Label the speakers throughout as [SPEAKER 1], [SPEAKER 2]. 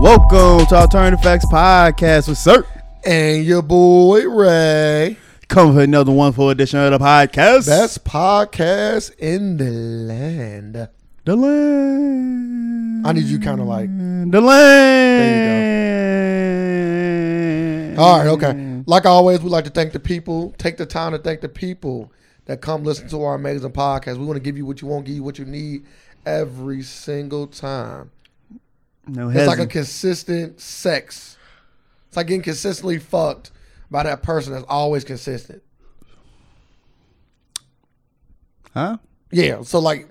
[SPEAKER 1] Welcome to Alternative Facts Podcast with Sir.
[SPEAKER 2] and your boy Ray.
[SPEAKER 1] Come for another wonderful edition of the podcast.
[SPEAKER 2] Best podcast in the land.
[SPEAKER 1] the land.
[SPEAKER 2] I need you kind of like,
[SPEAKER 1] the land.
[SPEAKER 2] all right, okay. Like always, we like to thank the people. Take the time to thank the people that come listen to our amazing podcast. We want to give you what you want, give you what you need every single time.
[SPEAKER 1] No
[SPEAKER 2] It's like a
[SPEAKER 1] hesitation.
[SPEAKER 2] consistent sex. It's like getting consistently fucked by that person that's always consistent.
[SPEAKER 1] huh?
[SPEAKER 2] Yeah. So like,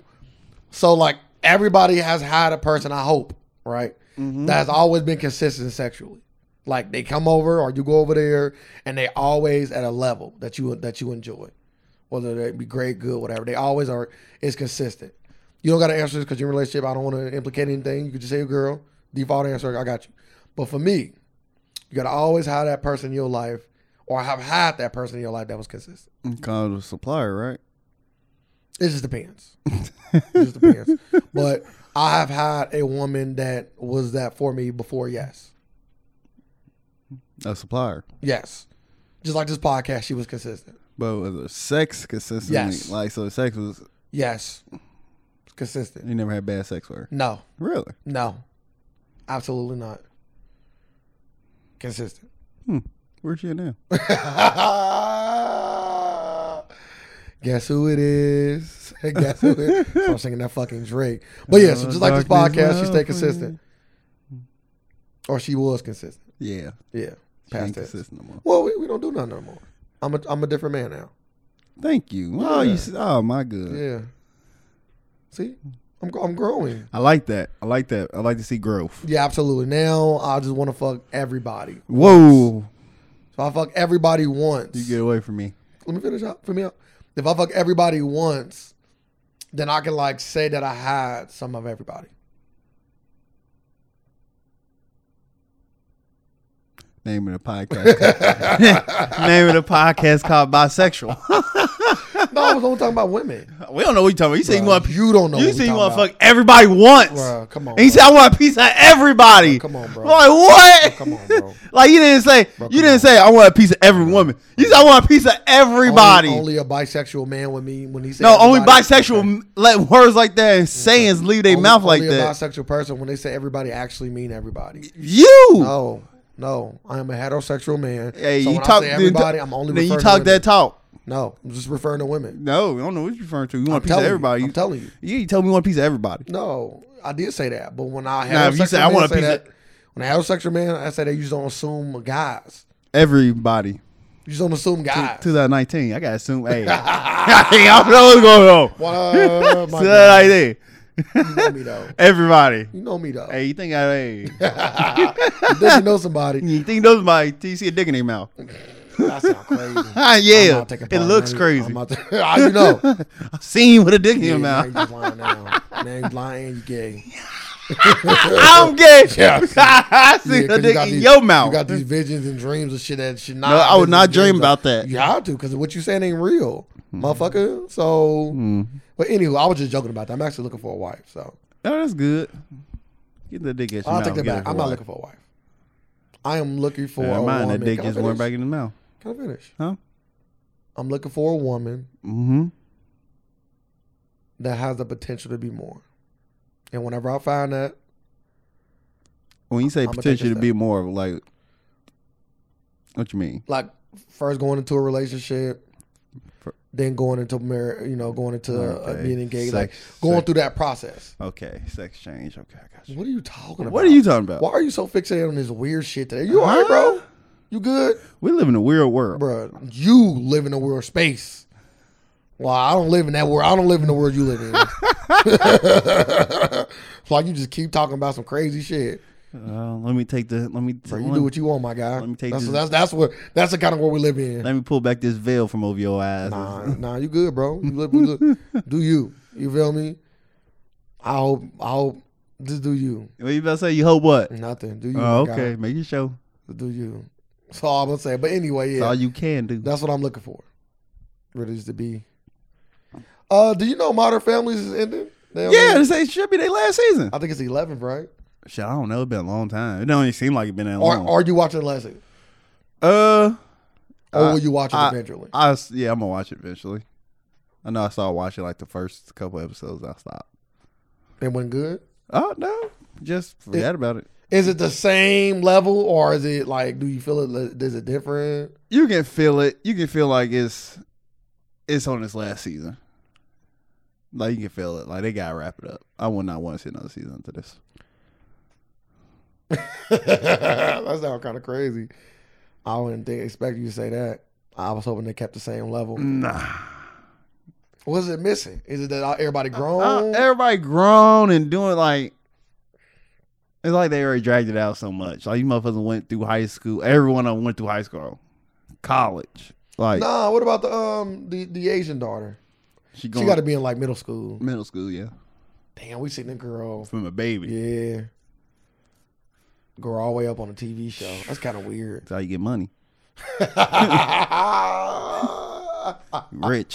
[SPEAKER 2] so like everybody has had a person. I hope right that has always been consistent sexually. Like they come over or you go over there, and they always at a level that you that you enjoy, whether they be great, good, whatever. They always are. It's consistent. You don't got to answer this because you're in a relationship. I don't want to implicate anything. You could just say, "Girl," default answer. I got you. But for me, you got to always have that person in your life, or have had that person in your life that was consistent.
[SPEAKER 1] Called a supplier, right?
[SPEAKER 2] It just depends. it just depends. But I have had a woman that was that for me before. Yes,
[SPEAKER 1] A supplier.
[SPEAKER 2] yes. Just like this podcast, she was consistent.
[SPEAKER 1] But was a sex consistently?
[SPEAKER 2] Yes.
[SPEAKER 1] Like, so sex was,
[SPEAKER 2] Yes, consistent.
[SPEAKER 1] you never had bad sex with her.
[SPEAKER 2] No,
[SPEAKER 1] Really?
[SPEAKER 2] no, absolutely not. Consistent.
[SPEAKER 1] Where's she at now?
[SPEAKER 2] Guess who it is? Guess who it is? So I'm singing that fucking Drake. But yeah, so just like this podcast, she stayed consistent, or she was consistent.
[SPEAKER 1] Yeah.
[SPEAKER 2] Yeah,
[SPEAKER 1] She ain't
[SPEAKER 2] past tense.
[SPEAKER 1] consistent no more.
[SPEAKER 2] Well, we, we don't do nothing no more. I'm a I'm a different man now.
[SPEAKER 1] Thank you. Oh, you
[SPEAKER 2] Yeah.
[SPEAKER 1] s- oh my good.
[SPEAKER 2] Yeah. See, I'm gr- I'm growing.
[SPEAKER 1] I like that. I like that. I like to see growth.
[SPEAKER 2] Yeah, absolutely. Now I just want to fuck everybody.
[SPEAKER 1] Whoa.
[SPEAKER 2] If I fuck everybody once,
[SPEAKER 1] You get away from me.
[SPEAKER 2] let me finish up. For me up. If I fuck everybody once, then I can like say that I had some of everybody.
[SPEAKER 1] Name of the podcast. Name of the podcast called Bisexual.
[SPEAKER 2] No, I was only talking about women.
[SPEAKER 1] we don't know what you're talking about. You say you want
[SPEAKER 2] Bruh, you don't know.
[SPEAKER 1] you
[SPEAKER 2] what we
[SPEAKER 1] say you
[SPEAKER 2] talking
[SPEAKER 1] want to
[SPEAKER 2] about.
[SPEAKER 1] fuck everybody once.
[SPEAKER 2] Bruh, come on,
[SPEAKER 1] And you say I want a piece of everybody.
[SPEAKER 2] come on, bro.
[SPEAKER 1] I'm like what?
[SPEAKER 2] Come on, bro.
[SPEAKER 1] like you didn't say you
[SPEAKER 2] come
[SPEAKER 1] didn't
[SPEAKER 2] on.
[SPEAKER 1] say I want a piece of every woman. You said I want a piece of everybody.
[SPEAKER 2] Only, only a bisexual man with me when he said
[SPEAKER 1] no, only
[SPEAKER 2] everybody.
[SPEAKER 1] bisexual m- let words like that and sayings leave their
[SPEAKER 2] Only-
[SPEAKER 1] mouth like
[SPEAKER 2] only
[SPEAKER 1] that.
[SPEAKER 2] A bisexual person when they say everybody actually mean everybody.
[SPEAKER 1] you.
[SPEAKER 2] No, no, I am a heterosexual man.
[SPEAKER 1] Hey,
[SPEAKER 2] Uh, so
[SPEAKER 1] you
[SPEAKER 2] when
[SPEAKER 1] talk
[SPEAKER 2] I say
[SPEAKER 1] then
[SPEAKER 2] everybody.
[SPEAKER 1] ta-
[SPEAKER 2] I'm only
[SPEAKER 1] then you
[SPEAKER 2] referring
[SPEAKER 1] talk
[SPEAKER 2] to women.
[SPEAKER 1] that talk.
[SPEAKER 2] No, I'm just referring to women.
[SPEAKER 1] No, I don't know what you're referring to. You want a piece of
[SPEAKER 2] telling you.
[SPEAKER 1] everybody.
[SPEAKER 2] I'm telling you.
[SPEAKER 1] Yeah, you told me one piece of everybody.
[SPEAKER 2] No, I did say that, but when I
[SPEAKER 1] Nah,
[SPEAKER 2] heterosexual
[SPEAKER 1] if you say,
[SPEAKER 2] man
[SPEAKER 1] I want a
[SPEAKER 2] say
[SPEAKER 1] piece
[SPEAKER 2] that,
[SPEAKER 1] of-
[SPEAKER 2] when a heterosexual man, I say that you just don't assume guys.
[SPEAKER 1] Everybody.
[SPEAKER 2] You just don't assume guys.
[SPEAKER 1] 2019. I gotta assume. Hey, I don't know what's going on.
[SPEAKER 2] Well, my God,
[SPEAKER 1] 2019.
[SPEAKER 2] you know me though.
[SPEAKER 1] Everybody.
[SPEAKER 2] You know me though.
[SPEAKER 1] Hey, you think I? Hey,
[SPEAKER 2] You think you know somebody?
[SPEAKER 1] you think those my? You see a dick in their mouth? Ah,
[SPEAKER 2] That sounds crazy. I'm
[SPEAKER 1] yeah,
[SPEAKER 2] not taking
[SPEAKER 1] it
[SPEAKER 2] part in
[SPEAKER 1] looks
[SPEAKER 2] that.
[SPEAKER 1] crazy.
[SPEAKER 2] I'm not ta- How you know?
[SPEAKER 1] I've seen with a dick in your
[SPEAKER 2] now
[SPEAKER 1] mouth.
[SPEAKER 2] you lying now. Now you lying and you gay.
[SPEAKER 1] I'm gay.
[SPEAKER 2] Yeah.
[SPEAKER 1] I
[SPEAKER 2] Yeah,
[SPEAKER 1] seen a
[SPEAKER 2] 'cause you
[SPEAKER 1] dick
[SPEAKER 2] got
[SPEAKER 1] in
[SPEAKER 2] these-
[SPEAKER 1] your mouth.
[SPEAKER 2] You got these visions and dreams of shit that should not.
[SPEAKER 1] No, I would
[SPEAKER 2] visions
[SPEAKER 1] not
[SPEAKER 2] and
[SPEAKER 1] dream
[SPEAKER 2] dreams
[SPEAKER 1] about
[SPEAKER 2] of-
[SPEAKER 1] that. Hmm.
[SPEAKER 2] You have to, because what you saying ain't real, motherfucker. So, but anyway, I was just joking about that. I'm actually looking for a wife,
[SPEAKER 1] oh,
[SPEAKER 2] so
[SPEAKER 1] that's good. Get the dick in your
[SPEAKER 2] I'll
[SPEAKER 1] mouth.
[SPEAKER 2] take that
[SPEAKER 1] Get
[SPEAKER 2] back.
[SPEAKER 1] it
[SPEAKER 2] I'm
[SPEAKER 1] away.
[SPEAKER 2] not looking for a wife. I am looking for
[SPEAKER 1] Never
[SPEAKER 2] a
[SPEAKER 1] mind.
[SPEAKER 2] woman.
[SPEAKER 1] That dick
[SPEAKER 2] Can I
[SPEAKER 1] just went
[SPEAKER 2] finish?
[SPEAKER 1] back in the mouth.
[SPEAKER 2] Can I finish?
[SPEAKER 1] Huh?
[SPEAKER 2] I'm looking for a woman
[SPEAKER 1] Mm-hmm.
[SPEAKER 2] that has the potential to be more. And whenever I find that,
[SPEAKER 1] When you say
[SPEAKER 2] I'ma take a
[SPEAKER 1] potential to
[SPEAKER 2] step.
[SPEAKER 1] be more of like, what you mean?
[SPEAKER 2] like first going into a relationship,
[SPEAKER 1] For-
[SPEAKER 2] then going into marriage, you know, going into uh,
[SPEAKER 1] Okay.
[SPEAKER 2] being engaged, like
[SPEAKER 1] Sex-
[SPEAKER 2] going
[SPEAKER 1] sex-
[SPEAKER 2] through that process.
[SPEAKER 1] Okay, sex change. Okay, I got you.
[SPEAKER 2] What are you talking about?
[SPEAKER 1] What are you talking about?
[SPEAKER 2] Why are you so fixated on this weird shit today? You all right, bro?
[SPEAKER 1] Huh?
[SPEAKER 2] You good?
[SPEAKER 1] We live in a weird world.
[SPEAKER 2] Bro, you live in a world space. Well, I don't live in that world. I don't live in the world you live in. like you just keep talking about some crazy shit.
[SPEAKER 1] Uh, let me take the. Let me.
[SPEAKER 2] Bro, you
[SPEAKER 1] let,
[SPEAKER 2] do
[SPEAKER 1] me-
[SPEAKER 2] what you want, my guy.
[SPEAKER 1] let me take
[SPEAKER 2] that's,
[SPEAKER 1] this-
[SPEAKER 2] that's that's what that's the kind of world we live in.
[SPEAKER 1] let me pull back this veil from over your eyes.
[SPEAKER 2] Nah, nah, you good, bro. You live, you look, do you? You feel me? I hope, I hope, just do you.
[SPEAKER 1] What you about to say? You hope what?
[SPEAKER 2] Nothing, do you?
[SPEAKER 1] Oh,
[SPEAKER 2] my
[SPEAKER 1] okay. Make it show.
[SPEAKER 2] guy. do you? That's all I'm gonna say. But anyway,
[SPEAKER 1] That's all
[SPEAKER 2] yeah,
[SPEAKER 1] you can do.
[SPEAKER 2] that's what I'm looking for. Really, is to be. Uh, do you know Modern Families is ending? They
[SPEAKER 1] yeah,
[SPEAKER 2] only-
[SPEAKER 1] this ain't- should be their last season.
[SPEAKER 2] I think it's 11th, right?
[SPEAKER 1] Shit, I don't know. It's been a long time. It don't even seem like it's been that
[SPEAKER 2] Or
[SPEAKER 1] long.
[SPEAKER 2] are you watching the last season?
[SPEAKER 1] uh,
[SPEAKER 2] Or
[SPEAKER 1] Uh,
[SPEAKER 2] will you watch it
[SPEAKER 1] I-
[SPEAKER 2] eventually?
[SPEAKER 1] I was- yeah, I'm gonna watch it eventually. I know I started watching like the first couple episodes. I stopped.
[SPEAKER 2] it went good.
[SPEAKER 1] Oh no, just forget about it.
[SPEAKER 2] Is it the same level or is it like do you feel it li- is it different?
[SPEAKER 1] You can feel it. You can feel like it's it's on this last season. Like you can feel it. Like they gotta wrap it up. I would not want to see another season after this.
[SPEAKER 2] that sounds kind of crazy. I wouldn't think, expect you to say that. I was hoping they kept the same level.
[SPEAKER 1] Nah.
[SPEAKER 2] What's it missing? Is it that everybody
[SPEAKER 1] Uh,
[SPEAKER 2] grown?
[SPEAKER 1] everybody grown and doing like it's like they already dragged it out so much. Like you motherfuckers went through high school. Everyone I went through high school, college. Like
[SPEAKER 2] nah. What about the um the, the Asian daughter?
[SPEAKER 1] she
[SPEAKER 2] She
[SPEAKER 1] going
[SPEAKER 2] got to be in like middle school.
[SPEAKER 1] middle school, yeah,
[SPEAKER 2] Damn, we seen the girl.
[SPEAKER 1] from a baby.
[SPEAKER 2] Yeah, girl all the way up on a TV show. That's kind of weird.
[SPEAKER 1] That's how you get money, rich.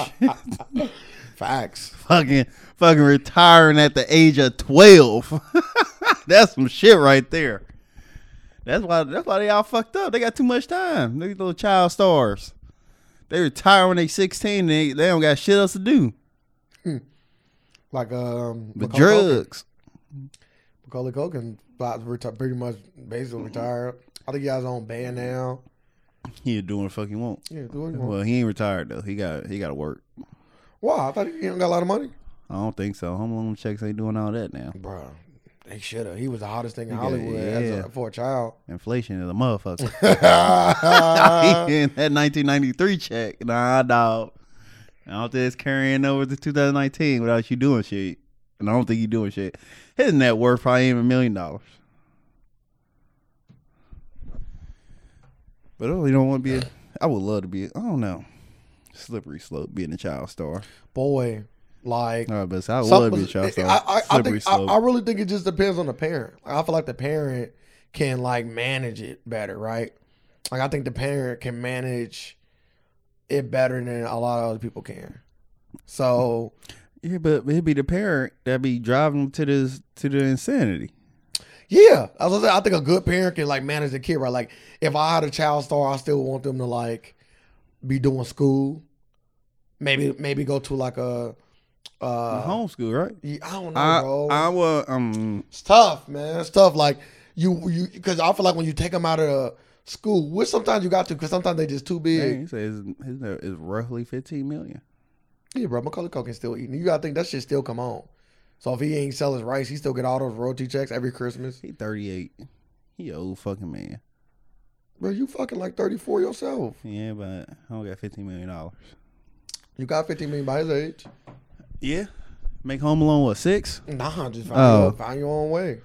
[SPEAKER 2] Facts.
[SPEAKER 1] fucking fucking retiring at the age of twelve. that's some shit right there. That's why that's why they all fucked up. They got too much time. These little child stars. They retire when they sixteen. They they don't got shit else to do
[SPEAKER 2] Like um,
[SPEAKER 1] but
[SPEAKER 2] Macaulay Culkin.
[SPEAKER 1] drugs.
[SPEAKER 2] Macaulay Culkin about to reti- pretty much basically retired. I think he has his own band now.
[SPEAKER 1] He doing fucking he want.
[SPEAKER 2] Yeah, do what you want.
[SPEAKER 1] Well, he ain't retired though. He got he got to work.
[SPEAKER 2] Wow, I thought he ain't got a lot of money.
[SPEAKER 1] I don't think so. Home loan checks ain't doing all that now.
[SPEAKER 2] Bro, they should have. He was the hottest thing in
[SPEAKER 1] Nigga,
[SPEAKER 2] Hollywood as a-
[SPEAKER 1] yeah.
[SPEAKER 2] for a child.
[SPEAKER 1] Inflation is a motherfucker.
[SPEAKER 2] yeah,
[SPEAKER 1] he in that 1993 check. Nah, dog. I don't think it's carrying over to 2019 without you doing shit. And I don't think you doing shit. His net worth probably ain't even a million dollars. But I really don't want to be. A, I would love to be. A, I don't know. Slippery slope being a child star.
[SPEAKER 2] boy, like
[SPEAKER 1] All right, but I would
[SPEAKER 2] some-
[SPEAKER 1] love to be a child star.
[SPEAKER 2] I, I, I,
[SPEAKER 1] Slippery
[SPEAKER 2] think, I,
[SPEAKER 1] slope.
[SPEAKER 2] I really think it just depends on the parent. Like, I feel like the parent can like manage it better, right? Like I think the parent can manage it better than a lot of other people can. So
[SPEAKER 1] yeah, but it'd be the parent that be driving them to this to the insanity.
[SPEAKER 2] Yeah, I was gonna say, I think a good parent can like manage the kid right. Like if I had a child star, I still want them to like be doing school. Maybe maybe go to like a uh
[SPEAKER 1] Homeschool, right?
[SPEAKER 2] yeah, I don't know,
[SPEAKER 1] I
[SPEAKER 2] bro.
[SPEAKER 1] I would um
[SPEAKER 2] it's tough, man. It's tough. Like you you because I feel like when you take them out of school, which sometimes you got to because sometimes they just too
[SPEAKER 1] Dang,
[SPEAKER 2] big.
[SPEAKER 1] he says his net is roughly fifteen million.
[SPEAKER 2] Yeah, bro. Macaulay Culkin's still eating. You gotta think that shit still come on. So if he ain't sell his rice, he still get all those royalty checks every Christmas.
[SPEAKER 1] He thirty eight. He a old fucking man.
[SPEAKER 2] Bro, you fucking like thirty four yourself.
[SPEAKER 1] Yeah, but I don't got fifteen million dollars.
[SPEAKER 2] You got fifteen million by his age.
[SPEAKER 1] Yeah, make Home Alone what six?
[SPEAKER 2] Nah, just find,
[SPEAKER 1] Oh.
[SPEAKER 2] your, find your own way.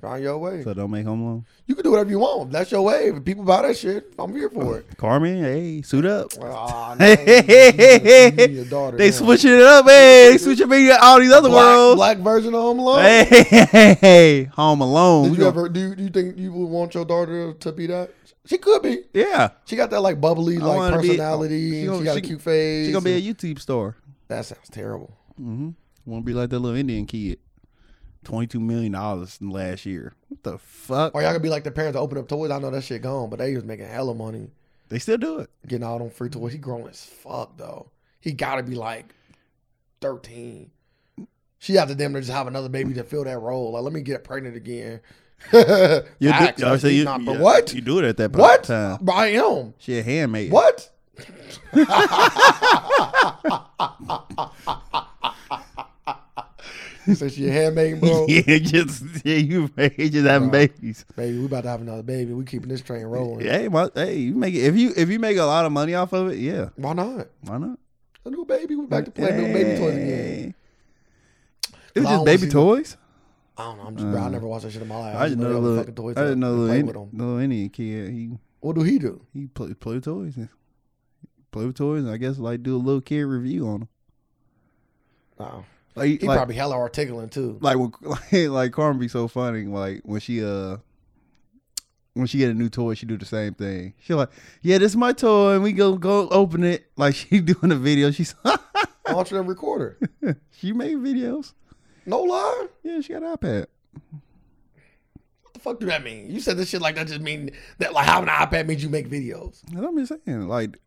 [SPEAKER 2] Find your way.
[SPEAKER 1] So don't make Home Alone.
[SPEAKER 2] you can do whatever you want. That's your way. If people buy that shit, I'm here for it.
[SPEAKER 1] Carmen, hey, suit up.
[SPEAKER 2] Ah, nah,
[SPEAKER 1] Hey, hey, hey, hey, hey,
[SPEAKER 2] you and
[SPEAKER 1] hey.
[SPEAKER 2] your daughter,
[SPEAKER 1] They
[SPEAKER 2] yeah.
[SPEAKER 1] switching it up, hey, switching me to all these other
[SPEAKER 2] black,
[SPEAKER 1] worlds.
[SPEAKER 2] black version of Home Alone.
[SPEAKER 1] Hey, hey, hey, hey, Home Alone.
[SPEAKER 2] Did
[SPEAKER 1] We
[SPEAKER 2] you
[SPEAKER 1] gon-
[SPEAKER 2] ever do? you- Do you think you would want your daughter to be that? She could be.
[SPEAKER 1] Yeah,
[SPEAKER 2] She got that like bubbly like
[SPEAKER 1] wanna be-
[SPEAKER 2] personality.
[SPEAKER 1] she
[SPEAKER 2] and she,
[SPEAKER 1] gonna-
[SPEAKER 2] got
[SPEAKER 1] she-
[SPEAKER 2] a cute face.
[SPEAKER 1] she gonna be a YouTube star.
[SPEAKER 2] that sounds terrible.
[SPEAKER 1] Mm-hmm. Want to be like that little Indian kid? Twenty two million dollars in last year. What the fuck?
[SPEAKER 2] Or y'all could be like the parents that open up toys. I know that shit gone, but they was making hella money
[SPEAKER 1] They still do it.
[SPEAKER 2] getting all them
[SPEAKER 1] Mm-hmm.
[SPEAKER 2] free toys. He grown as fuck though. He gotta be like thirteen. She had to damn near just have another baby to fill that role. Like, let me get pregnant again.
[SPEAKER 1] You
[SPEAKER 2] Facts,
[SPEAKER 1] do, I
[SPEAKER 2] that's
[SPEAKER 1] say you,
[SPEAKER 2] not- but
[SPEAKER 1] yeah,
[SPEAKER 2] what?
[SPEAKER 1] You do it at that point
[SPEAKER 2] What?
[SPEAKER 1] in time.
[SPEAKER 2] But I am.
[SPEAKER 1] She a handmaid.
[SPEAKER 2] What? you said she a handmaid, bro.
[SPEAKER 1] yeah, just yeah, you you just having babies.
[SPEAKER 2] Baby, we about to have another baby. We keeping this train rolling.
[SPEAKER 1] Hey, my, hey, you make it if you if you make a lot of money off of it, yeah,
[SPEAKER 2] Why not?
[SPEAKER 1] why not?
[SPEAKER 2] A new baby. We back to play new baby toys again.
[SPEAKER 1] Hey. It was
[SPEAKER 2] I
[SPEAKER 1] just
[SPEAKER 2] don't
[SPEAKER 1] baby
[SPEAKER 2] see-
[SPEAKER 1] toys.
[SPEAKER 2] I don't know. I'm just, bro, I never watched that shit in my life.
[SPEAKER 1] Uh, I just know the
[SPEAKER 2] they were
[SPEAKER 1] little,
[SPEAKER 2] fucking toys
[SPEAKER 1] I
[SPEAKER 2] to-
[SPEAKER 1] just know
[SPEAKER 2] to
[SPEAKER 1] the
[SPEAKER 2] play
[SPEAKER 1] little, Indian,
[SPEAKER 2] with them.
[SPEAKER 1] little Indian kid. He
[SPEAKER 2] What do he do?
[SPEAKER 1] he play, play with toys and play with toys, and I guess like do a little kid review on them.
[SPEAKER 2] Oh,
[SPEAKER 1] Like
[SPEAKER 2] he
[SPEAKER 1] like,
[SPEAKER 2] probably hella articulate too.
[SPEAKER 1] like when, like like Carmen be so funny. Like when she uh when she get a new toy, she do the same thing. She like, yeah, this is my toy, and we go go open it. Like she doing a video. She's
[SPEAKER 2] Launcher and recorder.
[SPEAKER 1] she made videos.
[SPEAKER 2] No lie.
[SPEAKER 1] Yeah, she got an iPad.
[SPEAKER 2] the fuck do that mean? You said this shit like that just mean that like having an iPad means you make videos.
[SPEAKER 1] I'm just saying, like,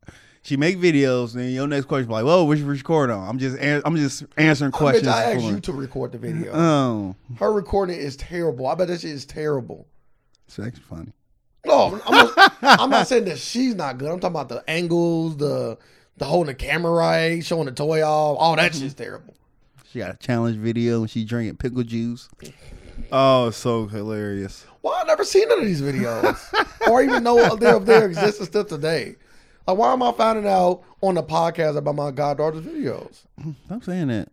[SPEAKER 1] she make videos, and your next question be like, "Whoa, what you record on?" I'm just, an- I'm just answering questions.
[SPEAKER 2] Oh, Bitch, I asked
[SPEAKER 1] for
[SPEAKER 2] you
[SPEAKER 1] her.
[SPEAKER 2] to record the video.
[SPEAKER 1] oh,
[SPEAKER 2] Her recording is terrible. I bet that shit is terrible.
[SPEAKER 1] it's actually funny.
[SPEAKER 2] No, I'm not, I'm not saying that she's not good. I'm talking about the angles, the the holding the camera right, showing the toy off. All that shit's terrible.
[SPEAKER 1] She got a challenge video, and she drinking pickle juice. Oh, it's so hilarious.
[SPEAKER 2] Why I never seen none of these videos, or even know of their, of their existence till today. Like, why am I finding out on the podcast about my goddaughter's videos?
[SPEAKER 1] Stop saying that.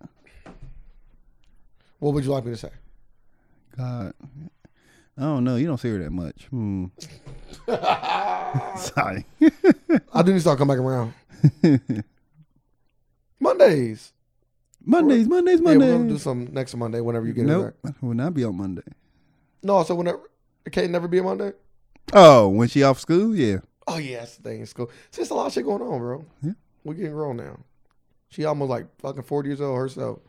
[SPEAKER 2] What would you like me to say?
[SPEAKER 1] God, I don't know. You don't see her that much. Hmm.
[SPEAKER 2] Uh-huh.
[SPEAKER 1] Sorry.
[SPEAKER 2] I do need to start coming back around. Mondays.
[SPEAKER 1] Mondays, Mondays,
[SPEAKER 2] Yeah, we're gonna do
[SPEAKER 1] Mondays.
[SPEAKER 2] some next Monday whenever you get it
[SPEAKER 1] nope,
[SPEAKER 2] back.
[SPEAKER 1] will not be on Monday.
[SPEAKER 2] No, so whenever it can't never be a Monday.
[SPEAKER 1] Oh, when she off school, yeah.
[SPEAKER 2] Oh yeah, that's the thing. It's cool. See, it's a lot of shit going on, bro.
[SPEAKER 1] Yeah.
[SPEAKER 2] We getting grown now. She almost like fucking forty years old herself.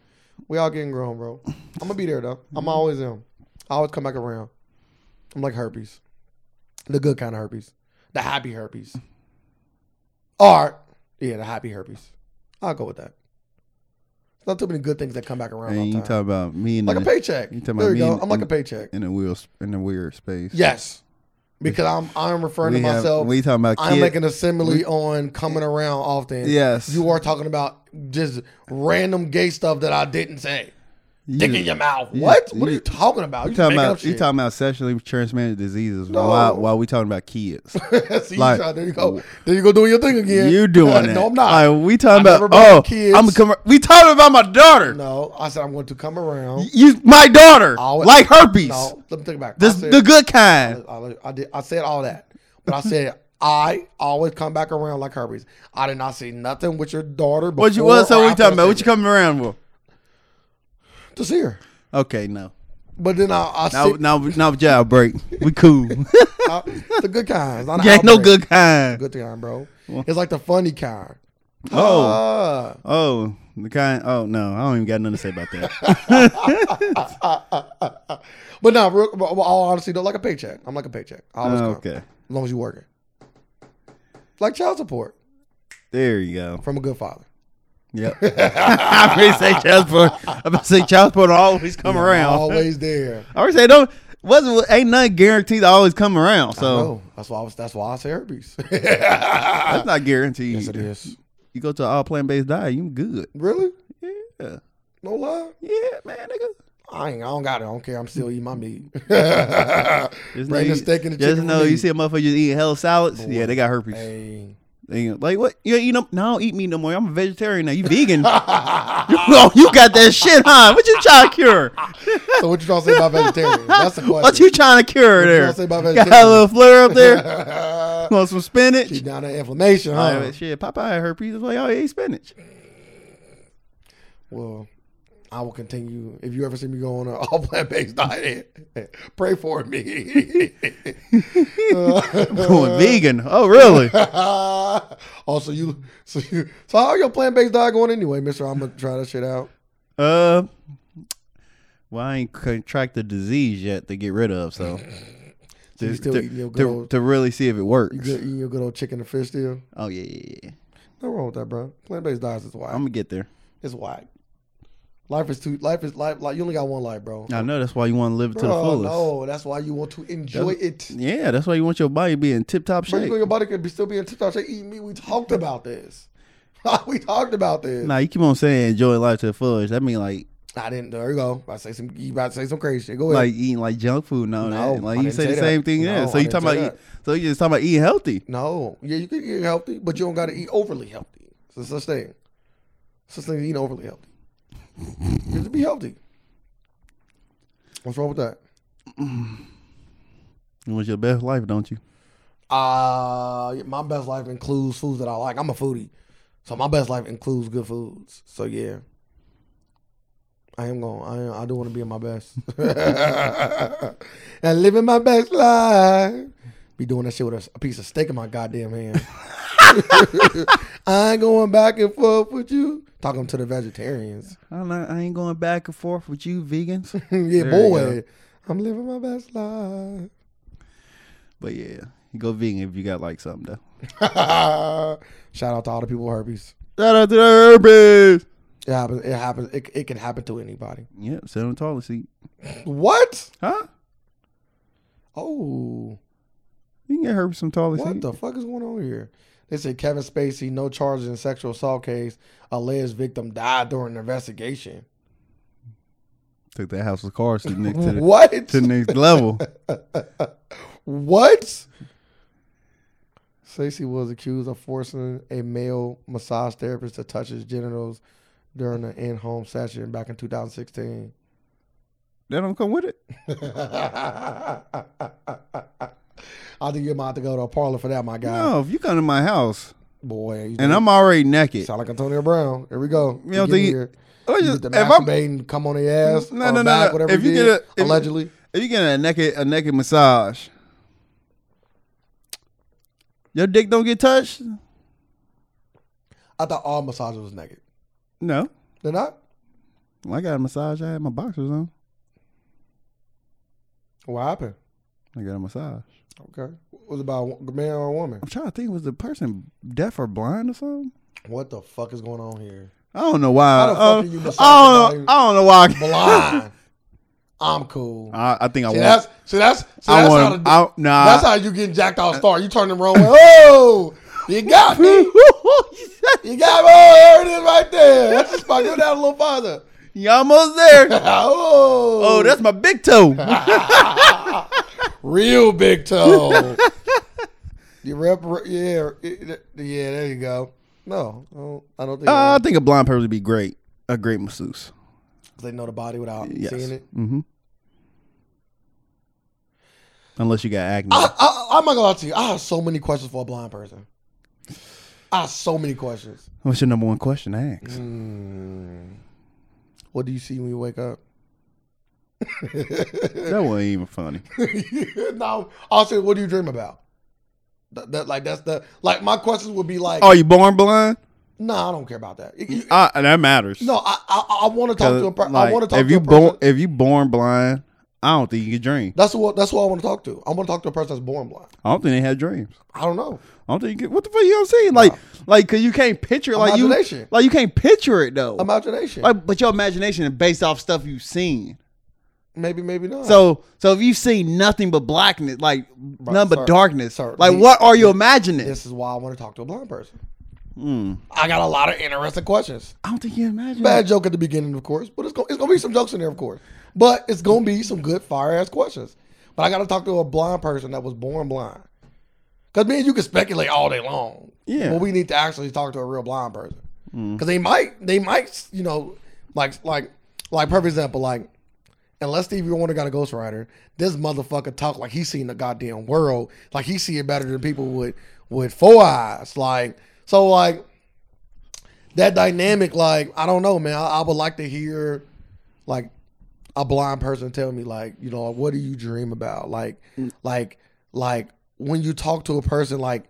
[SPEAKER 2] We all getting grown, bro. I'm gonna be there though.
[SPEAKER 1] Mm-hmm.
[SPEAKER 2] I'm always am. I always come back around. I'm like herpes, the good kind of herpes, the happy herpes. Or yeah, the happy herpes. I'll go with that. There's not too many good things that come back around. all
[SPEAKER 1] And you
[SPEAKER 2] the time.
[SPEAKER 1] talk about me and
[SPEAKER 2] like a
[SPEAKER 1] the-
[SPEAKER 2] paycheck.
[SPEAKER 1] you talking
[SPEAKER 2] there
[SPEAKER 1] about
[SPEAKER 2] you
[SPEAKER 1] me
[SPEAKER 2] go.
[SPEAKER 1] and-
[SPEAKER 2] I'm like a
[SPEAKER 1] and-
[SPEAKER 2] paycheck.
[SPEAKER 1] in a weird in a weird space.
[SPEAKER 2] Yes, because I'm I'm referring
[SPEAKER 1] we
[SPEAKER 2] to myself.
[SPEAKER 1] Have, we talking about
[SPEAKER 2] I'm
[SPEAKER 1] kid-
[SPEAKER 2] making a simile on coming around often.
[SPEAKER 1] Yes.
[SPEAKER 2] You are talking about just random gay stuff that I didn't say.
[SPEAKER 1] you,
[SPEAKER 2] Dick in your mouth. What? what are
[SPEAKER 1] you-
[SPEAKER 2] you talking about?
[SPEAKER 1] you talking about you
[SPEAKER 2] You
[SPEAKER 1] talking about sexually transmitted diseases
[SPEAKER 2] No.
[SPEAKER 1] while while we talking about kids.
[SPEAKER 2] See, you
[SPEAKER 1] like-
[SPEAKER 2] try- there you go. There you go doing your thing again.
[SPEAKER 1] You doing it?
[SPEAKER 2] no, I'm not.
[SPEAKER 1] Like, we talking
[SPEAKER 2] I never
[SPEAKER 1] about
[SPEAKER 2] brought
[SPEAKER 1] oh,
[SPEAKER 2] up kids.
[SPEAKER 1] I'm com- we talking about my daughter.
[SPEAKER 2] no, I said I'm going to come around.
[SPEAKER 1] You my daughter
[SPEAKER 2] I'll-
[SPEAKER 1] like herpes.
[SPEAKER 2] No, let me take it back. I
[SPEAKER 1] This
[SPEAKER 2] said-
[SPEAKER 1] the good kind.
[SPEAKER 2] I, I did. I said all that, but I said I always come back around like herpes. I did not see nothing with your daughter.
[SPEAKER 1] What you what? So we talking about? What you coming around for?
[SPEAKER 2] to see her?
[SPEAKER 1] Okay, no.
[SPEAKER 2] But then I, I
[SPEAKER 1] Now
[SPEAKER 2] see
[SPEAKER 1] now now job break. We cool.
[SPEAKER 2] I- the good kinds. Not
[SPEAKER 1] Ain't no
[SPEAKER 2] outbreak.
[SPEAKER 1] good kind.
[SPEAKER 2] good kind, bro. It's like the funny kind.
[SPEAKER 1] Oh.
[SPEAKER 2] Ah.
[SPEAKER 1] Oh, the kind. Oh no, I don't even got nothing to say about that.
[SPEAKER 2] but no, real, but all honesty, though, like a paycheck. I'm like a paycheck. I always come,
[SPEAKER 1] Oh, okay,
[SPEAKER 2] as long as you're working. Like child support
[SPEAKER 1] there you go.
[SPEAKER 2] from a good father.
[SPEAKER 1] Yep. I already say child support. I'm about to say child support will always come around.
[SPEAKER 2] Always there.
[SPEAKER 1] I already say don't. Wasn't ain't nothing guaranteed to always come around. So
[SPEAKER 2] Oh, that's why I was. That's why I say herpes.
[SPEAKER 1] that's not guaranteed.
[SPEAKER 2] yes, it is.
[SPEAKER 1] You go to an all plant based diet, you good.
[SPEAKER 2] Really?
[SPEAKER 1] Yeah,
[SPEAKER 2] No lie.
[SPEAKER 1] yeah, man, nigga.
[SPEAKER 2] I ain't. I don't got it. I don't care. I'm still eating my meat. Just
[SPEAKER 1] Just
[SPEAKER 2] Bring
[SPEAKER 1] know,
[SPEAKER 2] the steak and
[SPEAKER 1] you,
[SPEAKER 2] the chicken.
[SPEAKER 1] just know
[SPEAKER 2] meat.
[SPEAKER 1] you see a motherfucker just eating hell salads. Yeah, they got herpes.
[SPEAKER 2] Hey.
[SPEAKER 1] They like what? You ain't eat no? No, I don't eat meat no more. I'm a vegetarian now. You vegan? oh, you got that shit, huh? What you trying to cure?
[SPEAKER 2] So what you trying to say about vegetarian? That's the question.
[SPEAKER 1] What you trying to cure
[SPEAKER 2] you
[SPEAKER 1] there?
[SPEAKER 2] gonna say about
[SPEAKER 1] Got
[SPEAKER 2] vegetarian?
[SPEAKER 1] a little flare up there. Want some
[SPEAKER 2] Keep
[SPEAKER 1] spinach?
[SPEAKER 2] down that inflammation, huh?
[SPEAKER 1] Like, shit, Popeye had herpes. That's why y'all ate spinach.
[SPEAKER 2] Well, I will continue. If you ever see me go on an all plant based diet, pray for me.
[SPEAKER 1] Going vegan. Oh, really?
[SPEAKER 2] also, you so you so how your plant based diet going anyway, Mister? I'm gonna try that shit out.
[SPEAKER 1] Uh, well, I ain't contract the disease yet to get rid of, so.
[SPEAKER 2] you
[SPEAKER 1] To,
[SPEAKER 2] still
[SPEAKER 1] to,
[SPEAKER 2] eating your good
[SPEAKER 1] to,
[SPEAKER 2] old-
[SPEAKER 1] to really see if it works.
[SPEAKER 2] You good, eating your good old chicken and fish still?
[SPEAKER 1] Oh yeah, yeah, yeah.
[SPEAKER 2] Nothing wrong with that, bro. Plant based diets is whack.
[SPEAKER 1] I'm gonna get there.
[SPEAKER 2] it's whack. Life is too. Life is life. Like you only got one life, bro.
[SPEAKER 1] I know that's why you want to live it to the
[SPEAKER 2] Bro,
[SPEAKER 1] fullest.
[SPEAKER 2] no, that's why you want to enjoy it.
[SPEAKER 1] Yeah, that's why you want your body to be in tip top
[SPEAKER 2] Bro, you
[SPEAKER 1] shape.
[SPEAKER 2] know your body could be still being tipped out to eating meat. We talked about this. we talked about this.
[SPEAKER 1] Nah, you keep on saying enjoy life to the fullest. That mean like
[SPEAKER 2] I didn't. There you go. I say some. You about to say some crazy shit. Go ahead.
[SPEAKER 1] like eating like junk food and all
[SPEAKER 2] No,
[SPEAKER 1] that.
[SPEAKER 2] I
[SPEAKER 1] Like you
[SPEAKER 2] didn't
[SPEAKER 1] say
[SPEAKER 2] say
[SPEAKER 1] the
[SPEAKER 2] that.
[SPEAKER 1] same thing there.
[SPEAKER 2] No,
[SPEAKER 1] so
[SPEAKER 2] I
[SPEAKER 1] you
[SPEAKER 2] didn't
[SPEAKER 1] talking
[SPEAKER 2] say
[SPEAKER 1] about
[SPEAKER 2] that.
[SPEAKER 1] eat, so you just talking about eating healthy.
[SPEAKER 2] no, yeah, you can eat healthy, but you don't got to eat overly healthy. It's a such thing. It's such thing as eating overly healthy. You have to be healthy. What's wrong with that?
[SPEAKER 1] You want your best life, don't you?
[SPEAKER 2] Uh my best life includes foods that I like. I'm a foodie, so my best life includes good foods. So yeah, I am going. I am, I do want to be in my best and living my best life. Be doing that shit with a, a piece of steak in my goddamn hand. I ain't going back and forth with you. Talking to the vegetarians.
[SPEAKER 1] I don't know. I ain't going back and forth with you vegans.
[SPEAKER 2] yeah,
[SPEAKER 1] There you
[SPEAKER 2] boy. I'm living my best life.
[SPEAKER 1] But yeah, you go vegan if you got like something though.
[SPEAKER 2] Shout out to all the people with herpes.
[SPEAKER 1] Shout out to the herpes.
[SPEAKER 2] It happens. It happens. It, it can happen to anybody.
[SPEAKER 1] Yep, sit on the toilet seat.
[SPEAKER 2] What?
[SPEAKER 1] Huh?
[SPEAKER 2] Oh,
[SPEAKER 1] You can get herpes from toilet
[SPEAKER 2] what
[SPEAKER 1] seat.
[SPEAKER 2] the fuck is going on here? They said Kevin Spacey, no charges in sexual assault case. Alleged victim died during an investigation.
[SPEAKER 1] Took that house of cards to the next to the,
[SPEAKER 2] What?
[SPEAKER 1] to the next level.
[SPEAKER 2] What? Stacey was accused of forcing a male massage therapist to touch his genitals during an in-home session back in 2016.
[SPEAKER 1] That don't come with it.
[SPEAKER 2] I think you might have to go to a parlor for that, my guy.
[SPEAKER 1] No, if you come to my house
[SPEAKER 2] Boy, you
[SPEAKER 1] and I'm already naked,
[SPEAKER 2] sound like Antonio Brown. Here we go.
[SPEAKER 1] You don't
[SPEAKER 2] Get in
[SPEAKER 1] think-
[SPEAKER 2] here.
[SPEAKER 1] I
[SPEAKER 2] You
[SPEAKER 1] just-
[SPEAKER 2] get the
[SPEAKER 1] if I'm
[SPEAKER 2] masturbating, come on the ass,
[SPEAKER 1] No,
[SPEAKER 2] or
[SPEAKER 1] no, no,
[SPEAKER 2] back,
[SPEAKER 1] no.
[SPEAKER 2] whatever
[SPEAKER 1] If
[SPEAKER 2] you
[SPEAKER 1] you
[SPEAKER 2] did,
[SPEAKER 1] get a- if-
[SPEAKER 2] allegedly.
[SPEAKER 1] if you get a naked a naked massage, your dick don't get touched.
[SPEAKER 2] I thought all massages was naked.
[SPEAKER 1] No,
[SPEAKER 2] They're not.
[SPEAKER 1] When I got a massage. I had my boxers on.
[SPEAKER 2] What happened?
[SPEAKER 1] I got a massage.
[SPEAKER 2] Okay, was it about a man or a woman?
[SPEAKER 1] I'm trying to think. Was the person deaf or blind or something?
[SPEAKER 2] What the fuck is going on here?
[SPEAKER 1] I don't know why.
[SPEAKER 2] How the
[SPEAKER 1] I,
[SPEAKER 2] fuck
[SPEAKER 1] don't-
[SPEAKER 2] are you
[SPEAKER 1] I
[SPEAKER 2] massaging
[SPEAKER 1] don't know. I don't know why. I-
[SPEAKER 2] Blind. I'm cool.
[SPEAKER 1] I, I think I want.
[SPEAKER 2] See, that's so that's so
[SPEAKER 1] I want.
[SPEAKER 2] that's
[SPEAKER 1] Uh,
[SPEAKER 2] how
[SPEAKER 1] him
[SPEAKER 2] the,
[SPEAKER 1] out- nah.
[SPEAKER 2] that's how you get jacked off star. You turn the wrong way. Oh, you got me. You got me. Oh, there it is right there. That's just my go down a little farther.
[SPEAKER 1] you almost there.
[SPEAKER 2] Oh,
[SPEAKER 1] Oh, that's my big toe.
[SPEAKER 2] real big toe. you rep, yeah, it- yeah. There you go. No, I don't, I don't think
[SPEAKER 1] Uh, I think a blind person would be great. A great masseuse.
[SPEAKER 2] they know the body without
[SPEAKER 1] Yes.
[SPEAKER 2] seeing it.
[SPEAKER 1] Mm-hmm. Unless you got acne.
[SPEAKER 2] I, I, I'm not gonna lie to you. I have so many questions for a blind person. I have so many questions.
[SPEAKER 1] What's your number one question to ask?
[SPEAKER 2] Mm-hmm. Mm. What do you see when you wake up?
[SPEAKER 1] That wasn't even funny.
[SPEAKER 2] no, also, what do you dream about? That, that- like that's the like my questions would be like,
[SPEAKER 1] Are you born blind?
[SPEAKER 2] no, nah, I don't care about that. You- you-
[SPEAKER 1] Uh, that matters.
[SPEAKER 2] no, I I, I want to talk to a person. I
[SPEAKER 1] Like,
[SPEAKER 2] want to talk
[SPEAKER 1] if
[SPEAKER 2] to
[SPEAKER 1] you
[SPEAKER 2] a person.
[SPEAKER 1] born if you born blind, I don't think you can dream.
[SPEAKER 2] that's what that's what I want to talk to. I want to talk to a person that's born blind.
[SPEAKER 1] I don't think they had dreams.
[SPEAKER 2] I don't know.
[SPEAKER 1] I don't think you can, what the fuck you don't see like like cause you can't picture it like you
[SPEAKER 2] Imagination.
[SPEAKER 1] like you can't picture it though.
[SPEAKER 2] Imagination.
[SPEAKER 1] Like, but your imagination is based off stuff you've seen.
[SPEAKER 2] maybe, maybe not.
[SPEAKER 1] So so if you've seen nothing but blackness, like none but
[SPEAKER 2] sir,
[SPEAKER 1] darkness,
[SPEAKER 2] sir,
[SPEAKER 1] like
[SPEAKER 2] the-
[SPEAKER 1] what are you imagining?
[SPEAKER 2] this is why I want to talk to a blind person.
[SPEAKER 1] Mm.
[SPEAKER 2] I got a lot of interesting questions.
[SPEAKER 1] I don't think you imagine.
[SPEAKER 2] Bad joke at the beginning, of course, but it's gonna, it's gonna be some jokes in there, of course. But it's gonna be some good fire ass questions. But I gotta talk to a blind person that was born blind. Cause me and you can speculate all day long.
[SPEAKER 1] Yeah.
[SPEAKER 2] But we need to actually talk to a real blind person. Cause they might they might you know like like like perfect example like unless Stevie Wonder got a ghostwriter, this motherfucker talk like he seen the goddamn world, like he see it better than people with with four eyes. Like so, like that dynamic. Like I don't know, man. I, I would like to hear like a blind person tell me, like you know, what do you dream about? Like, like, like when you talk to a person, like.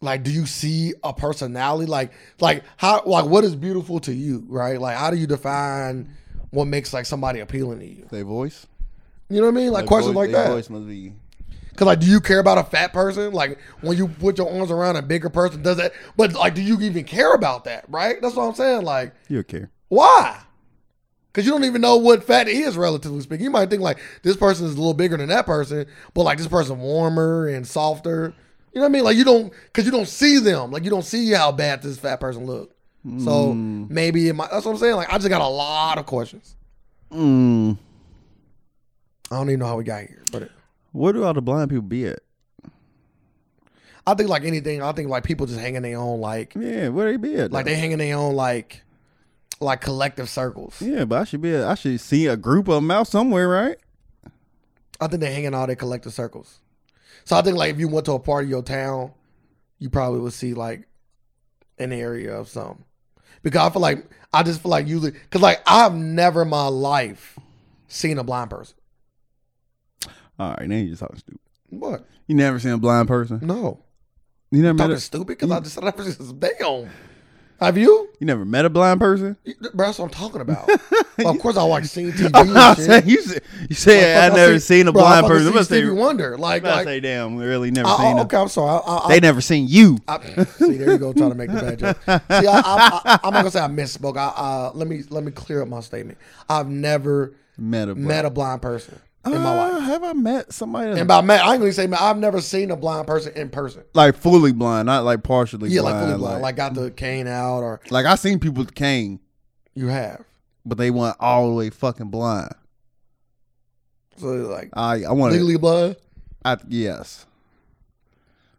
[SPEAKER 2] Like, do you see a personality? Like, like how? Like, what is beautiful to you, right? Like, how do you define what makes like somebody appealing to you?
[SPEAKER 1] Their voice,
[SPEAKER 2] You know what I mean? Like, questions like that.
[SPEAKER 1] must be.
[SPEAKER 2] Cause like, do you care about a fat person? Like when you put your arms around a bigger person, does that? But like, do you even care about that? Right? That's what I'm saying. Like,
[SPEAKER 1] You don't care.
[SPEAKER 2] why? Cause you don't even know what fat is, relatively speaking. You might think like this person is a little bigger than that person, but like this person warmer and softer. You know what I mean? Like you don't, cause you don't see them. Like you don't see how bad this fat person look. So
[SPEAKER 1] Hmm.
[SPEAKER 2] maybe it might, that's what I'm saying. Like I just got a lot of questions. hmm.
[SPEAKER 1] Mm.
[SPEAKER 2] I don't even know how we got here, but.
[SPEAKER 1] Where do all the blind people be at?
[SPEAKER 2] I think like anything, I think like people just hanging their own like
[SPEAKER 1] Yeah, where they be at?
[SPEAKER 2] like
[SPEAKER 1] though?
[SPEAKER 2] they hanging their own like like collective circles.
[SPEAKER 1] yeah, but I should be. At, I should see a group of them out somewhere, right?
[SPEAKER 2] I think they hanging all their collective circles. So I think like if you went to a part of your town, you probably would see like an area of some. Because I feel like I just feel like usually because like I've never in my life seen a blind person.
[SPEAKER 1] All right, now you just talking stupid.
[SPEAKER 2] What?
[SPEAKER 1] You never seen a blind person.
[SPEAKER 2] No.
[SPEAKER 1] You never met
[SPEAKER 2] Talking
[SPEAKER 1] a,
[SPEAKER 2] stupid because I just I never seen this damn. Have you?
[SPEAKER 1] You never met a blind person?
[SPEAKER 2] Bro, that's what I'm talking about. Well, of course, I watch seen TV and shit.
[SPEAKER 1] you said, you said
[SPEAKER 2] Like,
[SPEAKER 1] I've
[SPEAKER 2] fuck,
[SPEAKER 1] never
[SPEAKER 2] see-
[SPEAKER 1] seen a
[SPEAKER 2] bro, I
[SPEAKER 1] blind
[SPEAKER 2] fucking
[SPEAKER 1] person. I'm
[SPEAKER 2] see
[SPEAKER 1] gonna say,
[SPEAKER 2] Stevie Wonder, like,
[SPEAKER 1] I'm gonna
[SPEAKER 2] like
[SPEAKER 1] say damn, we really never
[SPEAKER 2] I-
[SPEAKER 1] seen
[SPEAKER 2] I-
[SPEAKER 1] them.
[SPEAKER 2] okay, I'm sorry. I, I,
[SPEAKER 1] They never seen you.
[SPEAKER 2] I, see, there you go, trying to make the bad joke. See, I, I, I, I'm not gonna say I misspoke. I, I, let me let me clear up my statement. I've never
[SPEAKER 1] Met a blind.
[SPEAKER 2] met a blind person in my
[SPEAKER 1] Uh,
[SPEAKER 2] life.
[SPEAKER 1] Have I met somebody that's
[SPEAKER 2] And by met, I ain't gonna say met. I've never seen a blind person in person.
[SPEAKER 1] like fully blind, not like partially
[SPEAKER 2] Yeah,
[SPEAKER 1] blind? mm.
[SPEAKER 2] like fully blind, like got the cane out, or
[SPEAKER 1] like I seen people with cane,
[SPEAKER 2] you have.
[SPEAKER 1] but they went all the way fucking blind.
[SPEAKER 2] So like
[SPEAKER 1] I I want to.
[SPEAKER 2] legally blind,
[SPEAKER 1] I, yes.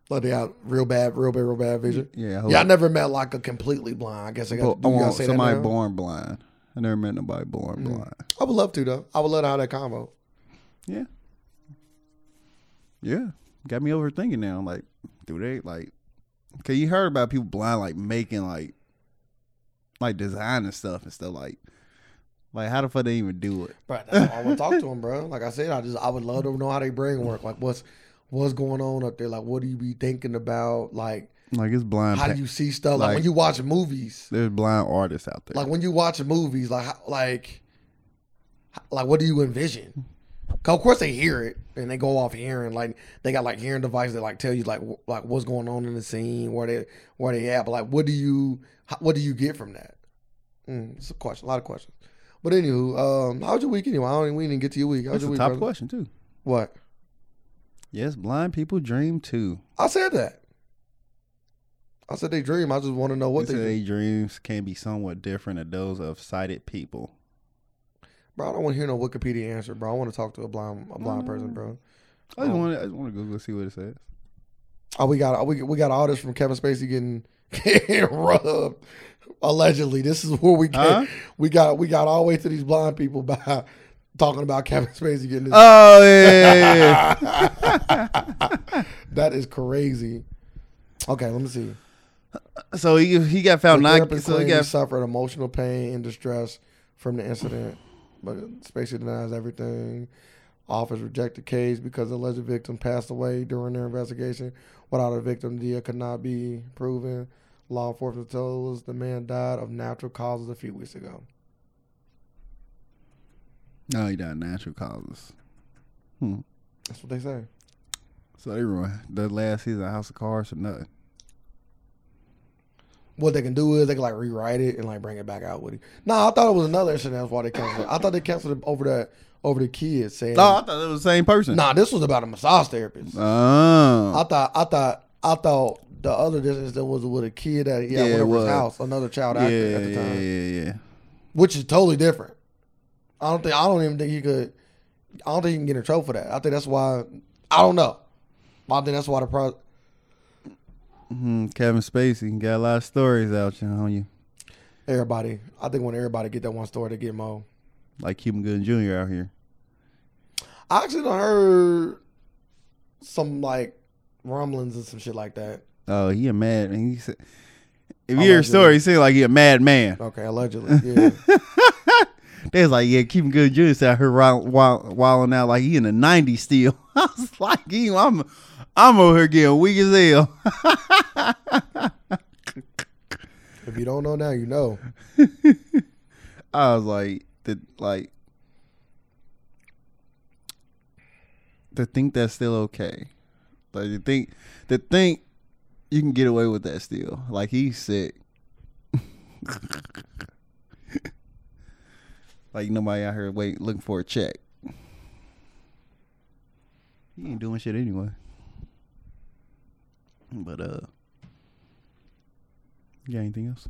[SPEAKER 2] like they got real bad, real bad, real bad vision.
[SPEAKER 1] Yeah.
[SPEAKER 2] Yeah, I never met like a completely blind. I guess I
[SPEAKER 1] But
[SPEAKER 2] got.
[SPEAKER 1] I
[SPEAKER 2] do you gotta
[SPEAKER 1] want
[SPEAKER 2] say
[SPEAKER 1] somebody
[SPEAKER 2] that now? Mm.
[SPEAKER 1] born blind. I never met nobody born blind.
[SPEAKER 2] I would love to though. I would love to have that combo.
[SPEAKER 1] Yeah. Yeah. Got me overthinking now. I'm like, do they like cause you heard about people blind like making like like designing stuff and stuff like like how the fuck they even do it?
[SPEAKER 2] But that's all I want to talk to them, bro. Like I said, I just I would love to know how they brain work. Like what's what's going on up there? Like what do you be thinking about? Like
[SPEAKER 1] Like it's blind
[SPEAKER 2] how
[SPEAKER 1] pa-
[SPEAKER 2] do you see stuff? Like, when
[SPEAKER 1] Like-
[SPEAKER 2] you watch movies,
[SPEAKER 1] there's blind artists out there.
[SPEAKER 2] like when you watch movies, like how- like like what do you envision? 'Cause of course they hear it and they go off hearing. Like they got like hearing devices that like tell you like wh- like what's going on in the scene, where they where they at. But like what do you how, what do you get from that? Mm, it's a question, a lot of questions. But anywho, um, how was your week anyway? I don't, we didn't get to your week. How was
[SPEAKER 1] That's
[SPEAKER 2] your
[SPEAKER 1] the
[SPEAKER 2] week?
[SPEAKER 1] top
[SPEAKER 2] brother?
[SPEAKER 1] question too.
[SPEAKER 2] What?
[SPEAKER 1] Yes, blind people dream too.
[SPEAKER 2] I said that. I said they dream. I just want to know
[SPEAKER 1] What
[SPEAKER 2] what
[SPEAKER 1] they
[SPEAKER 2] they
[SPEAKER 1] say
[SPEAKER 2] dream.
[SPEAKER 1] their dreams can be somewhat different than those of sighted people.
[SPEAKER 2] Bro, I don't want to hear no Wikipedia answer, bro. I want to talk to a blind a blind
[SPEAKER 1] Mm.
[SPEAKER 2] person, bro.
[SPEAKER 1] I just
[SPEAKER 2] Oh.
[SPEAKER 1] want I just want to Google and see what it says.
[SPEAKER 2] Oh, we got we, we got all this from Kevin Spacey getting, getting rubbed. Allegedly, this is where we get,
[SPEAKER 1] Huh?
[SPEAKER 2] we got we got all the way to these blind people by talking about Kevin Spacey getting. His,
[SPEAKER 1] Oh yeah, yeah, yeah.
[SPEAKER 2] that is crazy. Okay, let me see.
[SPEAKER 1] So he he got found
[SPEAKER 2] The
[SPEAKER 1] not
[SPEAKER 2] therapist
[SPEAKER 1] so he
[SPEAKER 2] claimed he
[SPEAKER 1] got
[SPEAKER 2] suffered emotional pain and distress from the incident, but Spacey denies everything. Office rejected case because the alleged victim passed away during their investigation. Without a victim, the death could not be proven. Law enforcement told us the man died of natural causes a few weeks ago.
[SPEAKER 1] no he died natural causes. Hmm.
[SPEAKER 2] That's what they say.
[SPEAKER 1] So they ruined the last season of House of Cards or nothing.
[SPEAKER 2] What they can do is they can like rewrite it and like bring it back out with it. No, I thought it was another incident. That's why they canceled it. I thought they canceled it over the over the kids saying,
[SPEAKER 1] No, I thought it was the same person.
[SPEAKER 2] "Nah, this was about a massage therapist."
[SPEAKER 1] Oh,
[SPEAKER 2] I thought I thought I thought the other distance that was with a kid at yeah,
[SPEAKER 1] Yeah, it
[SPEAKER 2] whatever his
[SPEAKER 1] was.
[SPEAKER 2] house, another child
[SPEAKER 1] yeah,
[SPEAKER 2] actor
[SPEAKER 1] yeah,
[SPEAKER 2] at the
[SPEAKER 1] yeah,
[SPEAKER 2] time,
[SPEAKER 1] yeah.
[SPEAKER 2] which is totally different. I don't think I don't even think he could. I don't think he can get in trouble for that. I think that's why I don't know. I think that's why the pro.
[SPEAKER 1] Mhm, Kevin Spacey got a lot of stories out you know, on you,
[SPEAKER 2] Everybody, I think when everybody get that one story, they get more.
[SPEAKER 1] like Cuban Gooding Jr. out here.
[SPEAKER 2] I actually done heard some like rumblings and some shit like that.
[SPEAKER 1] Oh, he a mad and he said, if
[SPEAKER 2] Oh,
[SPEAKER 1] you hear a
[SPEAKER 2] that's
[SPEAKER 1] story, he seems like he a mad man.
[SPEAKER 2] Okay, allegedly, yeah.
[SPEAKER 1] They was like, yeah, Cuban Gooding Jr. said I heard wild, wild, wilding out like he in the '90s still. I was like, he- I'm I'm over here getting weak as hell.
[SPEAKER 2] if you don't know now, you know.
[SPEAKER 1] I was like, the like to think that's still okay. Like to think to think you can get away with that still. Like he's sick. like nobody out here wait looking for a check. He ain't doing shit anyway. But uh you got anything else?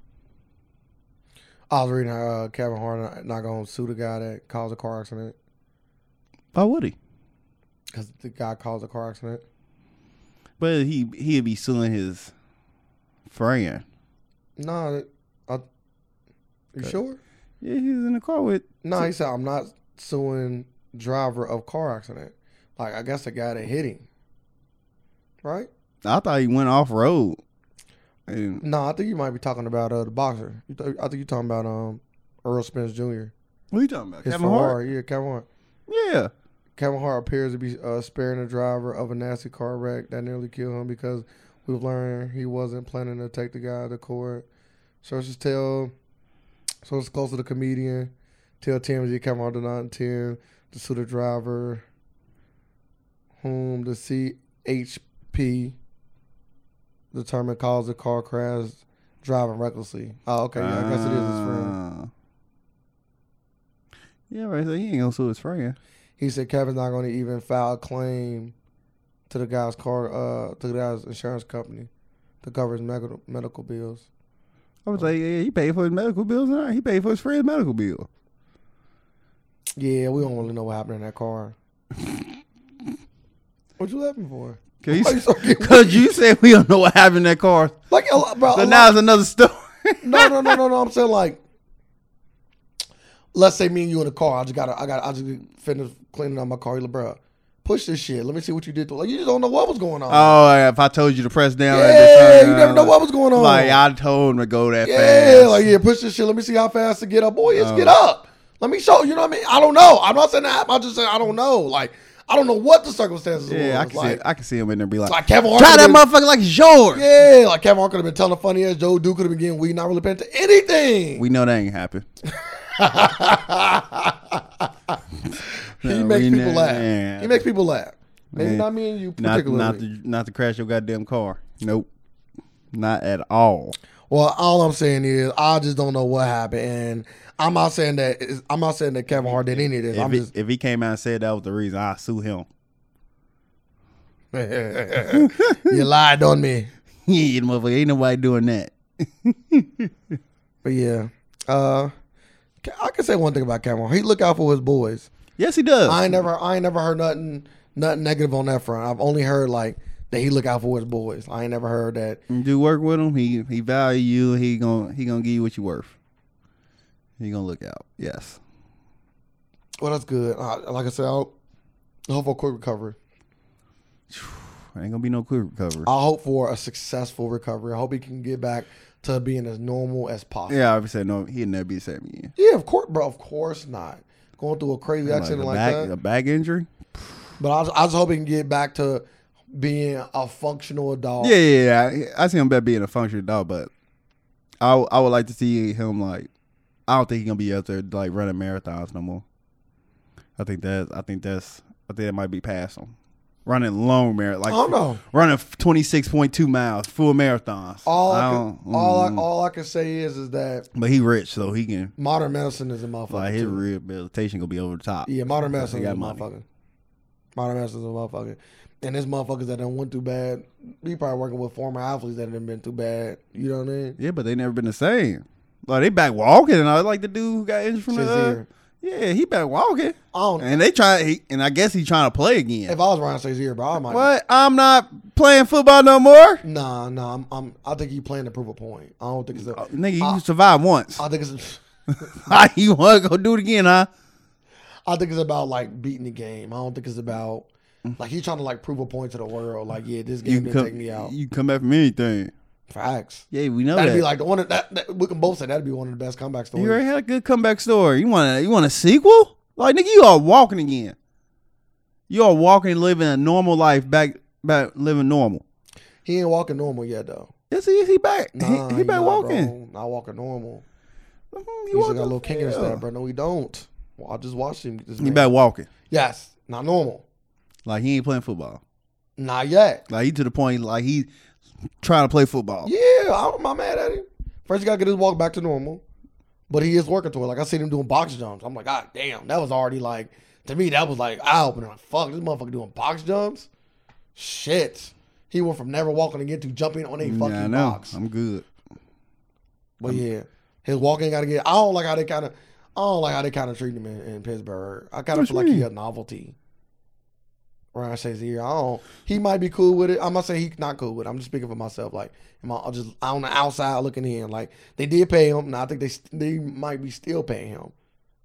[SPEAKER 2] I was reading how uh, Kevin Hart not gonna sue the guy that caused a car accident.
[SPEAKER 1] Why would he?
[SPEAKER 2] because the guy caused a car accident.
[SPEAKER 1] But he he'd be suing his friend.
[SPEAKER 2] No, I, I- you
[SPEAKER 1] Okay.
[SPEAKER 2] sure?
[SPEAKER 1] Yeah, he was in the car with.
[SPEAKER 2] No, he said I'm not suing driver of car accident. Like I guess the guy that hit him, right?
[SPEAKER 1] I thought he went off road. And
[SPEAKER 2] No, I think you might be talking about uh, the boxer. You th- I think you're talking about um Earl Spence Jr.
[SPEAKER 1] what are you talking about?
[SPEAKER 2] His
[SPEAKER 1] Kevin Hart.
[SPEAKER 2] Ferrari, yeah, Kevin Hart.
[SPEAKER 1] Yeah.
[SPEAKER 2] Kevin Hart appears to be uh, sparing the driver of a nasty car wreck that nearly killed him because we've learned he wasn't planning to take the guy to court. Sources tell sources close to the comedian tell TMZ Cameron did not intend to sue the driver, whom the CHP determined caused the car crash driving recklessly. Oh, okay, yeah, I guess it is his friend.
[SPEAKER 1] Uh, Yeah, right. So he ain't gonna sue his friend.
[SPEAKER 2] He said Kevin's not going to even file a claim to the guy's car, uh, to the guy's insurance company to cover his medical medical bills.
[SPEAKER 1] I was like, yeah, he paid for his medical bills. And all. He paid for his friend's medical bill.
[SPEAKER 2] Yeah, we don't really know what happened in that car. what you laughing for?
[SPEAKER 1] Cause you,
[SPEAKER 2] Why you so
[SPEAKER 1] s-
[SPEAKER 2] cute?
[SPEAKER 1] Cause you said we don't know what happened in that car.
[SPEAKER 2] Like, a lot, bro, a
[SPEAKER 1] So
[SPEAKER 2] lot-
[SPEAKER 1] now it's another story.
[SPEAKER 2] no, no, no, no, no. I'm saying like, let's say me and you in a car. I just gotta, I got, to I just finish cleaning out my car, You're like, bro. Push this shit. Let me see what you did. To, like, you just don't know what was going on.
[SPEAKER 1] Oh, yeah, if I told you to press down, at this
[SPEAKER 2] yeah,
[SPEAKER 1] time,
[SPEAKER 2] you never know what was going on.
[SPEAKER 1] Like I told him to go that
[SPEAKER 2] yeah,
[SPEAKER 1] fast.
[SPEAKER 2] like yeah, push this shit. Let me see how fast to get up. Boy, it's
[SPEAKER 1] Oh.
[SPEAKER 2] get up. Let me show. You know what I mean? I don't know. I'm not saying that. I'm just saying I don't know. Like, I don't know what the circumstances.
[SPEAKER 1] yeah, I
[SPEAKER 2] was.
[SPEAKER 1] can
[SPEAKER 2] like,
[SPEAKER 1] see. I can see him in there be like,
[SPEAKER 2] like Kevin Hart.
[SPEAKER 1] try that
[SPEAKER 2] could've been-
[SPEAKER 1] motherfucker like it's yours.
[SPEAKER 2] Yeah, like Kevin Hart could have been telling a funny ass Joe Duke could have been getting weed, not really paying to anything.
[SPEAKER 1] We know that ain't happen.
[SPEAKER 2] he
[SPEAKER 1] No,
[SPEAKER 2] makes
[SPEAKER 1] we
[SPEAKER 2] people
[SPEAKER 1] know-
[SPEAKER 2] laugh.
[SPEAKER 1] yeah.
[SPEAKER 2] He makes people laugh. Maybe
[SPEAKER 1] Yeah.
[SPEAKER 2] not me and you
[SPEAKER 1] Not,
[SPEAKER 2] particularly.
[SPEAKER 1] not to, not to crash your goddamn car. Nope, not at all.
[SPEAKER 2] well, all I'm saying is I just don't know what happened, and I'm not saying that it's- I'm not saying that Kevin Hart did any of this.
[SPEAKER 1] If
[SPEAKER 2] I'm
[SPEAKER 1] he,
[SPEAKER 2] just
[SPEAKER 1] if he came out and said that was the reason, I sue him.
[SPEAKER 2] you lied on me.
[SPEAKER 1] yeah, motherfucker, ain't nobody doing that.
[SPEAKER 2] But yeah, uh, I can say one thing about Kevin. Hart. He look out for his boys.
[SPEAKER 1] Yes, he does.
[SPEAKER 2] I ain't never I ain't never heard nothing nothing negative on that front. I've only heard like that he look out for his boys. I ain't never heard that.
[SPEAKER 1] You do work with him. He he value you. He gonna he gonna give you what you worth. He gonna look out. Yes.
[SPEAKER 2] Well, that's good. Uh, like I said, I'll, I hope for a quick recovery.
[SPEAKER 1] Ain't gonna be no quick recovery.
[SPEAKER 2] I hope for a successful recovery. I hope he can get back to being as normal as possible.
[SPEAKER 1] yeah, I would say no. He'd never be the same again.
[SPEAKER 2] Yeah, of course, bro. Of course not. Going through a crazy
[SPEAKER 1] Like a
[SPEAKER 2] accident like,
[SPEAKER 1] back
[SPEAKER 2] that.
[SPEAKER 1] a back injury.
[SPEAKER 2] But I, was- I just hope he can get back to being a functional adult.
[SPEAKER 1] Yeah, yeah, yeah. I, I see him better being a functional dog, but I w- I would like to see him like. I don't think he's gonna be out there like running marathons no more. I think that I think that's I think that might be past him. Running long marathon, like
[SPEAKER 2] I don't know.
[SPEAKER 1] running twenty six point two miles, full marathons.
[SPEAKER 2] All I,
[SPEAKER 1] I
[SPEAKER 2] can,
[SPEAKER 1] don't-
[SPEAKER 2] all, I,
[SPEAKER 1] mm.
[SPEAKER 2] all I can say is is that
[SPEAKER 1] But he rich, so he can
[SPEAKER 2] modern medicine is a motherfucker.
[SPEAKER 1] like his
[SPEAKER 2] too.
[SPEAKER 1] rehabilitation gonna be over the top.
[SPEAKER 2] Yeah, modern medicine is
[SPEAKER 1] got
[SPEAKER 2] a
[SPEAKER 1] money.
[SPEAKER 2] motherfucker. Modern medicine is a motherfucker. And there's motherfuckers that done went through bad. He probably working with former athletes that done been through bad. You know what I mean?
[SPEAKER 1] Yeah, but they never been the same. Like they back walking, and I like the dude who got injured from the. uh,
[SPEAKER 2] Shazier.
[SPEAKER 1] yeah, he back walking,
[SPEAKER 2] I don't.
[SPEAKER 1] and they try. He, and I guess he trying to play again.
[SPEAKER 2] If I was Ryan Shazier, bro, I Uh, might.
[SPEAKER 1] What? I'm not playing football no more.
[SPEAKER 2] Nah, nah. I'm, I'm. I think he playing to prove a point. I don't think it's. A,
[SPEAKER 1] Uh, Nigga, you survived once.
[SPEAKER 2] I think it's.
[SPEAKER 1] you want to go do it again, huh?
[SPEAKER 2] I think it's about like beating the game. I don't think it's about like he's trying to like prove a point to the world. Like, yeah, this
[SPEAKER 1] Mm. You
[SPEAKER 2] game
[SPEAKER 1] can
[SPEAKER 2] didn't
[SPEAKER 1] come.
[SPEAKER 2] take me out.
[SPEAKER 1] You can come back from anything.
[SPEAKER 2] Facts.
[SPEAKER 1] Yeah, we know
[SPEAKER 2] That'd
[SPEAKER 1] that.
[SPEAKER 2] be like the one of, that, that we can both say that'd be one of the best comeback stories.
[SPEAKER 1] you already had a good comeback story. You want a, you want a sequel? Like nigga, you are walking again. You are walking, living a normal life back, back living normal.
[SPEAKER 2] He ain't walking normal yet though.
[SPEAKER 1] Yes, he is. He back. He-
[SPEAKER 2] Nah,
[SPEAKER 1] he,
[SPEAKER 2] he
[SPEAKER 1] back
[SPEAKER 2] not,
[SPEAKER 1] walking.
[SPEAKER 2] bro. Not walking normal.
[SPEAKER 1] Mhm,
[SPEAKER 2] He still
[SPEAKER 1] walking.
[SPEAKER 2] got a little king in his
[SPEAKER 1] Yeah.
[SPEAKER 2] step, bro. No, he don't. Well, I just watched him. get This
[SPEAKER 1] He
[SPEAKER 2] man.
[SPEAKER 1] back walking.
[SPEAKER 2] Yes, not normal.
[SPEAKER 1] Like he ain't playing football.
[SPEAKER 2] Not yet.
[SPEAKER 1] Like he to the point. Like he trying to play football.
[SPEAKER 2] Yeah, I'm not mad at him. First, you gotta get his walk back to normal, but he is working toward. it. Like I seen him doing box jumps. I'm like, God damn, that was already like to me. That was like eye opening. Like, fuck, this motherfucker doing box jumps. Shit, he went from never walking again to jumping on a
[SPEAKER 1] Mm, Yeah, I
[SPEAKER 2] fucking
[SPEAKER 1] know.
[SPEAKER 2] box.
[SPEAKER 1] I'm good.
[SPEAKER 2] But yeah, his walking got to get. I don't like how they kind of. I don't like how they kind of treat him in, in Pittsburgh. I kind of
[SPEAKER 1] What
[SPEAKER 2] feel
[SPEAKER 1] you
[SPEAKER 2] like he
[SPEAKER 1] mean?
[SPEAKER 2] a novelty. Ryan Shazier, I don't. He might be cool with it. I'm not saying he's not cool with it. I'm just speaking for myself. Like, am I I'm just on the outside looking in? Like, they did pay him, and I think they st- they might be still paying him,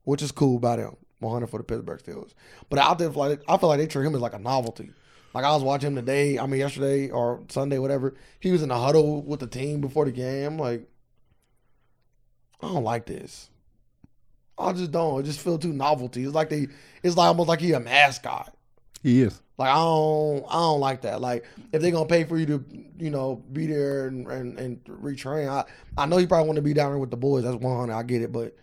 [SPEAKER 2] which is cool by them. 100 for the Pittsburgh Steelers. But I think like I feel like they treat him as like a novelty. Like I was watching him today. I mean, yesterday or Sunday, whatever. He was in the huddle with the team before the game. I'm like, I don't like this. I just don't. It just feel too novelty. It's like they. It's like almost like he a mascot.
[SPEAKER 1] He is.
[SPEAKER 2] Like I don't, I don't like that. Like if they're gonna pay for you to, you know, be there and and, and retrain, I I know you probably want to be down there with the boys. That's one hundred. I get it, but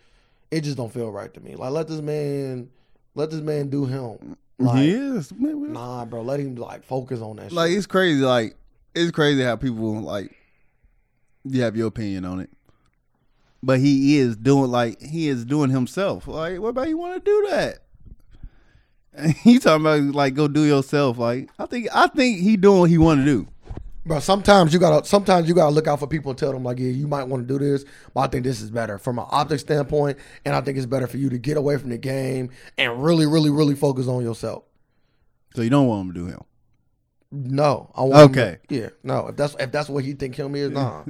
[SPEAKER 2] it just don't feel right to me. Like let this man, let this man do him. Like
[SPEAKER 1] yes, man, we-
[SPEAKER 2] nah, bro, let him like focus on that.
[SPEAKER 1] like
[SPEAKER 2] shit.
[SPEAKER 1] it's crazy. Like it's crazy how people like you have your opinion on it, but he is doing like he is doing himself. Like what about you want to do that? And he talking about like go do yourself. Like I think I think he doing what he want to do.
[SPEAKER 2] Bro, sometimes you gotta sometimes you gotta look out for people and tell them like, yeah, you might want to do this, but I think this is better from an optic standpoint, and I think it's better for you to get away from the game and really, really, really focus on yourself.
[SPEAKER 1] So you don't want him to do him.
[SPEAKER 2] No, I want. him to-
[SPEAKER 1] Okay.
[SPEAKER 2] yeah, no. If that's if that's what he think him is, nah.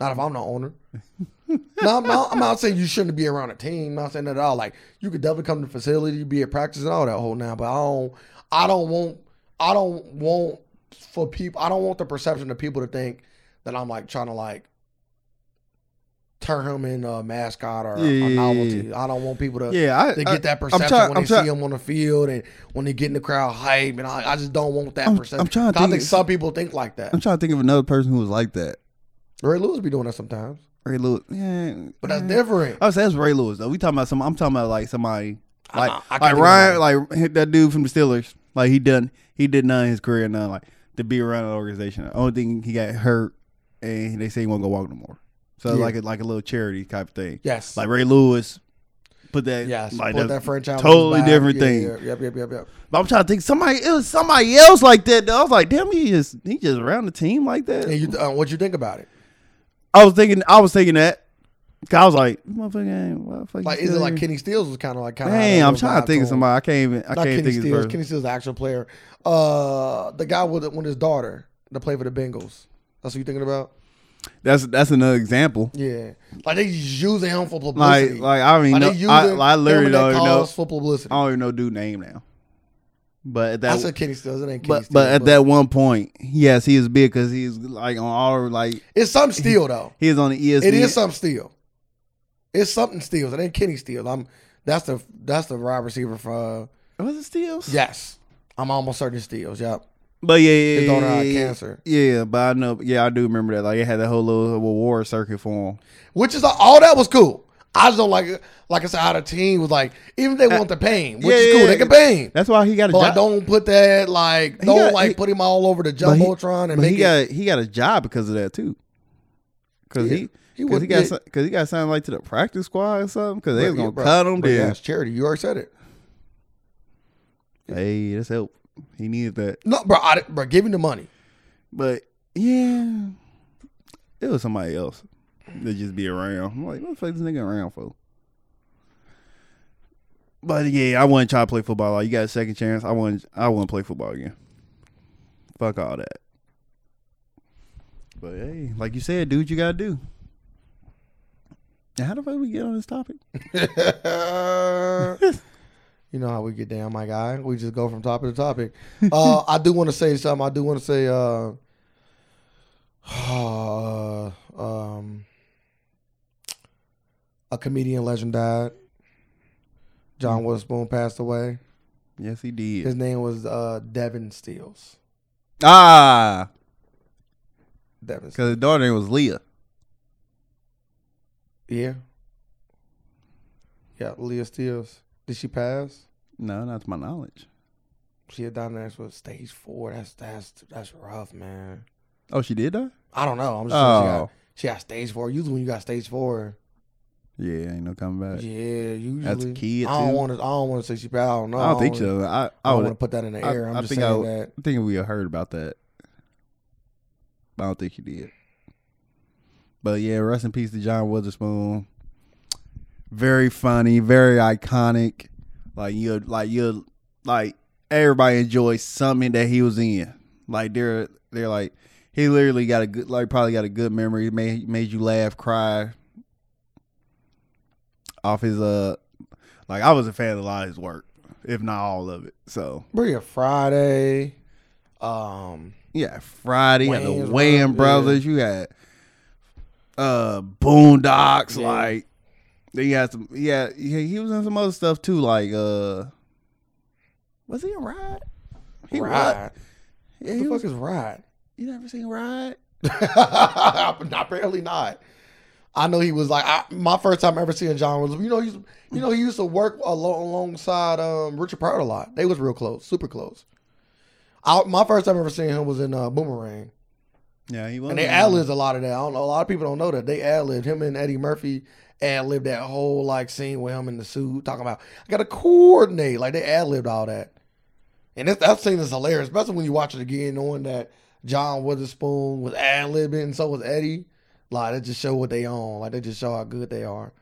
[SPEAKER 2] Not if I'm the owner. no, I'm not, I'm not saying you shouldn't be around a team. I'm not saying that at all. Like you could definitely come to the facility, be at practice and all that whole now. But I don't. I don't want. I don't want for people. I don't want the perception of people to think that I'm like trying to like turn him into a mascot or a-
[SPEAKER 1] Yeah,
[SPEAKER 2] a
[SPEAKER 1] yeah,
[SPEAKER 2] novelty.
[SPEAKER 1] yeah,
[SPEAKER 2] I don't want people to
[SPEAKER 1] Yeah, I
[SPEAKER 2] Uh, to get that
[SPEAKER 1] I- Uh, I'm
[SPEAKER 2] perception
[SPEAKER 1] try-
[SPEAKER 2] when
[SPEAKER 1] I'm
[SPEAKER 2] they
[SPEAKER 1] try-
[SPEAKER 2] see him on the field and when they get in the crowd hype. And I, I just don't want that
[SPEAKER 1] I'm-
[SPEAKER 2] perception.
[SPEAKER 1] I'm trying to
[SPEAKER 2] 'Cause I
[SPEAKER 1] think-
[SPEAKER 2] think some people think like that.
[SPEAKER 1] I'm trying to think of another person who was like that.
[SPEAKER 2] Ray Lewis be doing that sometimes,
[SPEAKER 1] Ray Lewis, yeah,
[SPEAKER 2] but that's different.
[SPEAKER 1] I was that's Ray Lewis though. We talking about some. I'm talking about like somebody
[SPEAKER 2] I-
[SPEAKER 1] like
[SPEAKER 2] I can't
[SPEAKER 1] like
[SPEAKER 2] even
[SPEAKER 1] Ryan, like hit that dude from the Steelers. Like he done he did none in his career, none like to be around an organization. The only thing he got hurt, and they say he won't go walk no more. So it's
[SPEAKER 2] Yeah.
[SPEAKER 1] like a, like a little charity type of thing.
[SPEAKER 2] yes,
[SPEAKER 1] Like Ray Lewis, put that
[SPEAKER 2] yes,
[SPEAKER 1] like
[SPEAKER 2] put
[SPEAKER 1] that-
[SPEAKER 2] that franchise
[SPEAKER 1] totally
[SPEAKER 2] back.
[SPEAKER 1] different
[SPEAKER 2] Yeah,
[SPEAKER 1] thing.
[SPEAKER 2] yeah, Yep, yep, yep, yep.
[SPEAKER 1] But I'm trying to think somebody it was somebody else like that. Though. I was like, damn, he just he just around the team like that.
[SPEAKER 2] And you, uh, what you think about it?
[SPEAKER 1] I was thinking I was thinking that. 'Cause I was like, motherfucking, motherfucking
[SPEAKER 2] Like, is it
[SPEAKER 1] Steelers.
[SPEAKER 2] like Kenny Steals was kind of like kind of?
[SPEAKER 1] Man, I'm trying to think of somebody. I can't even. I
[SPEAKER 2] Not
[SPEAKER 1] can't
[SPEAKER 2] Kenny
[SPEAKER 1] think of
[SPEAKER 2] Steals.
[SPEAKER 1] his
[SPEAKER 2] Kenny
[SPEAKER 1] person.
[SPEAKER 2] Steals, the actual player. Uh, the guy with with his daughter that played for the Bengals. That's what you thinking about?
[SPEAKER 1] That's that's another example.
[SPEAKER 2] Yeah, like they just using him for
[SPEAKER 1] Like
[SPEAKER 2] publicity.
[SPEAKER 1] like I don't even
[SPEAKER 2] Like, they
[SPEAKER 1] know. I,
[SPEAKER 2] using
[SPEAKER 1] like, I literally
[SPEAKER 2] him in that
[SPEAKER 1] don't even know.
[SPEAKER 2] cause for publicity.
[SPEAKER 1] I don't even know dude name now. But at
[SPEAKER 2] I
[SPEAKER 1] that,
[SPEAKER 2] said Kenny Stills. It ain't Kenny
[SPEAKER 1] but
[SPEAKER 2] Stills.
[SPEAKER 1] but at that one point, yes, he is big because he's like on all like
[SPEAKER 2] it's something steel though.
[SPEAKER 1] he is on the E ESPN.
[SPEAKER 2] It is something steel. It's something steals. It ain't Kenny Steals. I'm that's the that's the wide receiver for uh,
[SPEAKER 1] Was it Steals?
[SPEAKER 2] yes. I'm almost certain it's Steals. Yep.
[SPEAKER 1] But yeah, yeah,
[SPEAKER 2] His
[SPEAKER 1] yeah,
[SPEAKER 2] daughter had
[SPEAKER 1] yeah, yeah.
[SPEAKER 2] cancer,
[SPEAKER 1] Yeah, but I know. Yeah, I do remember that. Like it had that whole little reward circuit for him.
[SPEAKER 2] which is all that was cool. I just don't like it. Like I said, how the team was like, even if they want the pain, which
[SPEAKER 1] yeah,
[SPEAKER 2] is cool.
[SPEAKER 1] yeah,
[SPEAKER 2] they
[SPEAKER 1] yeah.
[SPEAKER 2] can pain.
[SPEAKER 1] That's why he got a
[SPEAKER 2] But like,
[SPEAKER 1] job.
[SPEAKER 2] don't put that like don't
[SPEAKER 1] got-
[SPEAKER 2] like
[SPEAKER 1] he-
[SPEAKER 2] put him all over the
[SPEAKER 1] But he-
[SPEAKER 2] jumbotron and
[SPEAKER 1] but he
[SPEAKER 2] make it.
[SPEAKER 1] got he got a job because of that too. Cause he
[SPEAKER 2] Yeah, he
[SPEAKER 1] because
[SPEAKER 2] would-
[SPEAKER 1] he, got
[SPEAKER 2] yeah.
[SPEAKER 1] got because he got signed like to the practice squad or something. Because they was
[SPEAKER 2] Bro,
[SPEAKER 1] gonna
[SPEAKER 2] bro,
[SPEAKER 1] cut him
[SPEAKER 2] bro, yeah,
[SPEAKER 1] down.
[SPEAKER 2] it's charity. You already said it.
[SPEAKER 1] Hey, that's help. He needed that.
[SPEAKER 2] No, bro, I, bro, give him the money.
[SPEAKER 1] But yeah, it was somebody else that just be around. I'm like, what the fuck this nigga around for? But yeah, I wouldn't try to play football. Like you got a second chance. I wouldn't. I wouldn't play football again. Fuck all that. But hey, like you said, dude, you gotta do. Now, how the fuck we get on this topic?
[SPEAKER 2] you know how we get down, my guy. We just go from topic to topic. Uh, I do want to say something. I do want to say, uh, uh, um, a comedian legend died.
[SPEAKER 1] Mm.
[SPEAKER 2] John Witherspoon passed away.
[SPEAKER 1] Yes, he did.
[SPEAKER 2] His name was uh, Devin Steels.
[SPEAKER 1] ah,
[SPEAKER 2] Devin. Steels.
[SPEAKER 1] because his daughter name was Leah.
[SPEAKER 2] Yeah. Yeah, Leah Steels. Did she pass?
[SPEAKER 1] No, not to my knowledge.
[SPEAKER 2] She had died next with stage four. That's that's that's rough, man.
[SPEAKER 1] Oh, she did die.
[SPEAKER 2] I don't know. I'm just saying she got
[SPEAKER 1] Oh,
[SPEAKER 2] She got stage four. Usually when you got stage four,
[SPEAKER 1] yeah, ain't no coming back.
[SPEAKER 2] yeah, usually
[SPEAKER 1] That's a kid,
[SPEAKER 2] I don't
[SPEAKER 1] too.
[SPEAKER 2] want to. I don't want to say she bad. I don't know.
[SPEAKER 1] I don't think
[SPEAKER 2] wanna-
[SPEAKER 1] so. I
[SPEAKER 2] I
[SPEAKER 1] I
[SPEAKER 2] don't
[SPEAKER 1] would
[SPEAKER 2] want to put that in the
[SPEAKER 1] I-
[SPEAKER 2] air. I'm
[SPEAKER 1] I
[SPEAKER 2] just
[SPEAKER 1] think I
[SPEAKER 2] saying
[SPEAKER 1] would-
[SPEAKER 2] that.
[SPEAKER 1] I think we heard about that. I don't think he did. But yeah, rest in peace to John Witherspoon. Very funny, very iconic. Like you, like you, like everybody enjoys something that he was in. Like they're they're like he literally got a good like probably got a good memory. Made made you laugh, cry. Off his uh, like I was a fan of a lot of his work, if not all of it. So
[SPEAKER 2] Bria Friday. Um,
[SPEAKER 1] yeah, Friday. You had
[SPEAKER 2] Wayans
[SPEAKER 1] the
[SPEAKER 2] Brothers,
[SPEAKER 1] Wayne
[SPEAKER 2] yeah.
[SPEAKER 1] Brothers. You had uh Boondocks.
[SPEAKER 2] Yeah.
[SPEAKER 1] Like then you had some. Yeah, he, he was in some other stuff too. Like uh, was he a ride? He
[SPEAKER 2] Ride.
[SPEAKER 1] what? Yeah,
[SPEAKER 2] What
[SPEAKER 1] he
[SPEAKER 2] the
[SPEAKER 1] was,
[SPEAKER 2] fuck is Ride?
[SPEAKER 1] you never seen Ride?
[SPEAKER 2] Apparently not. I know he was like I, my first time ever seeing John was you know he's you know he used to work along, alongside um, Richard Pryor a lot. They was real close, super close. I, my first time ever seeing him was in uh, Boomerang,
[SPEAKER 1] Yeah, he was.
[SPEAKER 2] and they
[SPEAKER 1] in-
[SPEAKER 2] ad libs a lot of that. I don't know. A lot of people don't know that they ad libbed him and Eddie Murphy ad libbed that whole like scene with him in the suit talking about I got to coordinate. Like they ad libbed all that, and that, that scene is hilarious, especially when you watch it again, knowing that John Witherspoon was ad libbing and so was Eddie. Like that just show what they own. Like they just show how good they are.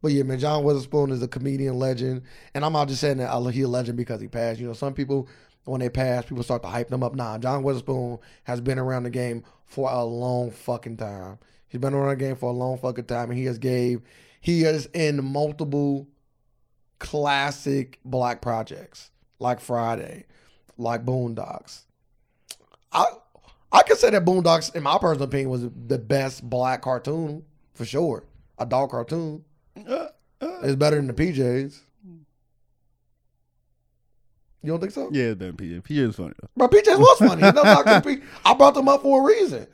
[SPEAKER 2] But yeah, man, John Witherspoon is a comedian legend, and I'm not just saying that he's a legend because he passed. You know, some people when they pass, people start to hype them up. Nah, John Witherspoon has been around the game for a long fucking time. He's been around the game for a long fucking time, and he has gave he is in multiple classic black projects like Friday, like Boondocks. I I could say that Boondocks, in my personal opinion, was the best black cartoon for sure. Adult cartoon.
[SPEAKER 1] Uh, uh,
[SPEAKER 2] It's better than the PJs. You don't think so?
[SPEAKER 1] yeah, it's been PJ. PJ was funny. though.
[SPEAKER 2] But PJs was funny. No, knock to P- I brought them up for a reason.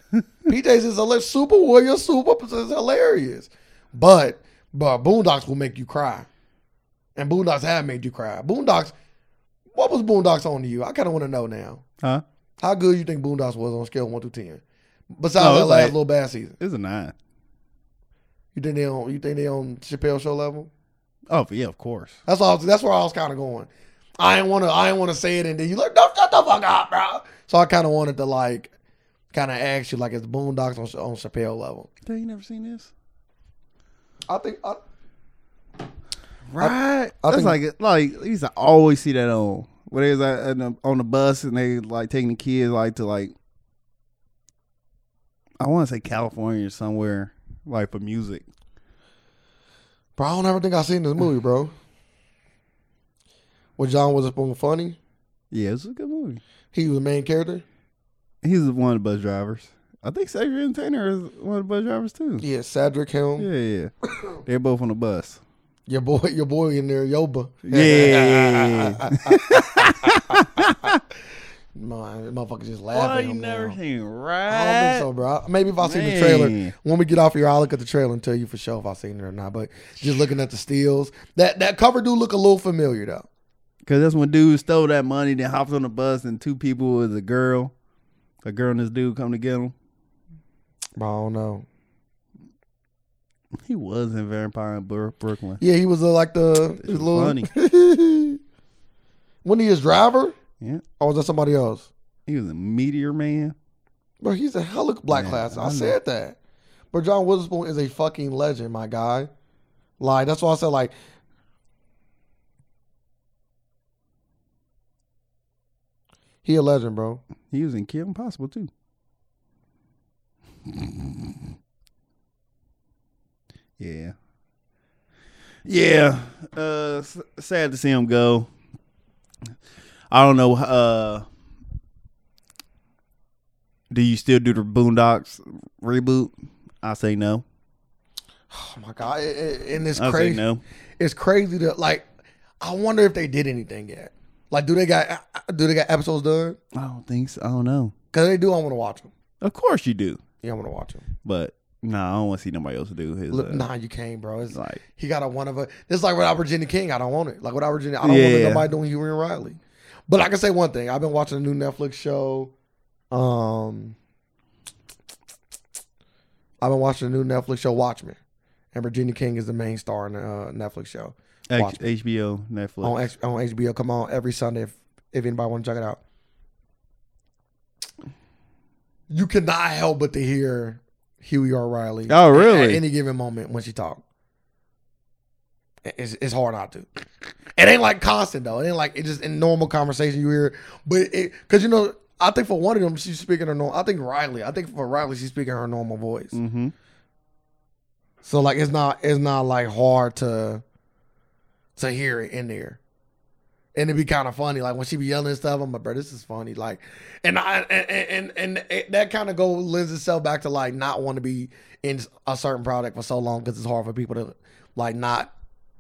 [SPEAKER 2] PJs is a super warrior, super is hilarious. But but Boondocks will make you cry, and Boondocks have made you cry. Boondocks, what was Boondocks on to you? I kind of want to know now.
[SPEAKER 1] Huh?
[SPEAKER 2] How good you think Boondocks was on a scale of one through ten? Besides
[SPEAKER 1] No, it
[SPEAKER 2] that
[SPEAKER 1] was
[SPEAKER 2] last
[SPEAKER 1] like-
[SPEAKER 2] little bad season,
[SPEAKER 1] It's a nine.
[SPEAKER 2] you think they on? You think they on Chappelle show level?
[SPEAKER 1] Oh yeah, of course.
[SPEAKER 2] That's all. That's where I was kind of going. I didn't want to. I didn't want to say it, and then you like, no, shut the fuck up, bro. So I kind of wanted to like, kind of ask you like, is the Boondocks on, on Chappelle level?
[SPEAKER 1] Dang, you never seen this?
[SPEAKER 2] I think. I,
[SPEAKER 1] Right.
[SPEAKER 2] I
[SPEAKER 1] That's
[SPEAKER 2] think-
[SPEAKER 1] like like you used to always see that on where they was at, in the- on the bus and they like taking the kids like to like I want to say California or somewhere like for music.
[SPEAKER 2] bro, I don't ever think I seen this movie, bro. When John Witherspoon funny,
[SPEAKER 1] Yeah, it's a good movie.
[SPEAKER 2] he was the main character.
[SPEAKER 1] He's one of the bus drivers. I think Xavier Entertainer is one of the bus drivers too.
[SPEAKER 2] Yeah, Cedric Helm,
[SPEAKER 1] Yeah, yeah. They're both on the bus.
[SPEAKER 2] your boy, your boy in there, Yoba.
[SPEAKER 1] Yeah.
[SPEAKER 2] My motherfucker just laughing. at him
[SPEAKER 1] seen
[SPEAKER 2] now. I don't think
[SPEAKER 1] right?
[SPEAKER 2] so, bro. Maybe if I seen the
[SPEAKER 1] Man.
[SPEAKER 2] trailer. When we get off here, I'll look at the trailer and tell you for sure if I seen it or not. But just looking at the steals, that that cover do look a little familiar though.
[SPEAKER 1] Cause that's when dude stole that money, then hopped on the bus, and two people was a girl, a girl and this dude come to get him.
[SPEAKER 2] But I don't know.
[SPEAKER 1] He was in Vampire in Bro- Brooklyn.
[SPEAKER 2] Yeah, he was uh, like the his
[SPEAKER 1] is
[SPEAKER 2] little.
[SPEAKER 1] funny.
[SPEAKER 2] when he is driver,
[SPEAKER 1] Yeah,
[SPEAKER 2] or was that somebody else?
[SPEAKER 1] he was a meteor man.
[SPEAKER 2] Bro, he's a hella black
[SPEAKER 1] Man,
[SPEAKER 2] class. I,
[SPEAKER 1] I know.
[SPEAKER 2] said that. But John Witherspoon is a fucking legend, my guy. Like that's why I said like. He a legend, bro.
[SPEAKER 1] He was in Kim Possible too. yeah, yeah. Uh, s- sad to see him go. I don't know. Uh, do you still do the Boondocks reboot? I say no.
[SPEAKER 2] Oh my god! It, it- and it's
[SPEAKER 1] I
[SPEAKER 2] crazy.
[SPEAKER 1] say no.
[SPEAKER 2] It's crazy to like. I wonder if they did anything yet. Like, do they got do they got episodes done?
[SPEAKER 1] I don't think so. I don't know.
[SPEAKER 2] Cause they do. I want to watch them.
[SPEAKER 1] Of course you do,
[SPEAKER 2] Yeah, I want to watch them.
[SPEAKER 1] but no, I don't want to see nobody else do his.
[SPEAKER 2] Look,
[SPEAKER 1] uh,
[SPEAKER 2] nah, you can't, bro. It's
[SPEAKER 1] Like
[SPEAKER 2] he got a one of a. This is like without Virginia King. I don't want it. Like without Virginia, I don't want
[SPEAKER 1] Yeah.
[SPEAKER 2] it, nobody doing Huey and Riley. But I can say one thing. I've been watching a new Netflix show. Um, I've been watching a new Netflix show, Watchmen, and Virginia King is the main star in the uh, Netflix show.
[SPEAKER 1] H-
[SPEAKER 2] Watch
[SPEAKER 1] HBO, Netflix.
[SPEAKER 2] on X, on HBO. Come on every Sunday if, if anybody want to check it out. You cannot help but to hear Huey O'Reilly.
[SPEAKER 1] Oh, really?
[SPEAKER 2] At any given moment when she talk, it's, it's hard not to. It ain't like constant though. It ain't like it just in normal conversation you hear, but it because you know I think for one of them she's speaking her normal. I think Riley. I think for Riley she's speaking her normal voice.
[SPEAKER 1] mm-hmm.
[SPEAKER 2] So like it's not it's not like hard to to hear it in there. And it'd be kind of funny, like when she be yelling and stuff. I'm like, bro, this is funny, like, and I and and and, and that kind of go lends itself back to like not want to be in a certain product for so long because it's hard for people to like not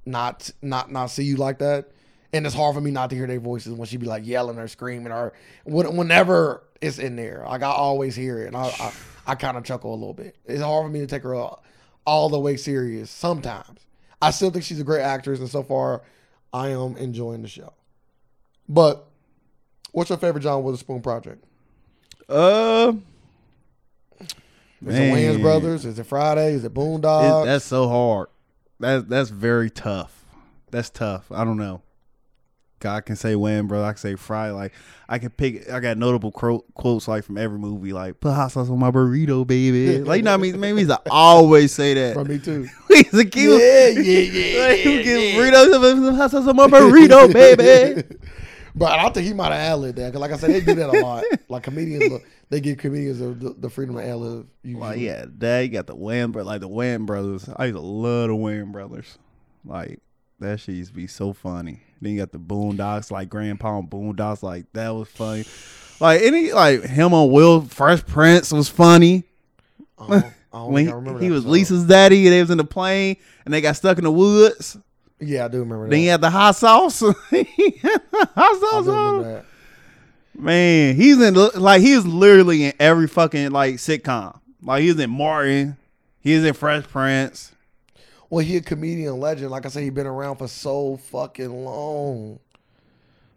[SPEAKER 2] not not not see you like that. and it's hard for me not to hear their voices when she be like yelling or screaming or when- whenever it's in there. Like I always hear it, and I I, I kind of chuckle a little bit. It's hard for me to take her all, all the way serious sometimes. I still think she's a great actress, and so far, I am enjoying the show. But what's your favorite John Witherspoon project?
[SPEAKER 1] Uh,
[SPEAKER 2] Is it Wayans
[SPEAKER 1] Man.
[SPEAKER 2] Brothers? Is it Friday? Is it
[SPEAKER 1] it,
[SPEAKER 2] Boondocks?
[SPEAKER 1] that's so hard. That that's very tough. That's tough. I don't know. God can say when, bro. I can say fry. Like I can pick. I got notable cro- quotes like from every movie. Like put hot sauce on my burrito, baby. Like you know what I mean. Maybe he's always say that.
[SPEAKER 2] From me too.
[SPEAKER 1] he's a cute.
[SPEAKER 2] yeah, yeah,
[SPEAKER 1] Like, who gets burritos? Some hot sauce on my burrito, baby.
[SPEAKER 2] But I think he might have ad libbed that because, like I said, they do that a lot. Like comedians, look, they give comedians the, the, the freedom to ad lib.
[SPEAKER 1] Like
[SPEAKER 2] usually.
[SPEAKER 1] yeah, that you got the Wham bro, like the Wham brothers. I used to love the Wham brothers. Like that shit used to be so funny. Then you got the Boondocks, like Grandpa and Boondocks, like that was funny. Like any like him on Will Fresh Prince was funny.
[SPEAKER 2] I don't, I don't
[SPEAKER 1] When
[SPEAKER 2] think I remember
[SPEAKER 1] he, he
[SPEAKER 2] that
[SPEAKER 1] was
[SPEAKER 2] episode.
[SPEAKER 1] Lisa's daddy, and they was in the plane, and they got stuck in the woods.
[SPEAKER 2] Yeah, I do remember that.
[SPEAKER 1] Then he had the hot sauce. He had the hot
[SPEAKER 2] I
[SPEAKER 1] sauce
[SPEAKER 2] do
[SPEAKER 1] on.
[SPEAKER 2] remember that.
[SPEAKER 1] Man, he's in like he is literally in every fucking like sitcom. Like he's in Martin, he's in Fresh Prince.
[SPEAKER 2] Well, he a comedian legend. Like I said, he been around for so fucking long.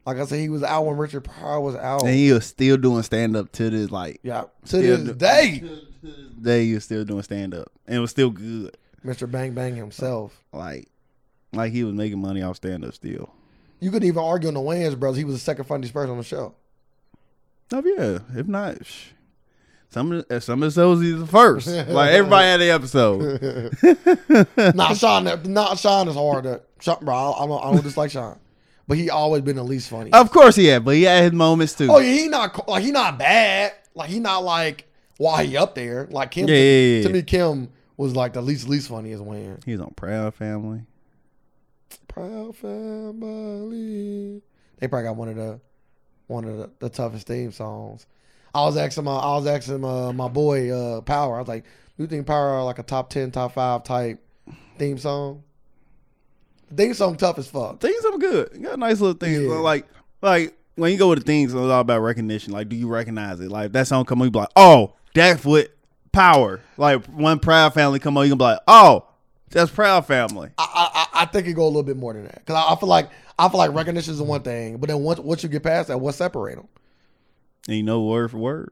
[SPEAKER 2] Like I said, he was out when Richard Pryor was out.
[SPEAKER 1] And he was still doing stand up to this like
[SPEAKER 2] yeah, to
[SPEAKER 1] still
[SPEAKER 2] this
[SPEAKER 1] do-
[SPEAKER 2] day,
[SPEAKER 1] day he was still doing stand up and it was still good.
[SPEAKER 2] Mr. Bang Bang himself.
[SPEAKER 1] Like like he was making money off stand up still.
[SPEAKER 2] You couldn't even argue on the Wayans brothers. He was the second funniest person on the show.
[SPEAKER 1] Oh yeah, if not sh- some of the, some of the shows he's the first. Like everybody had the episode.
[SPEAKER 2] Nah, Sean. Not Sean is hard. To, Sean, bro, I, I don't, I don't dislike Sean, but he always been the least funny.
[SPEAKER 1] Of course he had, but he had his moments too.
[SPEAKER 2] oh yeah, he not co- like he not bad. Like he not like why he up there. Like Kim.
[SPEAKER 1] Yeah, yeah, yeah.
[SPEAKER 2] To me, Kim was like the least least funniest one.
[SPEAKER 1] He was on Proud Family.
[SPEAKER 2] Proud family. They probably got one of the one of the, the toughest theme songs. I was asking my I was asking uh, my boy uh, Power. I was like, "Do you think Power are like a top ten, top five type theme song?" Theme song tough as fuck.
[SPEAKER 1] things are good. You got nice little things.
[SPEAKER 2] Yeah.
[SPEAKER 1] Like like when you go with the things, it's all about recognition. Like, do you recognize it? Like if that song come on, you be like, oh, that's what power. Like one proud family come on, you gonna be like, oh, that's proud family.
[SPEAKER 2] I, I I think it go a little bit more than that because I, I feel like I feel like recognition is one thing, but then once once you get past that, what separate them?
[SPEAKER 1] And you know word for word.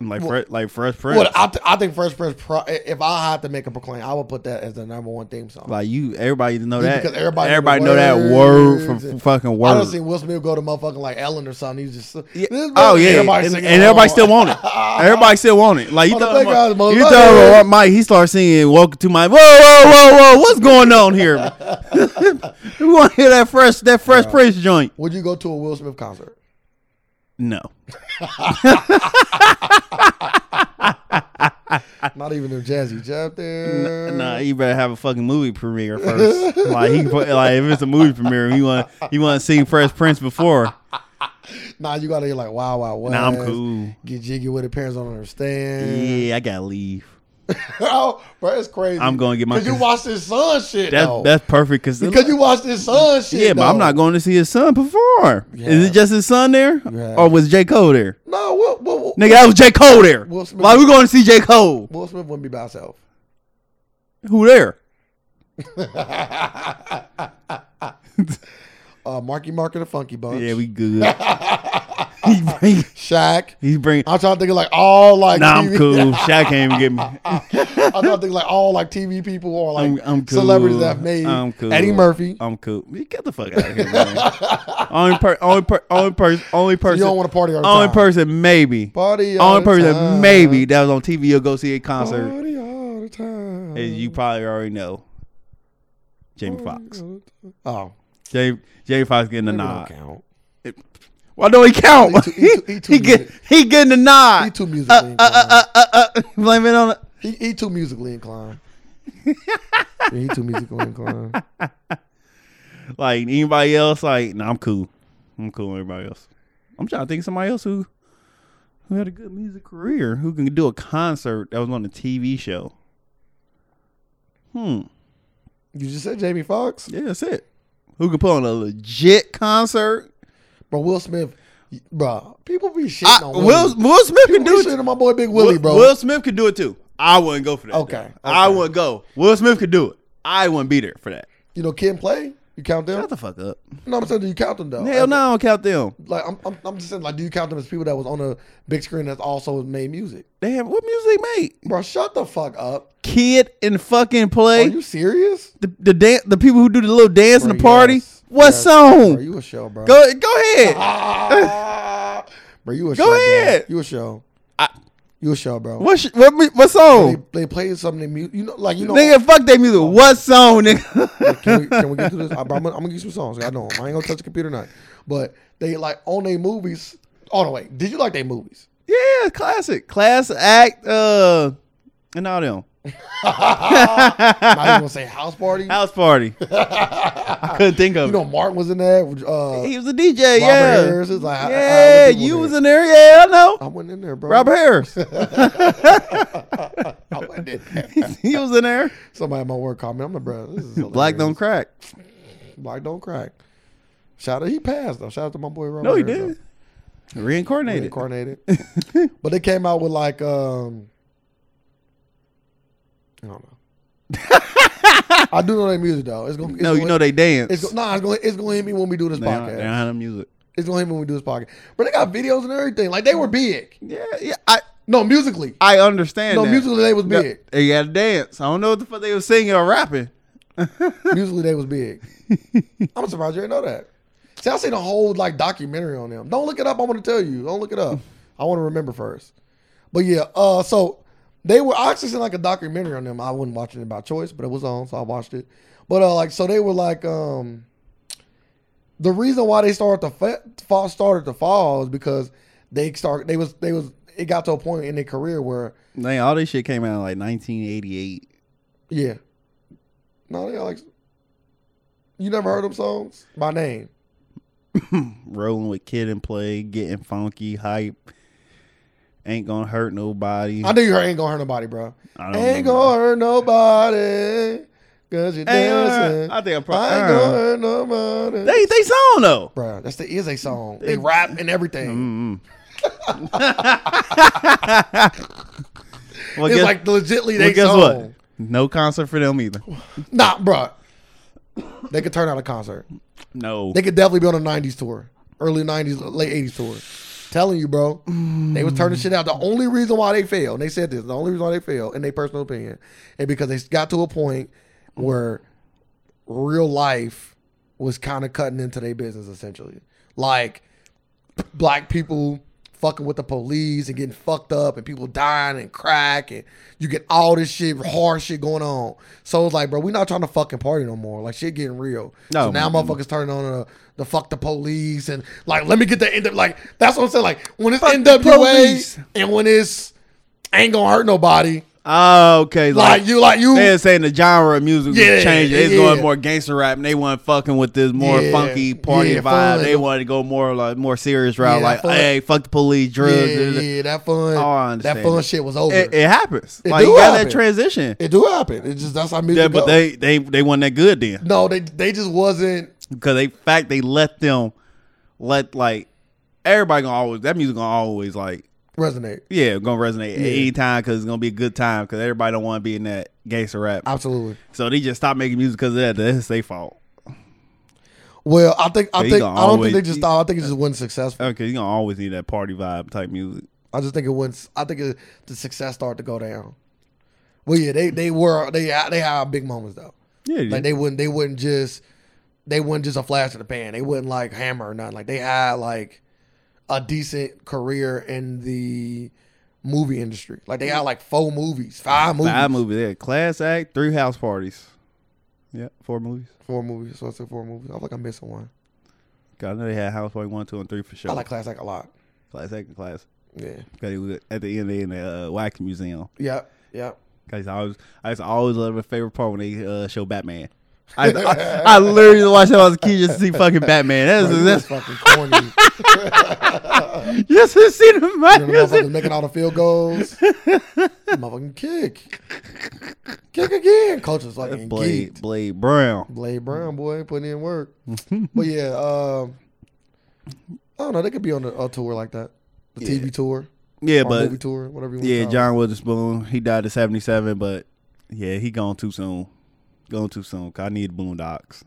[SPEAKER 1] And Like
[SPEAKER 2] Well-
[SPEAKER 1] Fre- like Fresh Prince.
[SPEAKER 2] Well, I, th- I think Fresh Prince. Pro- if I had to make a proclaim, I would put that as the number one theme song.
[SPEAKER 1] like you, everybody know
[SPEAKER 2] Yeah,
[SPEAKER 1] that.
[SPEAKER 2] because everybody know
[SPEAKER 1] everybody
[SPEAKER 2] the
[SPEAKER 1] know that
[SPEAKER 2] words
[SPEAKER 1] word from
[SPEAKER 2] and-
[SPEAKER 1] fucking
[SPEAKER 2] I done
[SPEAKER 1] word.
[SPEAKER 2] seen Will Smith go to motherfucking like Ellen or something. He's just
[SPEAKER 1] Yeah.
[SPEAKER 2] This
[SPEAKER 1] Oh
[SPEAKER 2] man-
[SPEAKER 1] yeah,
[SPEAKER 2] everybody
[SPEAKER 1] and,
[SPEAKER 2] singing
[SPEAKER 1] and everybody
[SPEAKER 2] along.
[SPEAKER 1] still want it. Everybody still want it. Like you
[SPEAKER 2] Motherfucker,
[SPEAKER 1] talking about,
[SPEAKER 2] motherfucker.
[SPEAKER 1] you talking about Mike? He starts singing "Welcome to My." Whoa, whoa, whoa, whoa! What's going on here? we want to hear that fresh, that fresh Prince joint.
[SPEAKER 2] Would you go to a Will Smith concert?
[SPEAKER 1] No,
[SPEAKER 2] Not even if Jazzy Jeff there.
[SPEAKER 1] nah, you better have a fucking movie premiere first. like he, put- like if it's a movie premiere, you want you want to sing Fresh Prince before?
[SPEAKER 2] Nah, you gotta hear like Wow Wow West.
[SPEAKER 1] Nah, I'm cool.
[SPEAKER 2] Get jiggy with it. Parents don't understand.
[SPEAKER 1] Yeah, I gotta leave.
[SPEAKER 2] oh, bro, it's crazy.
[SPEAKER 1] I'm gonna get my-
[SPEAKER 2] Cause you watch his son shit
[SPEAKER 1] That's
[SPEAKER 2] though.
[SPEAKER 1] that's perfect
[SPEAKER 2] because you watch his son shit.
[SPEAKER 1] Yeah, but I'm
[SPEAKER 2] though.
[SPEAKER 1] not going to see his son perform.
[SPEAKER 2] Yeah.
[SPEAKER 1] Is it just his son there,
[SPEAKER 2] Yeah.
[SPEAKER 1] or was J Cole there?
[SPEAKER 2] No, Will, Will, Will,
[SPEAKER 1] Nigga, that was J Cole there.
[SPEAKER 2] Will Smith.
[SPEAKER 1] Like we going to see J Cole.
[SPEAKER 2] Will Smith wouldn't be by himself.
[SPEAKER 1] Who there?
[SPEAKER 2] Uh, Marky Mark and the Funky Bunch.
[SPEAKER 1] Yeah, we good. he bring,
[SPEAKER 2] Shaq.
[SPEAKER 1] he bring.
[SPEAKER 2] I'm trying to think of like all like
[SPEAKER 1] Nah, I'm
[SPEAKER 2] TV
[SPEAKER 1] cool. Shaq can't even get me.
[SPEAKER 2] I'm trying to think like all like TV people or like
[SPEAKER 1] I'm, I'm cool.
[SPEAKER 2] celebrities that have made
[SPEAKER 1] I'm cool.
[SPEAKER 2] Eddie Murphy.
[SPEAKER 1] I'm cool. Man, Get the fuck out of here, man. only per, only per, only person, only
[SPEAKER 2] So you
[SPEAKER 1] person,
[SPEAKER 2] don't want to party all the
[SPEAKER 1] only
[SPEAKER 2] time.
[SPEAKER 1] person, maybe,
[SPEAKER 2] Party all
[SPEAKER 1] only
[SPEAKER 2] the
[SPEAKER 1] person,
[SPEAKER 2] time.
[SPEAKER 1] maybe that was on TV. You'll go see a concert.
[SPEAKER 2] Party all the time.
[SPEAKER 1] As you probably already know, Jamie Foxx.
[SPEAKER 2] Oh,
[SPEAKER 1] Jamie, Jamie Foxx getting a
[SPEAKER 2] maybe
[SPEAKER 1] nod.
[SPEAKER 2] don't count.
[SPEAKER 1] Why don't he count?
[SPEAKER 2] He too- he too-
[SPEAKER 1] He
[SPEAKER 2] he too
[SPEAKER 1] get
[SPEAKER 2] music-
[SPEAKER 1] he getting a nod.
[SPEAKER 2] He too musically
[SPEAKER 1] uh,
[SPEAKER 2] inclined.
[SPEAKER 1] uh, uh, uh, uh, uh, blame it on.
[SPEAKER 2] he, he too musically inclined. yeah, he too musically inclined.
[SPEAKER 1] Like anybody else, like nah, I'm cool. I'm cool. with Everybody else, I'm trying to think of somebody else who who had a good music career who can do a concert that was on a TV show. Hmm.
[SPEAKER 2] You just said Jamie Foxx.
[SPEAKER 1] Yeah, that's it. Who can put on a legit concert?
[SPEAKER 2] Bro, Will Smith, bro, people be shitting
[SPEAKER 1] I,
[SPEAKER 2] on
[SPEAKER 1] Will,
[SPEAKER 2] Will.
[SPEAKER 1] Will Smith can
[SPEAKER 2] people
[SPEAKER 1] do
[SPEAKER 2] be
[SPEAKER 1] it.
[SPEAKER 2] shitting on my boy Big Willie,
[SPEAKER 1] Will,
[SPEAKER 2] bro.
[SPEAKER 1] Will Smith could do it too. I wouldn't go for that.
[SPEAKER 2] Okay,
[SPEAKER 1] though. I
[SPEAKER 2] okay.
[SPEAKER 1] wouldn't go. Will Smith could do it. I wouldn't be there for that.
[SPEAKER 2] you know, Kim Play, you count them?
[SPEAKER 1] Shut the fuck up.
[SPEAKER 2] No, I'm saying, do you count them though?
[SPEAKER 1] Hell no, I don't count them.
[SPEAKER 2] Like, I'm, I'm, I'm just saying, like, do you count them as people that was on a big screen that's also made music?
[SPEAKER 1] They have what music they make?
[SPEAKER 2] Bro, shut the fuck up.
[SPEAKER 1] Kid and fucking
[SPEAKER 2] Are
[SPEAKER 1] play.
[SPEAKER 2] you serious?
[SPEAKER 1] the the, dan- the people who do the little dance in
[SPEAKER 2] Bro,
[SPEAKER 1] the party.
[SPEAKER 2] yes.
[SPEAKER 1] what
[SPEAKER 2] Yes.
[SPEAKER 1] song?
[SPEAKER 2] Bro, you a show, bro.
[SPEAKER 1] go go ahead.
[SPEAKER 2] Ah! bro, you a show.
[SPEAKER 1] Go
[SPEAKER 2] bro.
[SPEAKER 1] ahead.
[SPEAKER 2] You a show.
[SPEAKER 1] I,
[SPEAKER 2] You a show, bro.
[SPEAKER 1] what sh- what mu- what
[SPEAKER 2] They,
[SPEAKER 1] song?
[SPEAKER 2] they played something, mu- you know, like, you know.
[SPEAKER 1] nigga, fuck that music. What song, nigga?
[SPEAKER 2] can, we, can we get through this? I, am gonna, I'm gonna get you some songs. I know 'em. I ain't gonna touch the computer tonight. But they like on their movies. Oh no, wait. Did you like their movies?
[SPEAKER 1] yeah, classic, class act, uh, and all them.
[SPEAKER 2] I'm not even gonna say house party.
[SPEAKER 1] House party. I couldn't think of.
[SPEAKER 2] you know, Martin was in there. Uh,
[SPEAKER 1] it. He was a DJ. yeah.
[SPEAKER 2] Harris is like, I- I- I
[SPEAKER 1] yeah,
[SPEAKER 2] was
[SPEAKER 1] you
[SPEAKER 2] in
[SPEAKER 1] was in there. Yeah, I know.
[SPEAKER 2] I went in there, Oh, bro.
[SPEAKER 1] Robert Harris.
[SPEAKER 2] I went in there.
[SPEAKER 1] he was in there.
[SPEAKER 2] Somebody at my work called me. I'm like, bro, this is
[SPEAKER 1] Black
[SPEAKER 2] hilarious.
[SPEAKER 1] don't crack.
[SPEAKER 2] Black don't crack. Shout out, he passed though. Shout out to my boy Robert.
[SPEAKER 1] No, he
[SPEAKER 2] Harris, though.
[SPEAKER 1] did. Reincarnated.
[SPEAKER 2] Reincarnated. but they came out with like, um, I don't know. I do know their music though. It's gonna. It's
[SPEAKER 1] No, you
[SPEAKER 2] gonna-
[SPEAKER 1] know they dance.
[SPEAKER 2] It's go, nah, it's gonna it's gonna hit me when we do this
[SPEAKER 1] they, don't, they
[SPEAKER 2] podcast.
[SPEAKER 1] don't have no music.
[SPEAKER 2] It's gonna hit me when we do this podcast. But they got videos and everything. Like they were big.
[SPEAKER 1] Yeah, yeah. I
[SPEAKER 2] No, musically.
[SPEAKER 1] I understand.
[SPEAKER 2] No,
[SPEAKER 1] that.
[SPEAKER 2] musically they was
[SPEAKER 1] Got-
[SPEAKER 2] big.
[SPEAKER 1] They got to dance. I don't know what the fuck they was singing or rapping.
[SPEAKER 2] musically they was big. I'm surprised you didn't know that. See, I seen a whole like documentary on them. Don't look it up. I want to tell you. Don't look it up. I want to remember first. But yeah, uh, so they were I actually seen like a documentary on them. I wasn't watching it by choice, but it was on, so I watched it. But uh, like, so they were like, um, the reason why they started to fa- fall started to fall is because they start they was they was it got to a point in their career where
[SPEAKER 1] Man, all this shit came out in like 1988.
[SPEAKER 2] yeah, no, they got, like you never heard them songs by name.
[SPEAKER 1] Rolling with Kid and Play, getting funky, hype. Ain't gonna hurt nobody.
[SPEAKER 2] I knew you heard ain't gonna hurt nobody, bro.
[SPEAKER 1] I don't
[SPEAKER 2] Ain't
[SPEAKER 1] know.
[SPEAKER 2] gonna hurt nobody. Cause you're
[SPEAKER 1] Ain't gonna hurt-
[SPEAKER 2] dancing.
[SPEAKER 1] I think I probably-
[SPEAKER 2] ain't gonna hurt nobody.
[SPEAKER 1] They they song though.
[SPEAKER 2] Bruh, that's the is a song. They rap and everything.
[SPEAKER 1] Mm-mm. well,
[SPEAKER 2] It's
[SPEAKER 1] guess,
[SPEAKER 2] like legitly
[SPEAKER 1] well,
[SPEAKER 2] they
[SPEAKER 1] guess
[SPEAKER 2] song.
[SPEAKER 1] what? No concert for them either.
[SPEAKER 2] Nah, bruh. They could turn out a concert.
[SPEAKER 1] No.
[SPEAKER 2] They could definitely be on a '90s tour, early '90s, late '80s tour. Telling you, bro, they was turning shit out. The only reason why they failed, and they said this, the only reason why they failed, in their personal opinion, is because they got to a point where real life was kind of cutting into their business, essentially. Like black people fucking with the police and getting fucked up, and people dying and crack, and you get all this shit, hard shit going on. So it's like, bro, we're not trying to fucking party no more. Like shit getting real.
[SPEAKER 1] No,
[SPEAKER 2] so now
[SPEAKER 1] man.
[SPEAKER 2] motherfuckers turning on the, the fuck the police and like let me get the end up like that's what I'm saying. Like when it's
[SPEAKER 1] police.
[SPEAKER 2] NWA and when it's ain't gonna hurt nobody.
[SPEAKER 1] oh, okay.
[SPEAKER 2] Like, you like you
[SPEAKER 1] They're saying the genre of music
[SPEAKER 2] Yeah,
[SPEAKER 1] was changing. It's
[SPEAKER 2] yeah.
[SPEAKER 1] going more gangster rap, and they weren't fucking with this more
[SPEAKER 2] Yeah,
[SPEAKER 1] funky party
[SPEAKER 2] yeah,
[SPEAKER 1] vibe.
[SPEAKER 2] fun.
[SPEAKER 1] They wanted to go more like more serious route,
[SPEAKER 2] Yeah,
[SPEAKER 1] like
[SPEAKER 2] fun.
[SPEAKER 1] hey, fuck the police, drugs.
[SPEAKER 2] yeah,
[SPEAKER 1] It-
[SPEAKER 2] yeah, that fun
[SPEAKER 1] Oh, I
[SPEAKER 2] that
[SPEAKER 1] understand
[SPEAKER 2] fun
[SPEAKER 1] it.
[SPEAKER 2] shit was over.
[SPEAKER 1] It,
[SPEAKER 2] It,
[SPEAKER 1] it happens.
[SPEAKER 2] It
[SPEAKER 1] like
[SPEAKER 2] do
[SPEAKER 1] you got
[SPEAKER 2] happen.
[SPEAKER 1] that transition.
[SPEAKER 2] do happen. It just that's how music.
[SPEAKER 1] yeah, but
[SPEAKER 2] go.
[SPEAKER 1] they they they weren't that good then
[SPEAKER 2] no, they they just wasn't.
[SPEAKER 1] because they fact they let them let like everybody gonna always that music gonna always like
[SPEAKER 2] resonate.
[SPEAKER 1] yeah gonna resonate any time because it's gonna be a good time because everybody don't want to be in that gangster rap.
[SPEAKER 2] Absolutely.
[SPEAKER 1] so they just stopped making music because of that. That's their fault.
[SPEAKER 2] Well, I think I
[SPEAKER 1] They
[SPEAKER 2] think I don't
[SPEAKER 1] gonna
[SPEAKER 2] think they
[SPEAKER 1] always-
[SPEAKER 2] just thought. I think it just wasn't successful.
[SPEAKER 1] Okay, you gonna always need that party vibe type music.
[SPEAKER 2] I just think it wasn't. I think it, the success started to go down. Well, yeah, they they were they had- they had big moments though.
[SPEAKER 1] Yeah,
[SPEAKER 2] Like they wouldn't they wouldn't just they wouldn't just a flash in the pan. They wouldn't like hammer or nothing. Like they had like a decent career in the movie industry. Like they had like four movies, five movies,
[SPEAKER 1] five movies. They had class act, three house parties. Yeah, four movies.
[SPEAKER 2] four movies. So I said four movies. I feel like I'm missing one.
[SPEAKER 1] God, I know they had house party one, two, and three for sure.
[SPEAKER 2] I like Class Act a lot.
[SPEAKER 1] class act and class.
[SPEAKER 2] Yeah.
[SPEAKER 1] Cause he was at the end they in the uh, wax museum.
[SPEAKER 2] Yep. Yep.
[SPEAKER 1] Cause I always, I used to always love my favorite part when they uh, show Batman. I, I, I literally watched that when I was a kid just to see fucking Batman. That's
[SPEAKER 2] Bro, you
[SPEAKER 1] that's
[SPEAKER 2] was fucking corny.
[SPEAKER 1] just to see the
[SPEAKER 2] You
[SPEAKER 1] man.
[SPEAKER 2] know, motherfuckers making all the field goals. motherfucking kick. Kick again. Coach is fucking geeked.
[SPEAKER 1] Blade, Blade Brown.
[SPEAKER 2] Blade Brown, boy, putting in work. but yeah, um, I don't know. They could be on a, a tour like that, the TV tour,
[SPEAKER 1] Yeah,
[SPEAKER 2] or
[SPEAKER 1] but
[SPEAKER 2] movie tour, whatever you want.
[SPEAKER 1] yeah,
[SPEAKER 2] to
[SPEAKER 1] John Witherspoon. He died at seventy seven, but yeah, he gone too soon. Gone too soon. 'cause I need Boondocks.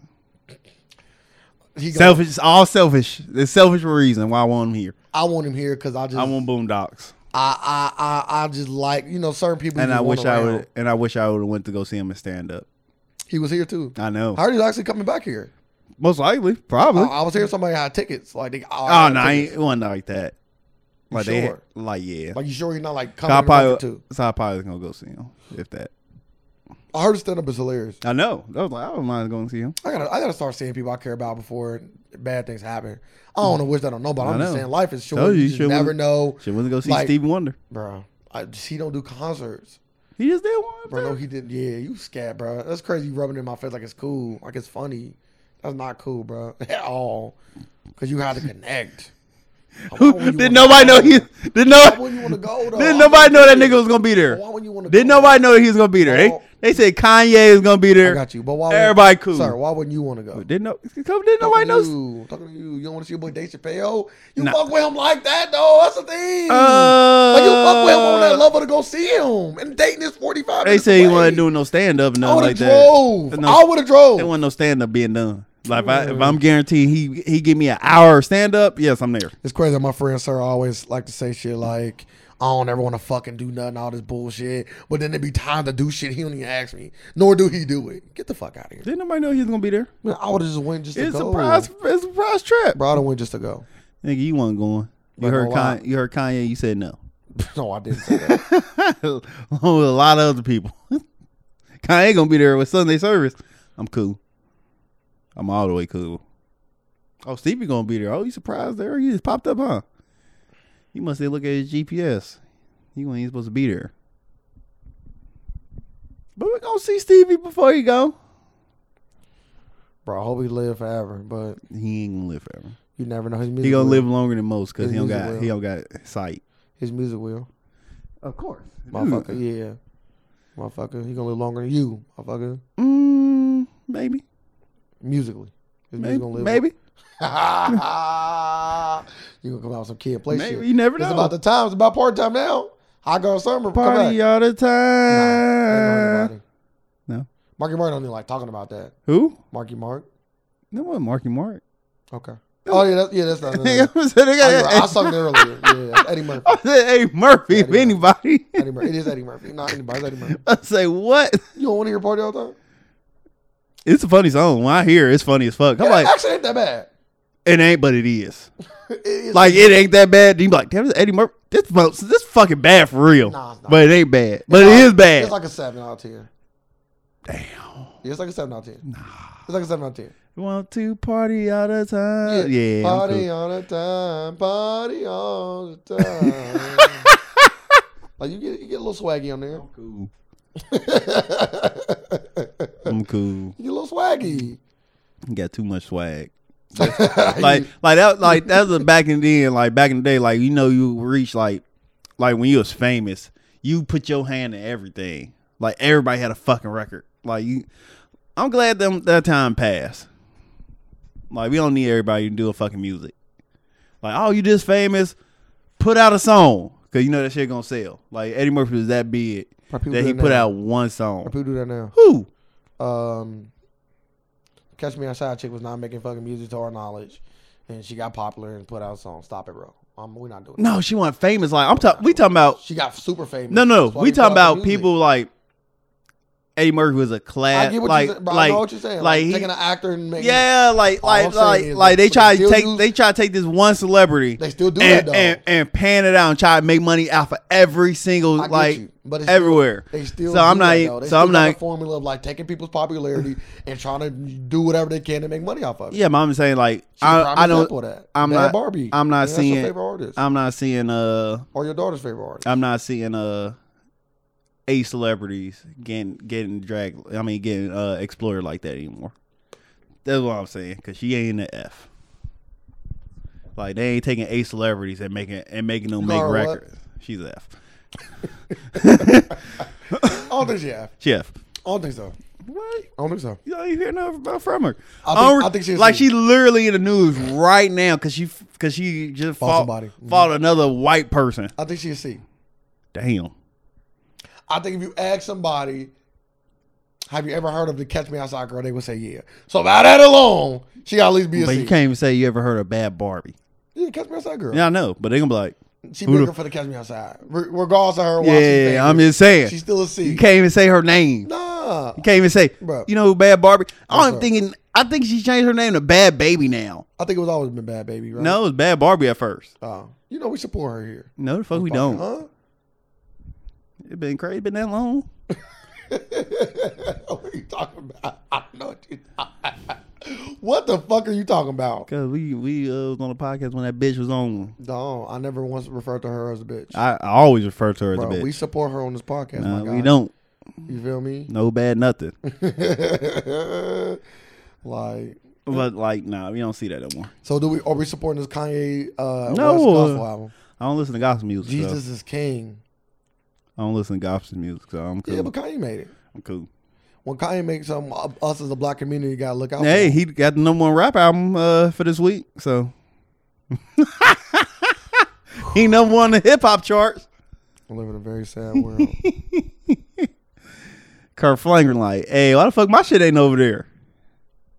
[SPEAKER 2] He gonna-
[SPEAKER 1] Selfish. It's all selfish. It's selfish reason why I want him here.
[SPEAKER 2] I want him here because I just,
[SPEAKER 1] I
[SPEAKER 2] I,
[SPEAKER 1] want Boondocks,
[SPEAKER 2] I, I, I, just like you know certain people. you
[SPEAKER 1] and
[SPEAKER 2] just
[SPEAKER 1] I
[SPEAKER 2] want
[SPEAKER 1] wish I
[SPEAKER 2] around.
[SPEAKER 1] would. And I wish I would have went to go see him in stand up.
[SPEAKER 2] He was here too.
[SPEAKER 1] I know.
[SPEAKER 2] I heard he's actually coming back here.
[SPEAKER 1] Most likely,
[SPEAKER 2] I,
[SPEAKER 1] probably.
[SPEAKER 2] Oh, I was hearing somebody had tickets. Like they,
[SPEAKER 1] Oh no, I ain't, it wasn't like that. Like they,
[SPEAKER 2] sure?
[SPEAKER 1] like yeah.
[SPEAKER 2] Like you sure he's not like
[SPEAKER 1] So I
[SPEAKER 2] coming back
[SPEAKER 1] probably,
[SPEAKER 2] too?
[SPEAKER 1] so I probably was gonna go see him if that.
[SPEAKER 2] I heard his stand up is hilarious.
[SPEAKER 1] I know. That was like I don't mind going to see him.
[SPEAKER 2] I gotta, I gotta start seeing people I care about before bad things happen. I don't want to wish that on nobody.
[SPEAKER 1] I
[SPEAKER 2] I'm just
[SPEAKER 1] know.
[SPEAKER 2] saying life is short.
[SPEAKER 1] Told you,
[SPEAKER 2] You,
[SPEAKER 1] you
[SPEAKER 2] just
[SPEAKER 1] should've
[SPEAKER 2] never
[SPEAKER 1] went-
[SPEAKER 2] know,
[SPEAKER 1] Should want to go see
[SPEAKER 2] Like-
[SPEAKER 1] Stevie Wonder.
[SPEAKER 2] bro. I just, he don't do concerts,
[SPEAKER 1] He just did one.
[SPEAKER 2] bro.
[SPEAKER 1] bro.
[SPEAKER 2] No, he didn't. Yeah, you scared, bro. That's crazy. You rubbing it in my face like it's cool, like it's funny. That's not cool, bro, at all. Because you had to connect. Why would you
[SPEAKER 1] Did
[SPEAKER 2] wanna
[SPEAKER 1] nobody know
[SPEAKER 2] go?
[SPEAKER 1] he? Did
[SPEAKER 2] Why
[SPEAKER 1] no?
[SPEAKER 2] would you want to go
[SPEAKER 1] Did
[SPEAKER 2] though? Why
[SPEAKER 1] nobody
[SPEAKER 2] would you
[SPEAKER 1] know that
[SPEAKER 2] do
[SPEAKER 1] nigga was gonna be
[SPEAKER 2] that? Why
[SPEAKER 1] there?
[SPEAKER 2] would you want to?
[SPEAKER 1] Did nobody know he was gonna be there? They
[SPEAKER 2] Oh.
[SPEAKER 1] they said Kanye is gonna be
[SPEAKER 2] I
[SPEAKER 1] there.
[SPEAKER 2] got you. But why? would-
[SPEAKER 1] Everybody cool.
[SPEAKER 2] Sir, why wouldn't you want to go?
[SPEAKER 1] Didn't no? Didn't nobody
[SPEAKER 2] Talking to
[SPEAKER 1] know?
[SPEAKER 2] you. Talking to you. You don't want to see your boy Dave Chappelle. You
[SPEAKER 1] Nah.
[SPEAKER 2] fuck with him like that though. That's the thing.
[SPEAKER 1] Uh,
[SPEAKER 2] like you fuck with him on that level to go see him. And Dayton is forty five.
[SPEAKER 1] They said he wasn't doing no stand up,
[SPEAKER 2] I
[SPEAKER 1] nothing
[SPEAKER 2] would
[SPEAKER 1] like
[SPEAKER 2] have
[SPEAKER 1] that.
[SPEAKER 2] drove.
[SPEAKER 1] No.
[SPEAKER 2] I would have drove.
[SPEAKER 1] There wasn't no stand up being done. Like if, I, if I'm guaranteed he he give me an hour stand up, yes, I'm there.
[SPEAKER 2] It's crazy. My friend sir always like to say shit like, I don't ever want to fucking do nothing, all this bullshit. But then there be time to do shit. He don't even ask me. Nor do he do it. Get the fuck out of here.
[SPEAKER 1] Didn't nobody know he was gonna be there?
[SPEAKER 2] Man, I would have just went just to
[SPEAKER 1] It's a
[SPEAKER 2] go.
[SPEAKER 1] surprise. It's a surprise trip.
[SPEAKER 2] Bro, I would've went just to go.
[SPEAKER 1] Nigga, you wasn't going. You
[SPEAKER 2] Wasn't
[SPEAKER 1] heard
[SPEAKER 2] gonna lie.
[SPEAKER 1] Kanye, you heard Kanye. You said no.
[SPEAKER 2] no, I didn't say that.
[SPEAKER 1] Along with a lot of other people. Kanye gonna be there with Sunday service. I'm cool. I'm all the way cool. Oh, Stevie gonna be there. Oh, you surprised there? You just popped up, huh? You must have looked at his GPS. He wasn't even supposed to be there. But we're gonna see Stevie before he go.
[SPEAKER 2] Bro, I hope he live forever. But
[SPEAKER 1] He ain't gonna live forever.
[SPEAKER 2] you never know his music.
[SPEAKER 1] He gonna
[SPEAKER 2] will.
[SPEAKER 1] live longer than most because he don't
[SPEAKER 2] His music
[SPEAKER 1] got he don't got sight.
[SPEAKER 2] His music will.
[SPEAKER 1] Of course,
[SPEAKER 2] Motherfucker, yeah. Motherfucker, he gonna live longer than you, motherfucker.
[SPEAKER 1] Mm, maybe,
[SPEAKER 2] Musically. His
[SPEAKER 1] maybe,
[SPEAKER 2] music gonna live
[SPEAKER 1] maybe.
[SPEAKER 2] you gonna come out with some kid play
[SPEAKER 1] Maybe.
[SPEAKER 2] shit.
[SPEAKER 1] You never
[SPEAKER 2] It's
[SPEAKER 1] know.
[SPEAKER 2] about the time. It's about part time now. I go summer
[SPEAKER 1] Party
[SPEAKER 2] Come back.
[SPEAKER 1] all the
[SPEAKER 2] Nah,
[SPEAKER 1] time.
[SPEAKER 2] ain't nobody.
[SPEAKER 1] No.
[SPEAKER 2] Marky Mark don't even like talking about that.
[SPEAKER 1] Who?
[SPEAKER 2] Marky Mark.
[SPEAKER 1] That wasn't Marky Mark.
[SPEAKER 2] Okay. Oh yeah, that's, yeah, that's not. no, no, no.
[SPEAKER 1] I'm saying they
[SPEAKER 2] I, I
[SPEAKER 1] got-
[SPEAKER 2] sung it earlier. Yeah, that's Eddie Murphy.
[SPEAKER 1] I said, hey, Murphy, if
[SPEAKER 2] Eddie
[SPEAKER 1] anybody.
[SPEAKER 2] Eddie Murphy. It is Eddie Murphy. Not anybody. It's Eddie Murphy.
[SPEAKER 1] I say, what?
[SPEAKER 2] You don't want to hear party all the time.
[SPEAKER 1] It's a funny song. When I hear it, it's funny as fuck. I'm
[SPEAKER 2] Yeah,
[SPEAKER 1] like,
[SPEAKER 2] actually, ain't that bad.
[SPEAKER 1] it ain't, but it is.
[SPEAKER 2] It is-
[SPEAKER 1] Like, it ain't that bad. You be like, damn, this Eddie Murphy. This, mo- this fucking bad for real.
[SPEAKER 2] Nah, it's not.
[SPEAKER 1] But it ain't bad. But it is bad.
[SPEAKER 2] It's like a seven out of ten.
[SPEAKER 1] damn.
[SPEAKER 2] Yeah, it's like a seven out of ten. Nah. It's like a seven out of ten.
[SPEAKER 1] Want to party all the time. Uh, Yeah. I'm
[SPEAKER 2] party
[SPEAKER 1] cool.
[SPEAKER 2] all the time, party all the time. like you get you get a little swaggy on there.
[SPEAKER 1] cool.
[SPEAKER 2] you
[SPEAKER 1] I'm cool.
[SPEAKER 2] get a little swaggy.
[SPEAKER 1] You got too much swag. like like that like that was back in the end, like back in the day, like you know you reach like like when you was famous, you put your hand in everything. Like everybody had a fucking record. Like you I'm glad them that time passed. Like we don't need everybody to do a fucking music. Like, oh you just famous, put out a song. Cause you know that shit gonna sell. Like Eddie Murphy was that big
[SPEAKER 2] Why people
[SPEAKER 1] that
[SPEAKER 2] do
[SPEAKER 1] he
[SPEAKER 2] that
[SPEAKER 1] put
[SPEAKER 2] now?
[SPEAKER 1] out one
[SPEAKER 2] Why
[SPEAKER 1] song.
[SPEAKER 2] people do that now.
[SPEAKER 1] Who?
[SPEAKER 2] Um, Catch Me Outside chick was not making fucking music to our knowledge, and she got popular and put out a song. Stop it, bro. Um, we're not doing. that.
[SPEAKER 1] No, she wasn't famous. Like I'm talking we talking about
[SPEAKER 2] She got super famous.
[SPEAKER 1] No, no,
[SPEAKER 2] That's why
[SPEAKER 1] we
[SPEAKER 2] she
[SPEAKER 1] talking
[SPEAKER 2] put out the
[SPEAKER 1] about
[SPEAKER 2] music.
[SPEAKER 1] people like Eddie Murphy was a
[SPEAKER 2] I
[SPEAKER 1] class,
[SPEAKER 2] get what
[SPEAKER 1] like,
[SPEAKER 2] you're saying, bro. I
[SPEAKER 1] like,
[SPEAKER 2] know what you're saying. Like,
[SPEAKER 1] like he-
[SPEAKER 2] taking an actor and making
[SPEAKER 1] yeah, like,
[SPEAKER 2] All I'm
[SPEAKER 1] like,
[SPEAKER 2] saying
[SPEAKER 1] like,
[SPEAKER 2] is,
[SPEAKER 1] like they
[SPEAKER 2] like,
[SPEAKER 1] try to
[SPEAKER 2] still
[SPEAKER 1] take,
[SPEAKER 2] use-
[SPEAKER 1] they try to take this one celebrity
[SPEAKER 2] They still do
[SPEAKER 1] and,
[SPEAKER 2] that though.
[SPEAKER 1] and and pan it out and try to make money off of every single
[SPEAKER 2] I get
[SPEAKER 1] like
[SPEAKER 2] you, but it's still-
[SPEAKER 1] everywhere.
[SPEAKER 2] They still
[SPEAKER 1] so I'm
[SPEAKER 2] do
[SPEAKER 1] not,
[SPEAKER 2] that,
[SPEAKER 1] e-
[SPEAKER 2] though. They
[SPEAKER 1] so
[SPEAKER 2] still
[SPEAKER 1] I'm
[SPEAKER 2] got
[SPEAKER 1] not,
[SPEAKER 2] the formula of like taking people's popularity and trying to do whatever they can to make money off of it.
[SPEAKER 1] yeah, but I'm saying like
[SPEAKER 2] She's a prime
[SPEAKER 1] I, I
[SPEAKER 2] example of
[SPEAKER 1] don't,
[SPEAKER 2] That.
[SPEAKER 1] I'm
[SPEAKER 2] Bad
[SPEAKER 1] not-
[SPEAKER 2] Barbie.
[SPEAKER 1] I'm not
[SPEAKER 2] Yeah,
[SPEAKER 1] seeing-
[SPEAKER 2] That's your favorite artist,
[SPEAKER 1] I'm not seeing uh,
[SPEAKER 2] or your daughter's favorite artist.
[SPEAKER 1] I'm not seeing uh, A celebrities getting getting dragged. I mean, getting uh, explored like that anymore. That's what I'm saying. Cause she ain't an F. Like they ain't taking A celebrities and making and making them make
[SPEAKER 2] call her what?
[SPEAKER 1] records. She's an F.
[SPEAKER 2] I don't think she have.
[SPEAKER 1] She F.
[SPEAKER 2] I don't think so.
[SPEAKER 1] What?
[SPEAKER 2] I don't think so.
[SPEAKER 1] You don't even hear nothing about from her.
[SPEAKER 2] I
[SPEAKER 1] I,
[SPEAKER 2] think-
[SPEAKER 1] don't-
[SPEAKER 2] I think she's
[SPEAKER 1] like
[SPEAKER 2] asleep.
[SPEAKER 1] she literally in the news right now because she because she just fought
[SPEAKER 2] somebody. Mm-hmm.
[SPEAKER 1] fought another white person.
[SPEAKER 2] I think she's C.
[SPEAKER 1] Damn.
[SPEAKER 2] I think if you ask somebody, have you ever heard of the Catch Me Outside girl? They would say yeah. So by that alone, she got at least be a
[SPEAKER 1] But
[SPEAKER 2] C.
[SPEAKER 1] you can't even say you ever heard of Bad Barbie.
[SPEAKER 2] Yeah, Catch Me Outside girl.
[SPEAKER 1] Yeah, I know, but they gonna be like,
[SPEAKER 2] She
[SPEAKER 1] Who the-
[SPEAKER 2] bigger for the Catch Me Outside. Re- regardless of her, why she's famous,
[SPEAKER 1] yeah, I'm just saying.
[SPEAKER 2] she's still a
[SPEAKER 1] you
[SPEAKER 2] C.
[SPEAKER 1] can't even say her name.
[SPEAKER 2] Nah,
[SPEAKER 1] You can't even say,
[SPEAKER 2] Bruh.
[SPEAKER 1] you know, who Bad Barbie. I
[SPEAKER 2] Bruh.
[SPEAKER 1] don't thinking. I think she changed her name to Bad Baby now.
[SPEAKER 2] I think it was always been bad, baby. Right?
[SPEAKER 1] No, it was Bad Barbie at first.
[SPEAKER 2] Oh, you know we support her here.
[SPEAKER 1] No, the fuck we don't.
[SPEAKER 2] Huh?
[SPEAKER 1] It been crazy, been that long.
[SPEAKER 2] what are you talking about? I know what you. what the fuck are you talking about?
[SPEAKER 1] Cause we we uh, was on the podcast when that bitch was on.
[SPEAKER 2] No, I never once referred to her as a bitch.
[SPEAKER 1] I, I always refer to her as
[SPEAKER 2] Bro,
[SPEAKER 1] a bitch.
[SPEAKER 2] we support her on this podcast.
[SPEAKER 1] Nah,
[SPEAKER 2] my guy.
[SPEAKER 1] we don't.
[SPEAKER 2] You feel me?
[SPEAKER 1] No bad nothing.
[SPEAKER 2] like,
[SPEAKER 1] but like, nah, we don't see that no more.
[SPEAKER 2] so do we? Are we supporting this Kanye? Uh,
[SPEAKER 1] No.
[SPEAKER 2] West gospel album.
[SPEAKER 1] I don't listen to gospel music. so
[SPEAKER 2] Jesus is King.
[SPEAKER 1] I don't listen to gospel music, so I'm cool.
[SPEAKER 2] Yeah, but Kanye made it.
[SPEAKER 1] I'm cool.
[SPEAKER 2] When Kanye makes something, uh, us as a black community gotta look out.
[SPEAKER 1] Hey, he got the number one rap album uh, for this week, so he number one in the hip hop charts.
[SPEAKER 2] for. we live in a very sad world.
[SPEAKER 1] Kurt Flanger like, hey, why the fuck my shit ain't over there?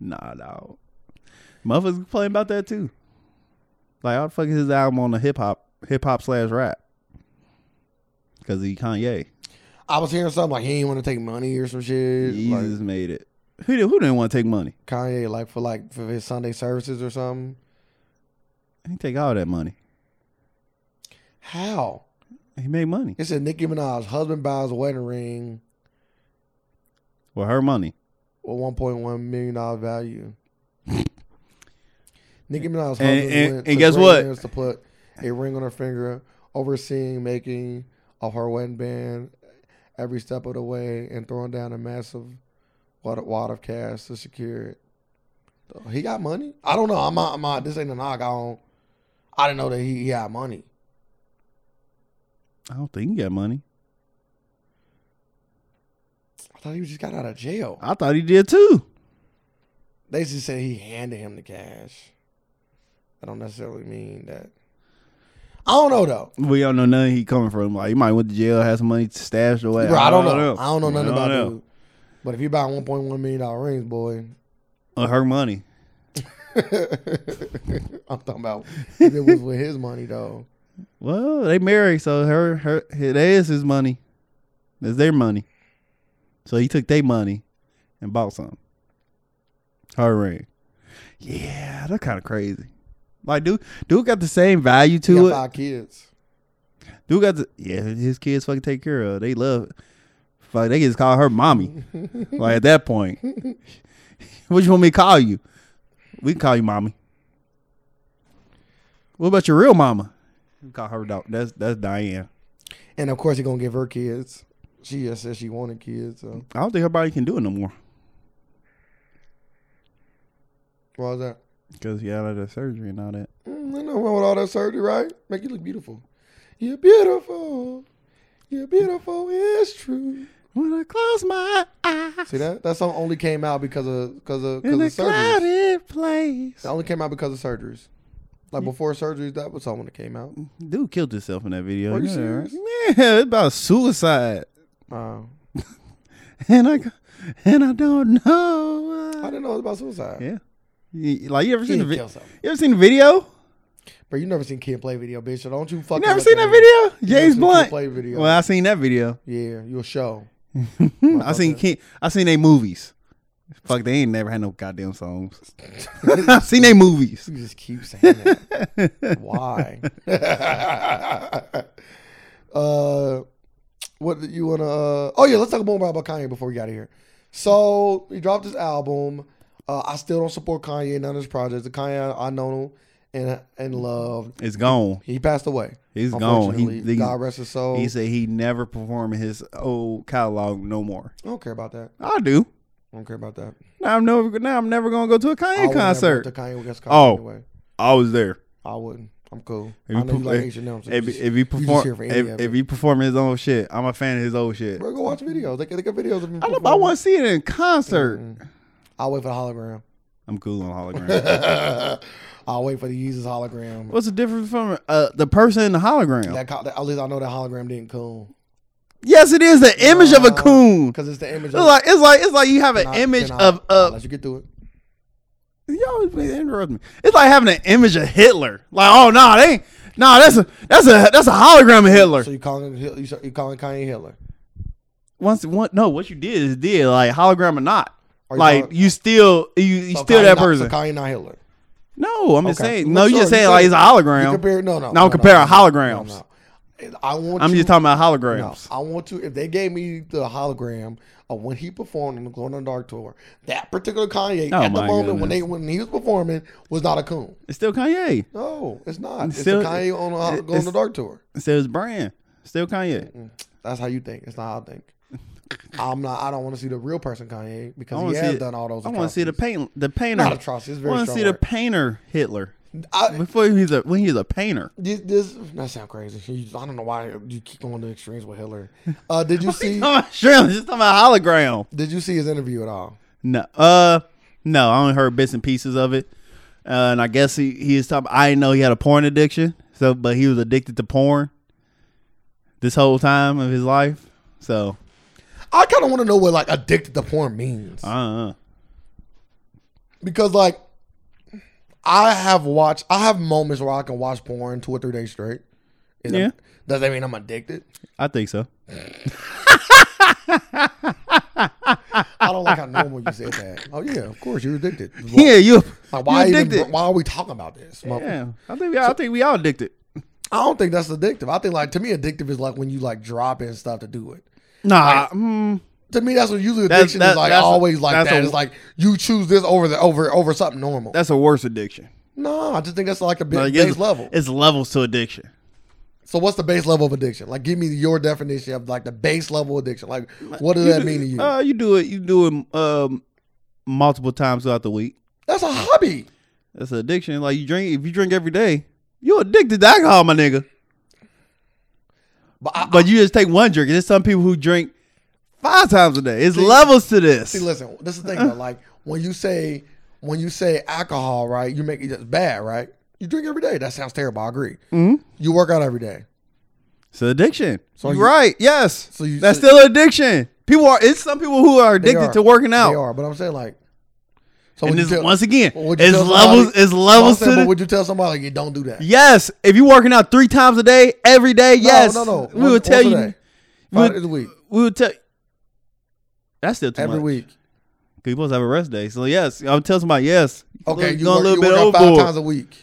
[SPEAKER 1] Nah, dog. Motherfuckers complain about that too. Like, how the fuck is his album on the hip hop, hip hop slash rap? Because he Kanye.
[SPEAKER 2] I was hearing something like he ain't want to take money or some shit. Like,
[SPEAKER 1] Jesus made it. Who did, who didn't want to take money?
[SPEAKER 2] Kanye, like for like for his Sunday services or something.
[SPEAKER 1] He take all that money.
[SPEAKER 2] How?
[SPEAKER 1] He made money.
[SPEAKER 2] It said Nicki Minaj husband buys a wedding ring
[SPEAKER 1] Well, her money.
[SPEAKER 2] with one point one million dollar value. Nicki Minaj's
[SPEAKER 1] And-
[SPEAKER 2] husband
[SPEAKER 1] and- and
[SPEAKER 2] went to
[SPEAKER 1] guess
[SPEAKER 2] great
[SPEAKER 1] what?
[SPEAKER 2] lengths to put a ring on her finger, overseeing making of her wedding band every step of the way, and throwing down a massive wad of, wad of cash to secure it. So, he got money. I don't know. I'm not. I'm not this ain't a knock. I don't. I didn't know that he, he had money.
[SPEAKER 1] I don't think he got money.
[SPEAKER 2] I thought he just got out of jail.
[SPEAKER 1] I thought he did too.
[SPEAKER 2] They just said he handed him the cash. I don't necessarily mean that. I don't know though.
[SPEAKER 1] We don't know none he coming from. Like he might went to jail, had some money stashed away.
[SPEAKER 2] Bro, I don't know. I don't know nothing about
[SPEAKER 1] know.
[SPEAKER 2] dude. But if you buy one point one million dollar rings, boy,
[SPEAKER 1] Uh, her money.
[SPEAKER 2] I'm talking about if it was with his money though.
[SPEAKER 1] Well, they married, so her her it is his money. It's their money. So he took their money and bought something. Her ring. Yeah, that's kind of crazy. Like dude, dude got the same value
[SPEAKER 2] He
[SPEAKER 1] to
[SPEAKER 2] got
[SPEAKER 1] it.
[SPEAKER 2] five kids.
[SPEAKER 1] Dude got the yeah, his kids fucking take care of. They love fuck they just call her mommy. like at that point. what you want me to call you? We can call you mommy. What about your real mama? We call her dog. That's that's Diane.
[SPEAKER 2] And of course he gonna give her kids. She just said she wanted kids, so
[SPEAKER 1] I don't think her body can do it no more.
[SPEAKER 2] why was that?
[SPEAKER 1] Because he had all that surgery and all that.
[SPEAKER 2] Mm, ain't nothing wrong with all that surgery, right? Make you look beautiful. You're beautiful. You're beautiful, it's true.
[SPEAKER 1] When I close my eyes
[SPEAKER 2] See that? That song only came out because of because of
[SPEAKER 1] in
[SPEAKER 2] because
[SPEAKER 1] a
[SPEAKER 2] of surgeries.
[SPEAKER 1] crowded place.
[SPEAKER 2] It only came out because of surgeries.
[SPEAKER 1] Mm.
[SPEAKER 2] Like before surgeries, that was song when it came out.
[SPEAKER 1] Dude killed himself in that video.
[SPEAKER 2] Are you
[SPEAKER 1] Yeah,
[SPEAKER 2] serious?
[SPEAKER 1] right? Yeah, it's about suicide.
[SPEAKER 2] Wow.
[SPEAKER 1] And I and I don't know.
[SPEAKER 2] I didn't know it was about suicide.
[SPEAKER 1] Yeah. You- Like you ever
[SPEAKER 2] He
[SPEAKER 1] seen the vi-
[SPEAKER 2] didn't kill himself.
[SPEAKER 1] you ever seen the video?
[SPEAKER 2] Bro, you never seen Kid play video, bitch. So don't you fucking.
[SPEAKER 1] You never
[SPEAKER 2] look
[SPEAKER 1] seen
[SPEAKER 2] at
[SPEAKER 1] that
[SPEAKER 2] me.
[SPEAKER 1] video?
[SPEAKER 2] You never
[SPEAKER 1] James
[SPEAKER 2] seen Kid
[SPEAKER 1] Blunt.
[SPEAKER 2] play video.
[SPEAKER 1] Well, I seen that video. Hmm,
[SPEAKER 2] yeah, you'll show.
[SPEAKER 1] I seen Ken, I seen they movies. Fuck, they ain't never had no goddamn songs. I seen they movies.
[SPEAKER 2] You just keep saying that. Why? uh, what do you wanna? Uh, oh yeah, let's talk more about Kanye before we got here. So he dropped his album. Uh, I still don't support Kanye in none of his projects. The Kanye I know and and loved.
[SPEAKER 1] It's gone.
[SPEAKER 2] He passed away.
[SPEAKER 1] He's gone. He-
[SPEAKER 2] Unfortunately.
[SPEAKER 1] he-
[SPEAKER 2] God rest his soul.
[SPEAKER 1] He said he never performing his old catalog no more.
[SPEAKER 2] I don't care about that.
[SPEAKER 1] I do.
[SPEAKER 2] I don't care about that.
[SPEAKER 1] Now I'm never. Now I'm never gonna go to a
[SPEAKER 2] I
[SPEAKER 1] Kanye
[SPEAKER 2] would never
[SPEAKER 1] concert.
[SPEAKER 2] go to Kanye West concert
[SPEAKER 1] Oh.
[SPEAKER 2] anyway.
[SPEAKER 1] I was there.
[SPEAKER 2] I wouldn't. I'm cool.
[SPEAKER 1] If
[SPEAKER 2] I
[SPEAKER 1] he
[SPEAKER 2] know you
[SPEAKER 1] perf-
[SPEAKER 2] like
[SPEAKER 1] if-
[SPEAKER 2] Asian numbers.
[SPEAKER 1] If, if he perform,
[SPEAKER 2] here for any
[SPEAKER 1] if,
[SPEAKER 2] of
[SPEAKER 1] if
[SPEAKER 2] it.
[SPEAKER 1] he performing his own shit, I'm a fan of his old shit.
[SPEAKER 2] Bro, go watch videos. They, they got videos of him.
[SPEAKER 1] I know,
[SPEAKER 2] performing.
[SPEAKER 1] but I want to see it in concert.
[SPEAKER 2] Mm-hmm. I'll wait for the hologram.
[SPEAKER 1] I'm cool on hologram.
[SPEAKER 2] I'll wait for the Jesus hologram.
[SPEAKER 1] What's the difference from uh, the person in the hologram?
[SPEAKER 2] That, co- that at least I know that hologram didn't come
[SPEAKER 1] yes, it is the image of a
[SPEAKER 2] No,
[SPEAKER 1] coon.
[SPEAKER 2] because it's the image.
[SPEAKER 1] It's like it's like it's like you have an image of uh,
[SPEAKER 2] Unless you get through it.
[SPEAKER 1] you always be interrupting me. It's like having an image of Hitler. Like oh no, nah, they ain't- nah that's a that's a that's a hologram of Hitler.
[SPEAKER 2] So you calling Hil- you you calling Kanye Hitler?
[SPEAKER 1] Once one no, what you did is did like hologram or not.
[SPEAKER 2] Are you
[SPEAKER 1] like
[SPEAKER 2] calling-
[SPEAKER 1] you still you, you
[SPEAKER 2] So
[SPEAKER 1] still
[SPEAKER 2] Kanye
[SPEAKER 1] that
[SPEAKER 2] not-
[SPEAKER 1] person.
[SPEAKER 2] So Kanye not Hitler.
[SPEAKER 1] no, I'm just
[SPEAKER 2] Okay.
[SPEAKER 1] saying.
[SPEAKER 2] Well,
[SPEAKER 1] No, you
[SPEAKER 2] sure,
[SPEAKER 1] just saying
[SPEAKER 2] said
[SPEAKER 1] like
[SPEAKER 2] it.
[SPEAKER 1] it's a
[SPEAKER 2] You
[SPEAKER 1] hologram.
[SPEAKER 2] compare, no, no.
[SPEAKER 1] Now I'm comparing holograms.
[SPEAKER 2] no. I want.
[SPEAKER 1] I'm
[SPEAKER 2] you,
[SPEAKER 1] just talking about
[SPEAKER 2] No,
[SPEAKER 1] holograms.
[SPEAKER 2] I want to. If they gave me the hologram of when he performed on the Glow in the Dark tour, that particular Kanye
[SPEAKER 1] Oh,
[SPEAKER 2] at the
[SPEAKER 1] my
[SPEAKER 2] moment
[SPEAKER 1] goodness.
[SPEAKER 2] when they when he was performing was not a coon.
[SPEAKER 1] It's still Kanye.
[SPEAKER 2] No, it's not. It's
[SPEAKER 1] Still-
[SPEAKER 2] the Kanye on the
[SPEAKER 1] it-
[SPEAKER 2] Glow in the
[SPEAKER 1] it's-
[SPEAKER 2] Dark tour.
[SPEAKER 1] It's still his brand. Still Kanye.
[SPEAKER 2] That's how you think. It's not how I think. I'm not. I don't want to see the real person Kanye
[SPEAKER 1] I
[SPEAKER 2] because
[SPEAKER 1] want
[SPEAKER 2] he
[SPEAKER 1] to
[SPEAKER 2] has
[SPEAKER 1] see.
[SPEAKER 2] done all those.
[SPEAKER 1] I want to see the
[SPEAKER 2] atrocities.
[SPEAKER 1] paint. The painter.
[SPEAKER 2] Not atrocities. It's
[SPEAKER 1] I
[SPEAKER 2] very
[SPEAKER 1] want to
[SPEAKER 2] strong
[SPEAKER 1] see the
[SPEAKER 2] word.
[SPEAKER 1] painter Hitler
[SPEAKER 2] I,
[SPEAKER 1] before he's a when he's a painter.
[SPEAKER 2] this, this that sound crazy. You- I don't know why you keep going to extremes with Hitler. Uh, did you see?
[SPEAKER 1] Come on, Shrimp, just talking about hologram.
[SPEAKER 2] Did you see his interview at all?
[SPEAKER 1] No, uh, no, I only heard bits and pieces of it, uh, and I guess he he is talking. I didn't know he had a porn addiction, so but he was addicted to porn this whole time of his life. So
[SPEAKER 2] I kind of want to know what like addicted to porn means
[SPEAKER 1] uh,
[SPEAKER 2] because like I have watched. I have moments where I can watch porn two or three days straight. Is it-
[SPEAKER 1] Yeah.
[SPEAKER 2] does that mean I'm addicted?
[SPEAKER 1] I think so.
[SPEAKER 2] I don't like how normal you said that. Oh yeah, of course you're addicted.
[SPEAKER 1] Yeah, you.
[SPEAKER 2] Like, why,
[SPEAKER 1] you
[SPEAKER 2] even,
[SPEAKER 1] addicted?
[SPEAKER 2] why are we talking about this?
[SPEAKER 1] yeah,
[SPEAKER 2] motherfucker?
[SPEAKER 1] I think we all, I think we all addicted.
[SPEAKER 2] I don't think that's addictive. I think like to me, addictive is like when you like drop in stuff to do it.
[SPEAKER 1] Nah, mm,
[SPEAKER 2] To me, that's what usually
[SPEAKER 1] That's-
[SPEAKER 2] addiction is
[SPEAKER 1] that-
[SPEAKER 2] like.
[SPEAKER 1] that's a-
[SPEAKER 2] always like
[SPEAKER 1] that's
[SPEAKER 2] that.
[SPEAKER 1] a-
[SPEAKER 2] it's like you choose this over the over over something normal.
[SPEAKER 1] that's a worse addiction.
[SPEAKER 2] no, I just think that's like a big,
[SPEAKER 1] Like,
[SPEAKER 2] base
[SPEAKER 1] it's,
[SPEAKER 2] level.
[SPEAKER 1] It's levels to addiction.
[SPEAKER 2] So what's the base level of addiction? Like, give me your definition of like the base level addiction. Like, what does that mean to you?
[SPEAKER 1] Uh, you do it. You do it um, multiple times throughout the week.
[SPEAKER 2] that's a hobby.
[SPEAKER 1] That's an addiction. Like you drink. If you drink every day, you addicted to alcohol, my nigga.
[SPEAKER 2] But, I,
[SPEAKER 1] But you just take one drink. And there's some people who drink five times a day. It's levels to this.
[SPEAKER 2] See, listen, this is the thing though. Like when you say when you say alcohol, right? You make it just bad, right? You drink every day. That sounds terrible. I agree.
[SPEAKER 1] Mm-hmm.
[SPEAKER 2] You work out every day.
[SPEAKER 1] It's an addiction.
[SPEAKER 2] So
[SPEAKER 1] You're
[SPEAKER 2] you-
[SPEAKER 1] right. Yes.
[SPEAKER 2] So you-
[SPEAKER 1] That's
[SPEAKER 2] so-
[SPEAKER 1] still an addiction. People are. It's some people who are
[SPEAKER 2] They
[SPEAKER 1] addicted
[SPEAKER 2] are.
[SPEAKER 1] to working
[SPEAKER 2] They
[SPEAKER 1] out.
[SPEAKER 2] are, but I'm saying like. So
[SPEAKER 1] And
[SPEAKER 2] would Oh, you
[SPEAKER 1] this,
[SPEAKER 2] tell-
[SPEAKER 1] once again,
[SPEAKER 2] would you
[SPEAKER 1] it's
[SPEAKER 2] tell
[SPEAKER 1] levels.
[SPEAKER 2] somebody-
[SPEAKER 1] it's
[SPEAKER 2] I'm
[SPEAKER 1] levels
[SPEAKER 2] saying,
[SPEAKER 1] to
[SPEAKER 2] but
[SPEAKER 1] the.
[SPEAKER 2] would you tell somebody like, you don't do that?
[SPEAKER 1] Yes, if you're working out three times a day, every day,
[SPEAKER 2] No,
[SPEAKER 1] yes.
[SPEAKER 2] no, no.
[SPEAKER 1] We
[SPEAKER 2] Once-
[SPEAKER 1] would tell
[SPEAKER 2] once a
[SPEAKER 1] you.
[SPEAKER 2] day.
[SPEAKER 1] we
[SPEAKER 2] Five
[SPEAKER 1] would-
[SPEAKER 2] days a week,
[SPEAKER 1] we would tell. That's still too
[SPEAKER 2] every
[SPEAKER 1] much.
[SPEAKER 2] week.
[SPEAKER 1] People have a rest day, so yes, I would tell somebody yes.
[SPEAKER 2] Okay, you
[SPEAKER 1] go a
[SPEAKER 2] work,
[SPEAKER 1] little
[SPEAKER 2] you
[SPEAKER 1] bit
[SPEAKER 2] work out five
[SPEAKER 1] overboard.
[SPEAKER 2] times a week.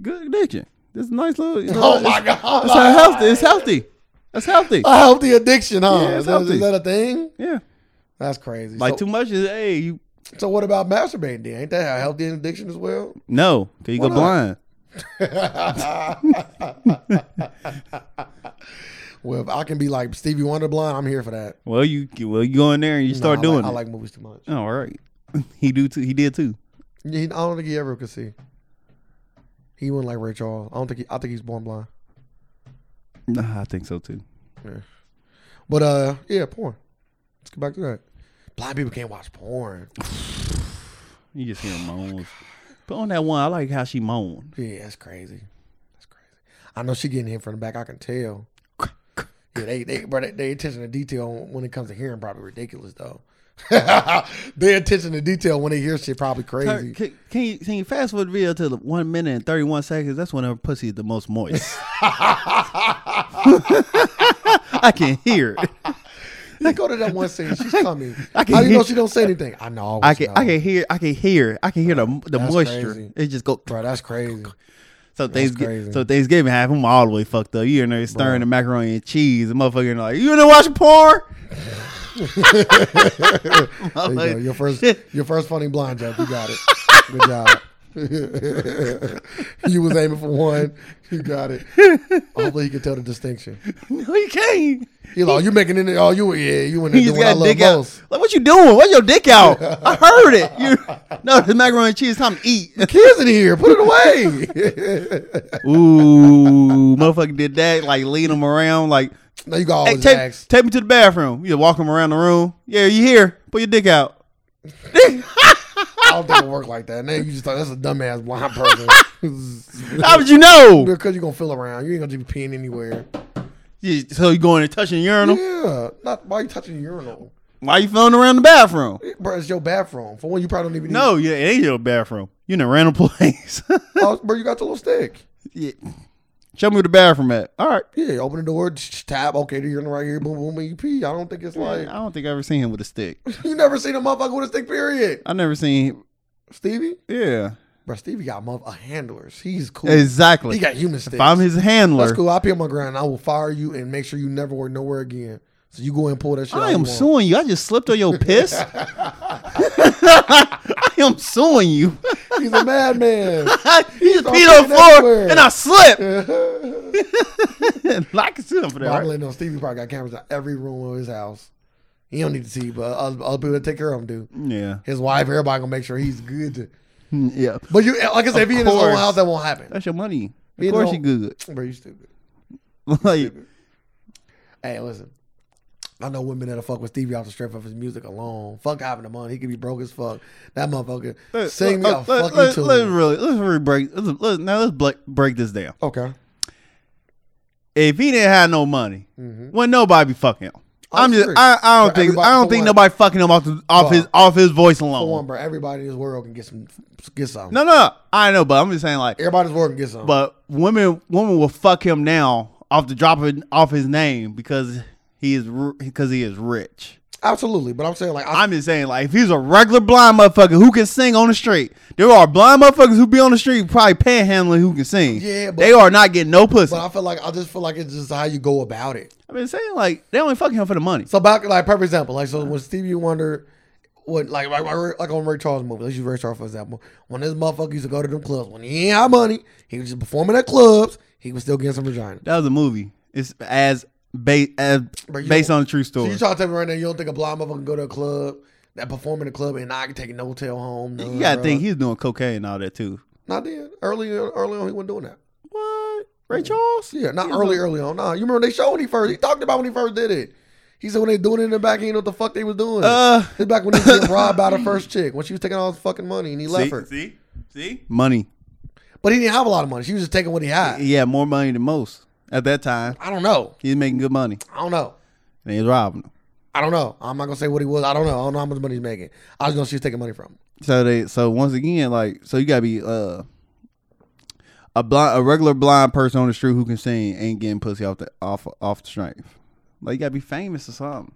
[SPEAKER 1] Good addiction. This is a nice little. You know,
[SPEAKER 2] Oh
[SPEAKER 1] it's-
[SPEAKER 2] my god, Uh,
[SPEAKER 1] That's how healthy. It's healthy. That's healthy.
[SPEAKER 2] a healthy addiction, huh?
[SPEAKER 1] Yeah, it's
[SPEAKER 2] is, that, is
[SPEAKER 1] healthy.
[SPEAKER 2] that a thing?
[SPEAKER 1] Yeah,
[SPEAKER 2] That's crazy.
[SPEAKER 1] like
[SPEAKER 2] so,
[SPEAKER 1] too much is hey you
[SPEAKER 2] so what about masturbating? Then ain't that a healthy addiction as well?
[SPEAKER 1] no because you go
[SPEAKER 2] Why not?
[SPEAKER 1] blind.
[SPEAKER 2] Well, if I can be like Stevie Wonder blind, I'm here for that.
[SPEAKER 1] Well, you well you go in there and you start
[SPEAKER 2] Nah, I
[SPEAKER 1] doing
[SPEAKER 2] like, I
[SPEAKER 1] it.
[SPEAKER 2] like movies too much.
[SPEAKER 1] oh, all right. He do too. He did too.
[SPEAKER 2] Yeah, he- I don't think he ever could see. He wasn't like Ray Charles. I don't think he, I think he's born blind.
[SPEAKER 1] Nah, I think so too.
[SPEAKER 2] But uh, yeah, porn. Let's get back to that. Blind people can't watch porn.
[SPEAKER 1] You just hear moans. But on that one, I like how she moaned.
[SPEAKER 2] Yeah, that's crazy. That's crazy. I know she getting hit from the back. I can tell. Yeah, they they bro, they, they attention to detail when it comes to hearing probably ridiculous though. Their attention to detail when they hear shit probably
[SPEAKER 1] Can,
[SPEAKER 2] crazy.
[SPEAKER 1] can, can you can you fast forward the video to the one minute and thirty one seconds? That's when her pussy is the most moist. I can hear it.
[SPEAKER 2] They go to that one scene. She's coming.
[SPEAKER 1] I
[SPEAKER 2] I
[SPEAKER 1] can
[SPEAKER 2] How do you
[SPEAKER 1] hear-
[SPEAKER 2] know she don't say anything? I know.
[SPEAKER 1] I can I can hear I can hear it. I can hear the the
[SPEAKER 2] That's
[SPEAKER 1] moisture.
[SPEAKER 2] crazy.
[SPEAKER 1] It just go
[SPEAKER 2] Bro, that's crazy.
[SPEAKER 1] so things
[SPEAKER 2] crazy.
[SPEAKER 1] so Thanksgiving have them all the way fucked up. You in there stirring the macaroni and cheese, and motherfucker like you in there watching porn.
[SPEAKER 2] There you go. Your first, your first funny blind joke. You got it. Good job. you was aiming for one. You got it. Hopefully, you can tell the distinction.
[SPEAKER 1] No, you can't.
[SPEAKER 2] You like, you making it? Oh, you yeah, you in there
[SPEAKER 1] He's
[SPEAKER 2] doing what I
[SPEAKER 1] got
[SPEAKER 2] love
[SPEAKER 1] dick
[SPEAKER 2] most.
[SPEAKER 1] out. Like, what you doing? What your dick out? I heard it. You, no, the macaroni and cheese. Time to eat.
[SPEAKER 2] Kids in here, put it away.
[SPEAKER 1] Ooh, motherfucker did that. Like lead him around. Like,
[SPEAKER 2] no, you can
[SPEAKER 1] hey,
[SPEAKER 2] always
[SPEAKER 1] take,
[SPEAKER 2] ask.
[SPEAKER 1] take me to the bathroom. You walk him around the room. Yeah, you here? Put your dick out.
[SPEAKER 2] I don't think it work like that. Now you just thought that's a dumbass blind person.
[SPEAKER 1] How would you know?
[SPEAKER 2] because you're gonna feel around. You ain't gonna just be peeing anywhere.
[SPEAKER 1] You- So you going and touching the urinal?
[SPEAKER 2] Yeah, not why you touching the urinal,
[SPEAKER 1] Why you feeling around the bathroom?
[SPEAKER 2] bro. It's your bathroom. For one, you probably don't even
[SPEAKER 1] No, yeah, it ain't your bathroom. You in a random place.
[SPEAKER 2] Need, oh, bro, you got the little stick.
[SPEAKER 1] yeah. Show me where the bathroom at. All right.
[SPEAKER 2] Yeah, open the door, tap. Okay, the urinal right here. Boom, boom, and you pee. I don't think it's
[SPEAKER 1] I
[SPEAKER 2] like
[SPEAKER 1] don't think I ever seen him with a stick.
[SPEAKER 2] you never seen a motherfucker with a stick. Period.
[SPEAKER 1] I never seen. Him.
[SPEAKER 2] Stevie,
[SPEAKER 1] Yeah.
[SPEAKER 2] bro, Stevie got mother uh, handlers. He's cool.
[SPEAKER 1] Exactly.
[SPEAKER 2] He got human sticks.
[SPEAKER 1] if I'm his handler,
[SPEAKER 2] That's cool. I'll pee on my ground. I will fire you and make sure you never work nowhere again. So you go and pull that shit. all
[SPEAKER 1] I
[SPEAKER 2] you
[SPEAKER 1] am
[SPEAKER 2] want.
[SPEAKER 1] suing you. I just slipped on your piss. I am suing you.
[SPEAKER 2] He's a madman.
[SPEAKER 1] you just
[SPEAKER 2] on
[SPEAKER 1] peed on the
[SPEAKER 2] peeing
[SPEAKER 1] floor
[SPEAKER 2] everywhere.
[SPEAKER 1] and I slipped.
[SPEAKER 2] Well,
[SPEAKER 1] I can sue him for that.
[SPEAKER 2] I'm
[SPEAKER 1] Right?
[SPEAKER 2] letting on Stevie probably got cameras in every room of his house. He don't need to see, but other, other people that take care of him do.
[SPEAKER 1] Yeah.
[SPEAKER 2] His wife, everybody gonna make sure he's good.
[SPEAKER 1] Mm, Yeah.
[SPEAKER 2] But you, like I said, if he in his own
[SPEAKER 1] course.
[SPEAKER 2] house, that won't happen.
[SPEAKER 1] That's your money. Of
[SPEAKER 2] You
[SPEAKER 1] course
[SPEAKER 2] know-
[SPEAKER 1] you good.
[SPEAKER 2] Bro, you stupid.
[SPEAKER 1] Like
[SPEAKER 2] Hey, listen. I know women that'll fuck with Stevie off the strength of his music alone. Fuck having the money. He could be broke as fuck. That motherfucker. Sing me a
[SPEAKER 1] let,
[SPEAKER 2] fucking
[SPEAKER 1] let,
[SPEAKER 2] tune.
[SPEAKER 1] let's really let's really break let's, let's, now let's break, break this down.
[SPEAKER 2] okay.
[SPEAKER 1] If he didn't have no money,
[SPEAKER 2] Mhm.
[SPEAKER 1] wouldn't nobody be fucking him.
[SPEAKER 2] I
[SPEAKER 1] I'm just
[SPEAKER 2] agree.
[SPEAKER 1] I, I don't
[SPEAKER 2] Oh, For
[SPEAKER 1] think
[SPEAKER 2] everybody-
[SPEAKER 1] I don't
[SPEAKER 2] for
[SPEAKER 1] think
[SPEAKER 2] one.
[SPEAKER 1] nobody fucking him off the, off
[SPEAKER 2] For-
[SPEAKER 1] his off his voice alone.
[SPEAKER 2] Come on, bro. Everybody in this world can get some. Get some.
[SPEAKER 1] No, no, I know, but I'm just saying like
[SPEAKER 2] Everybody's world can get some.
[SPEAKER 1] But women, women will fuck him now off the drop of, off his name because he is because he is rich.
[SPEAKER 2] Absolutely. But I'm saying like I,
[SPEAKER 1] I'm just saying, like, if he's a regular blind motherfucker who can sing on the street, there are blind motherfuckers who be on the street probably panhandling who can sing.
[SPEAKER 2] Yeah, but-
[SPEAKER 1] they are not getting no pussy.
[SPEAKER 2] but I feel like I just feel like it's just how you go about it.
[SPEAKER 1] I've been saying, like, they only fucking him for the money.
[SPEAKER 2] So back like perfect example. Like
[SPEAKER 1] Uh-huh.
[SPEAKER 2] so when Stevie Wonder would like like, like like on Ray Charles movie, let's use Ray Charles for example. When this motherfucker used to go to them clubs, when he ain't have money, he was just performing at clubs, he was still getting some vagina.
[SPEAKER 1] That was a movie. It's as ba- as
[SPEAKER 2] Bro, you
[SPEAKER 1] based
[SPEAKER 2] don't-
[SPEAKER 1] on a true
[SPEAKER 2] So
[SPEAKER 1] story.
[SPEAKER 2] you trying to tell me right now you don't think a blind motherfucker can go to a club that perform in a club and not take no tail home? None,
[SPEAKER 1] you gotta
[SPEAKER 2] bruh.
[SPEAKER 1] think he's doing cocaine and all that too.
[SPEAKER 2] not then. Early early on he wasn't doing that.
[SPEAKER 1] What? Ray Charles?
[SPEAKER 2] Yeah, not early, early on. Nah, you remember they showed when he first. He talked about when he first did it. He said when they doing it in the back, he didn't know what the fuck they was doing.
[SPEAKER 1] Uh.
[SPEAKER 2] it's back when he was getting robbed by the first chick when she was taking all his fucking money and he left her.
[SPEAKER 1] see, see, money.
[SPEAKER 2] But he didn't have a lot of money. She was just taking what he had.
[SPEAKER 1] He had more money than most at that time.
[SPEAKER 2] I don't know.
[SPEAKER 1] He's making good money.
[SPEAKER 2] I don't know.
[SPEAKER 1] And he's robbing them.
[SPEAKER 2] I don't know. I'm not gonna say what he was. I don't know. I don't know how much money he's making. I was gonna see he's taking money from. him.
[SPEAKER 1] So they so once again, like so you gotta be uh a blind a regular blind person on the street who can sing ain't getting pussy off the off off the strength. Like you gotta be famous or something.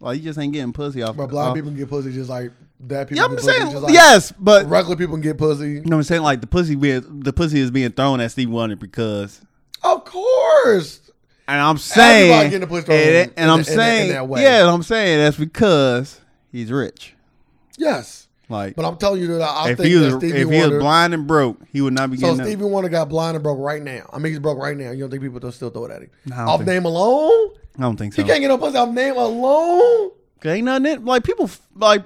[SPEAKER 1] Like you just ain't getting pussy off
[SPEAKER 2] But
[SPEAKER 1] the
[SPEAKER 2] blind
[SPEAKER 1] off-
[SPEAKER 2] people can get pussy just like that. People
[SPEAKER 1] Uh-huh. Yeah,
[SPEAKER 2] can
[SPEAKER 1] I'm
[SPEAKER 2] get
[SPEAKER 1] saying
[SPEAKER 2] pussy just like
[SPEAKER 1] yes, but you
[SPEAKER 2] Regular people can get pussy.
[SPEAKER 1] know what I'm saying? Like the pussy being the pussy is being thrown at Steve Wonder because
[SPEAKER 2] Of course.
[SPEAKER 1] and I'm
[SPEAKER 2] Everybody
[SPEAKER 1] saying
[SPEAKER 2] getting the pussy thrown
[SPEAKER 1] and,
[SPEAKER 2] in-
[SPEAKER 1] and I'm
[SPEAKER 2] in- in- in
[SPEAKER 1] saying
[SPEAKER 2] that way.
[SPEAKER 1] yeah, and I'm saying that's because he's rich.
[SPEAKER 2] Yes.
[SPEAKER 1] Like
[SPEAKER 2] But I'm telling you that I
[SPEAKER 1] if
[SPEAKER 2] think
[SPEAKER 1] he was
[SPEAKER 2] that Stevie
[SPEAKER 1] if he
[SPEAKER 2] Wonder,
[SPEAKER 1] was blind and broke, he would not be
[SPEAKER 2] So
[SPEAKER 1] getting.
[SPEAKER 2] Stevie Wonder got blind and broke right now. I mean, he's broke right now. You don't think people don't still throw it at him?
[SPEAKER 1] No, I don't
[SPEAKER 2] off
[SPEAKER 1] think-
[SPEAKER 2] name alone,
[SPEAKER 1] I don't think so.
[SPEAKER 2] he can't get no pussy. Off name alone,
[SPEAKER 1] 'Cause Ain't nothing in, like people f- like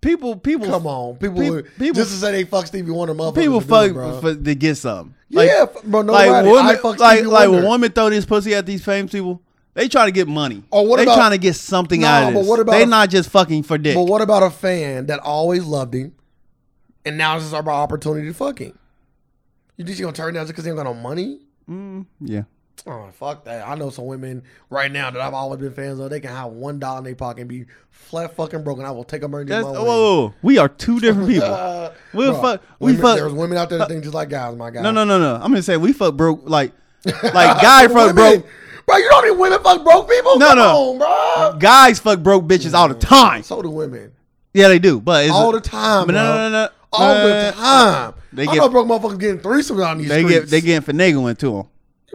[SPEAKER 1] people people
[SPEAKER 2] come on, people,
[SPEAKER 1] Pe-
[SPEAKER 2] would-
[SPEAKER 1] people-
[SPEAKER 2] just to say they fuck Stevie Wonder, motherfuckers.
[SPEAKER 1] people
[SPEAKER 2] would do
[SPEAKER 1] fuck
[SPEAKER 2] it, bro.
[SPEAKER 1] for, to get something.
[SPEAKER 2] yeah, f- bro. No,
[SPEAKER 1] like
[SPEAKER 2] nobody. I
[SPEAKER 1] women,
[SPEAKER 2] fuck
[SPEAKER 1] like
[SPEAKER 2] Stevie
[SPEAKER 1] like when
[SPEAKER 2] Wonder.
[SPEAKER 1] women throw this pussy at these famous people. They trying to get money.
[SPEAKER 2] Oh, what
[SPEAKER 1] they
[SPEAKER 2] about-
[SPEAKER 1] trying to get something
[SPEAKER 2] Nah,
[SPEAKER 1] out of
[SPEAKER 2] but
[SPEAKER 1] this.
[SPEAKER 2] what about
[SPEAKER 1] they
[SPEAKER 2] a-
[SPEAKER 1] not just fucking for dick.
[SPEAKER 2] But what about a fan that always loved him, and now this is our opportunity to fuck him? You think she gonna turn down just because he don't got no money?
[SPEAKER 1] Mm, yeah,
[SPEAKER 2] Oh fuck that! I know some women right now that I've always been fans of. They can have one dollar in their pocket and be flat fucking broke, and I will take them right
[SPEAKER 1] that's
[SPEAKER 2] my
[SPEAKER 1] whoa,
[SPEAKER 2] way.
[SPEAKER 1] whoa, whoa. We are two different people.
[SPEAKER 2] Uh,
[SPEAKER 1] We'll
[SPEAKER 2] Bruh,
[SPEAKER 1] fuck- we
[SPEAKER 2] women-
[SPEAKER 1] fuck- Uh,
[SPEAKER 2] There's women out there that think just like guys, my guy.
[SPEAKER 1] No, no, no, no. I'm gonna say we fuck broke. Like like guy fuck
[SPEAKER 2] Women-
[SPEAKER 1] broke.
[SPEAKER 2] Bro, you don't even women fuck broke people?
[SPEAKER 1] No,
[SPEAKER 2] Come
[SPEAKER 1] no.
[SPEAKER 2] on, bro.
[SPEAKER 1] Guys fuck broke bitches all the time.
[SPEAKER 2] So do women.
[SPEAKER 1] Yeah, they do. But it's
[SPEAKER 2] All the time,
[SPEAKER 1] But no,
[SPEAKER 2] bro.
[SPEAKER 1] no, no, no.
[SPEAKER 2] All
[SPEAKER 1] Uh,
[SPEAKER 2] the time.
[SPEAKER 1] they
[SPEAKER 2] I
[SPEAKER 1] get-
[SPEAKER 2] know broke motherfuckers getting threesomes out in these
[SPEAKER 1] They
[SPEAKER 2] streets.
[SPEAKER 1] get they getting finagling to them.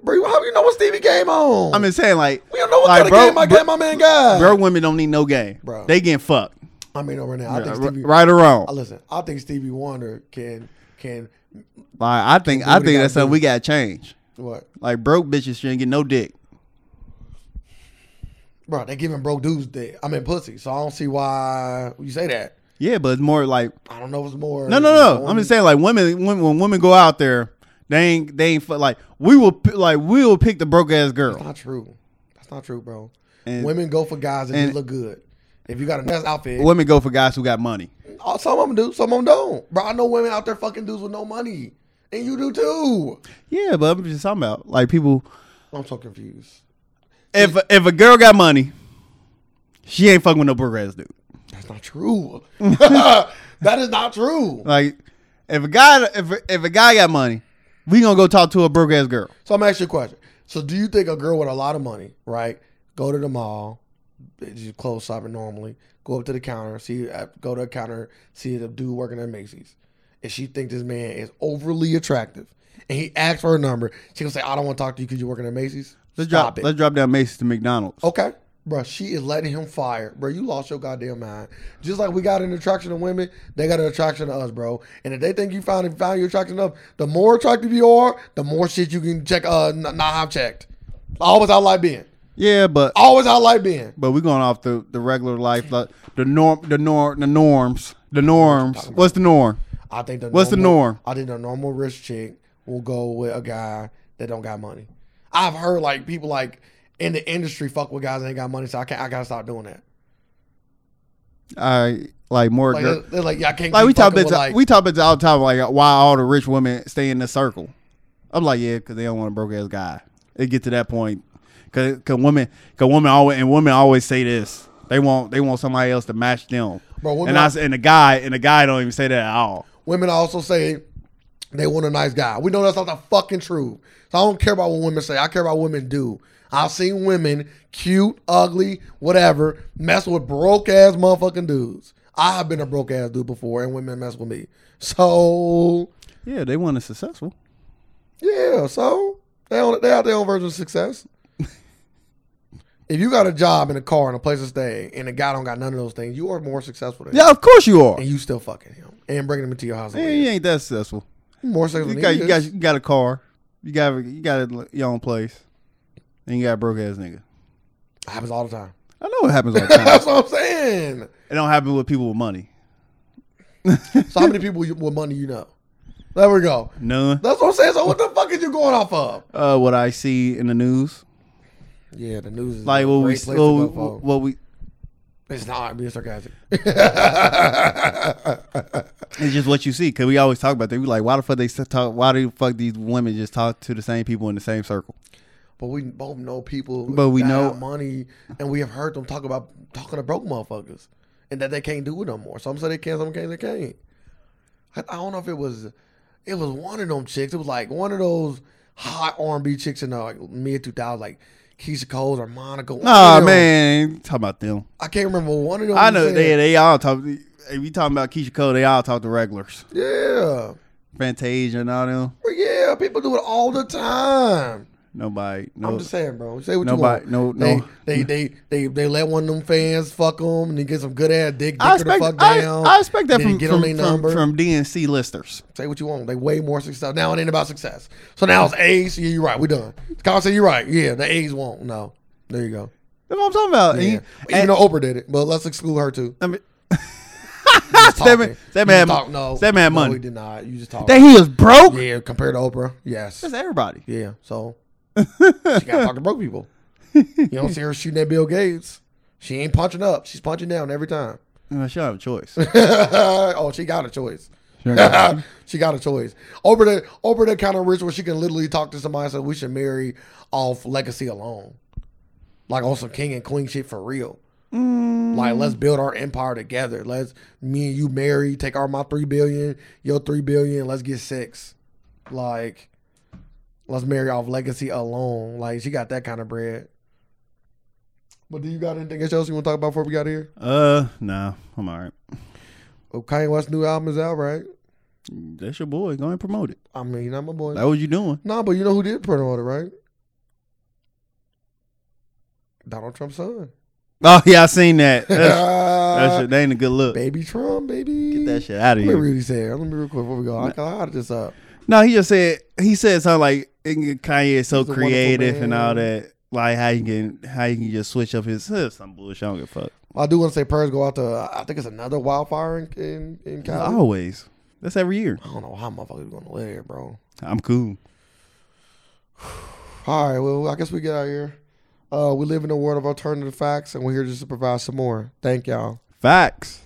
[SPEAKER 2] Bro, how do you know what Stevie game on?
[SPEAKER 1] I'm just saying, like,
[SPEAKER 2] we don't know what
[SPEAKER 1] like,
[SPEAKER 2] kind of
[SPEAKER 1] bro-
[SPEAKER 2] game I
[SPEAKER 1] bro-
[SPEAKER 2] got my man guy.
[SPEAKER 1] Bro, women don't need no game.
[SPEAKER 2] Bro.
[SPEAKER 1] They getting fucked.
[SPEAKER 2] I mean, over now, I think
[SPEAKER 1] R-
[SPEAKER 2] Stevie.
[SPEAKER 1] right or wrong.
[SPEAKER 2] I listen. I think Stevie Wonder can can
[SPEAKER 1] Like I think
[SPEAKER 2] do what
[SPEAKER 1] I
[SPEAKER 2] he
[SPEAKER 1] think
[SPEAKER 2] gotta
[SPEAKER 1] that's something
[SPEAKER 2] do.
[SPEAKER 1] we gotta change.
[SPEAKER 2] what,
[SPEAKER 1] Like broke bitches shouldn't get no dick.
[SPEAKER 2] bro? They giving broke dudes dick. I mean pussy. So I don't see why you say that.
[SPEAKER 1] Yeah, but it's more like
[SPEAKER 2] I don't know if it's more.
[SPEAKER 1] no, no, no. I'm just saying like women when, when women go out there, they ain't they ain't fu- like we will pi- like we will pick the broke ass
[SPEAKER 2] That's
[SPEAKER 1] girl.
[SPEAKER 2] not true. That's not true, bro.
[SPEAKER 1] And-
[SPEAKER 2] Women go for guys that
[SPEAKER 1] and-
[SPEAKER 2] just look good. If you got a nice outfit,
[SPEAKER 1] Women go for guys who got money.
[SPEAKER 2] oh, some of them do, some of them don't. Bro, I know women out there fucking dudes with no money, and you do too.
[SPEAKER 1] Yeah, but I'm just talking about like people.
[SPEAKER 2] I'm so confused.
[SPEAKER 1] If if a girl got money, she ain't fucking with no broke ass dude.
[SPEAKER 2] That's not true. that is not true.
[SPEAKER 1] Like if a guy if a- if a guy got money, we gonna go talk to a broke ass girl.
[SPEAKER 2] So I'm asking you a question. So do you think a girl with a lot of money, right, go to the mall, just clothes shopping normally, go up to the counter, see, uh, go to a counter, see the dude working at Macy's, and she think this man is overly attractive, and he asks for her number, she gonna say, "I don't want to talk to you because you're working at Macy's."
[SPEAKER 1] Let's
[SPEAKER 2] Stop
[SPEAKER 1] drop
[SPEAKER 2] it.
[SPEAKER 1] let's drop down Macy's to McDonald's.
[SPEAKER 2] Okay. Bro, she is letting him fire. Bro, you lost your goddamn mind. Just like we got an attraction to women, they got an attraction to us, bro. And if they think you found found your attraction enough, the more attractive you are, the more shit you can check uh n- not have checked. Always I like being.
[SPEAKER 1] Yeah, but
[SPEAKER 2] Always I like being.
[SPEAKER 1] But we're going off the, the regular life, like the norm, the norm, the norms, the norms. What's the norm?
[SPEAKER 2] I think the
[SPEAKER 1] What's the
[SPEAKER 2] normal-
[SPEAKER 1] norm?
[SPEAKER 2] I think the normal rich chick will go with a guy that don't got money. I've heard like people like in the industry fuck with guys that ain't got money, so I can't I gotta stop doing that.
[SPEAKER 1] I like more.
[SPEAKER 2] Like uh,
[SPEAKER 1] girl-
[SPEAKER 2] they're, they're like, yeah, I can't
[SPEAKER 1] like
[SPEAKER 2] keep
[SPEAKER 1] we talk
[SPEAKER 2] fucking
[SPEAKER 1] about
[SPEAKER 2] with, like,
[SPEAKER 1] we talk about all the time. Like why all the rich women stay in the circle? I'm like yeah, because they don't want a broke ass guy. It get to that point. Cause, cause women, cause women always and women always say this. They want they want somebody else to match them.
[SPEAKER 2] Bro, women
[SPEAKER 1] and I
[SPEAKER 2] are-
[SPEAKER 1] s- and the guy and the guy don't even say that at all.
[SPEAKER 2] Women also say they want a nice guy. We know that's not the fucking truth. So I don't care about what women say. I care about what women do. I've seen women, cute, ugly, whatever, mess with broke ass motherfucking dudes. I have been a broke ass dude before, and women mess with me. So
[SPEAKER 1] Yeah, they want a successful.
[SPEAKER 2] yeah, so they don't, they have their own version of success. if you got a job and a car and a place to stay, and a guy don't got none of those things, you are more successful than him,
[SPEAKER 1] Yeah, of course you are.
[SPEAKER 2] and you still fucking him and bringing him into your house. and
[SPEAKER 1] Yeah,
[SPEAKER 2] live.
[SPEAKER 1] you ain't that successful.
[SPEAKER 2] More successful
[SPEAKER 1] You
[SPEAKER 2] than
[SPEAKER 1] got
[SPEAKER 2] he
[SPEAKER 1] you
[SPEAKER 2] is.
[SPEAKER 1] got you got a car. You got you got a, your own place. And you got a broke ass nigga.
[SPEAKER 2] happens all the time.
[SPEAKER 1] I know it happens all the time.
[SPEAKER 2] That's what I'm saying.
[SPEAKER 1] it don't happen with people with money.
[SPEAKER 2] So how many people you, with money you know? There we go.
[SPEAKER 1] None.
[SPEAKER 2] That's what I'm saying. So what the fuck is you going off of?
[SPEAKER 1] Uh, what I see in the news,
[SPEAKER 2] Yeah, the news is
[SPEAKER 1] like
[SPEAKER 2] a
[SPEAKER 1] what we
[SPEAKER 2] great place to go
[SPEAKER 1] what,
[SPEAKER 2] for.
[SPEAKER 1] what we
[SPEAKER 2] It's not I'm being sarcastic.
[SPEAKER 1] it's just what you see. Cause we always talk about that. We like why the fuck they s- talk? Why the fuck these women just talk to the same people in the same circle?
[SPEAKER 2] but we both know people.
[SPEAKER 1] But we
[SPEAKER 2] that
[SPEAKER 1] know-
[SPEAKER 2] have money, and we have heard them talk about talking to broke motherfuckers, and that they can't do it no more. Some say they can, some can't, they can't. I, I don't know if it was, it was one of them chicks. It was like one of those hot R&B chicks in the like, mid 2000s, like Keisha Coles or Monica. one
[SPEAKER 1] Nah,
[SPEAKER 2] of them.
[SPEAKER 1] man, talk about them.
[SPEAKER 2] I can't remember one of them.
[SPEAKER 1] I know they
[SPEAKER 2] said-
[SPEAKER 1] they all talk. If you talking about Keisha Cole, they all talk to regulars,
[SPEAKER 2] Yeah.
[SPEAKER 1] Fantasia and all them.
[SPEAKER 2] But yeah, people do it all the time.
[SPEAKER 1] Nobody, no,
[SPEAKER 2] I'm just saying, bro. Say what
[SPEAKER 1] Nobody-
[SPEAKER 2] you
[SPEAKER 1] no-
[SPEAKER 2] want. They-
[SPEAKER 1] no.
[SPEAKER 2] They, they, they, they, let one of them fans fuck them and they get some good ass dick. dick
[SPEAKER 1] I
[SPEAKER 2] her the
[SPEAKER 1] expect,
[SPEAKER 2] fuck
[SPEAKER 1] I,
[SPEAKER 2] down.
[SPEAKER 1] I expect that
[SPEAKER 2] Then
[SPEAKER 1] from,
[SPEAKER 2] get
[SPEAKER 1] from,
[SPEAKER 2] on their
[SPEAKER 1] from,
[SPEAKER 2] number.
[SPEAKER 1] from DNC listers.
[SPEAKER 2] Say what you want. They way more success. Now it ain't about success. So now it's A's. Yeah, you're right. We done. Kyle said you're right. Yeah, the A's won't. No. There you go.
[SPEAKER 1] That's what I'm talking about. And
[SPEAKER 2] Yeah.
[SPEAKER 1] you-
[SPEAKER 2] Even
[SPEAKER 1] and-
[SPEAKER 2] though Oprah did it, but let's exclude her too.
[SPEAKER 1] I mean,
[SPEAKER 2] Just
[SPEAKER 1] That man-
[SPEAKER 2] talking.
[SPEAKER 1] that
[SPEAKER 2] You
[SPEAKER 1] man-
[SPEAKER 2] just talk, no,
[SPEAKER 1] that man
[SPEAKER 2] no,
[SPEAKER 1] money.
[SPEAKER 2] he did not. You just talk.
[SPEAKER 1] that he is broke.
[SPEAKER 2] yeah, compared to Oprah, yes.
[SPEAKER 1] That's everybody.
[SPEAKER 2] Yeah, so she got to talk to broke people. You don't see her shooting at Bill Gates. She ain't punching up. She's punching down every time.
[SPEAKER 1] Uh, She don't have a choice.
[SPEAKER 2] oh, she got a choice. she got a choice. Over the over the kind of rich where she can literally talk to somebody and say we should marry off legacy alone, like on some king and queen shit for real.
[SPEAKER 1] Mm.
[SPEAKER 2] Like let's build our empire together. Let's me and you marry, take our my three billion, your three billion. Let's get six. Like let's marry off legacy alone. Like she got that kind of bread. But do you got anything else you want to talk about before we got here?
[SPEAKER 1] uh, no, I'm all right.
[SPEAKER 2] Oh, Kanye West's new album is out, right?
[SPEAKER 1] That's your boy. Go and promote it.
[SPEAKER 2] I mean, not my boy.
[SPEAKER 1] That what you doing?
[SPEAKER 2] Nah, but you know who did promote it, right? Donald Trump's son.
[SPEAKER 1] Oh yeah, I seen that. That's, That shit, that ain't a good look.
[SPEAKER 2] baby Trump, baby.
[SPEAKER 1] Get that shit out of
[SPEAKER 2] Let me
[SPEAKER 1] here.
[SPEAKER 2] read this here. Let me real quick before we go. I gotta this up.
[SPEAKER 1] No, he just said he said something like Kanye is so
[SPEAKER 2] He's a wonderful
[SPEAKER 1] creative and all
[SPEAKER 2] man.
[SPEAKER 1] that. Like how you can how you can just switch up his some bullshit. I don't give a fuck.
[SPEAKER 2] I do want to say prayers go out to. I think it's another wildfire in in, in Cali.
[SPEAKER 1] Always. That's every year.
[SPEAKER 2] I don't know how motherfuckers gonna live here, bro.
[SPEAKER 1] I'm cool.
[SPEAKER 2] All right, well, I guess we get out of here. Uh, we live in a world of alternative facts, and we're here just to provide some more. Thank y'all.
[SPEAKER 1] Facts.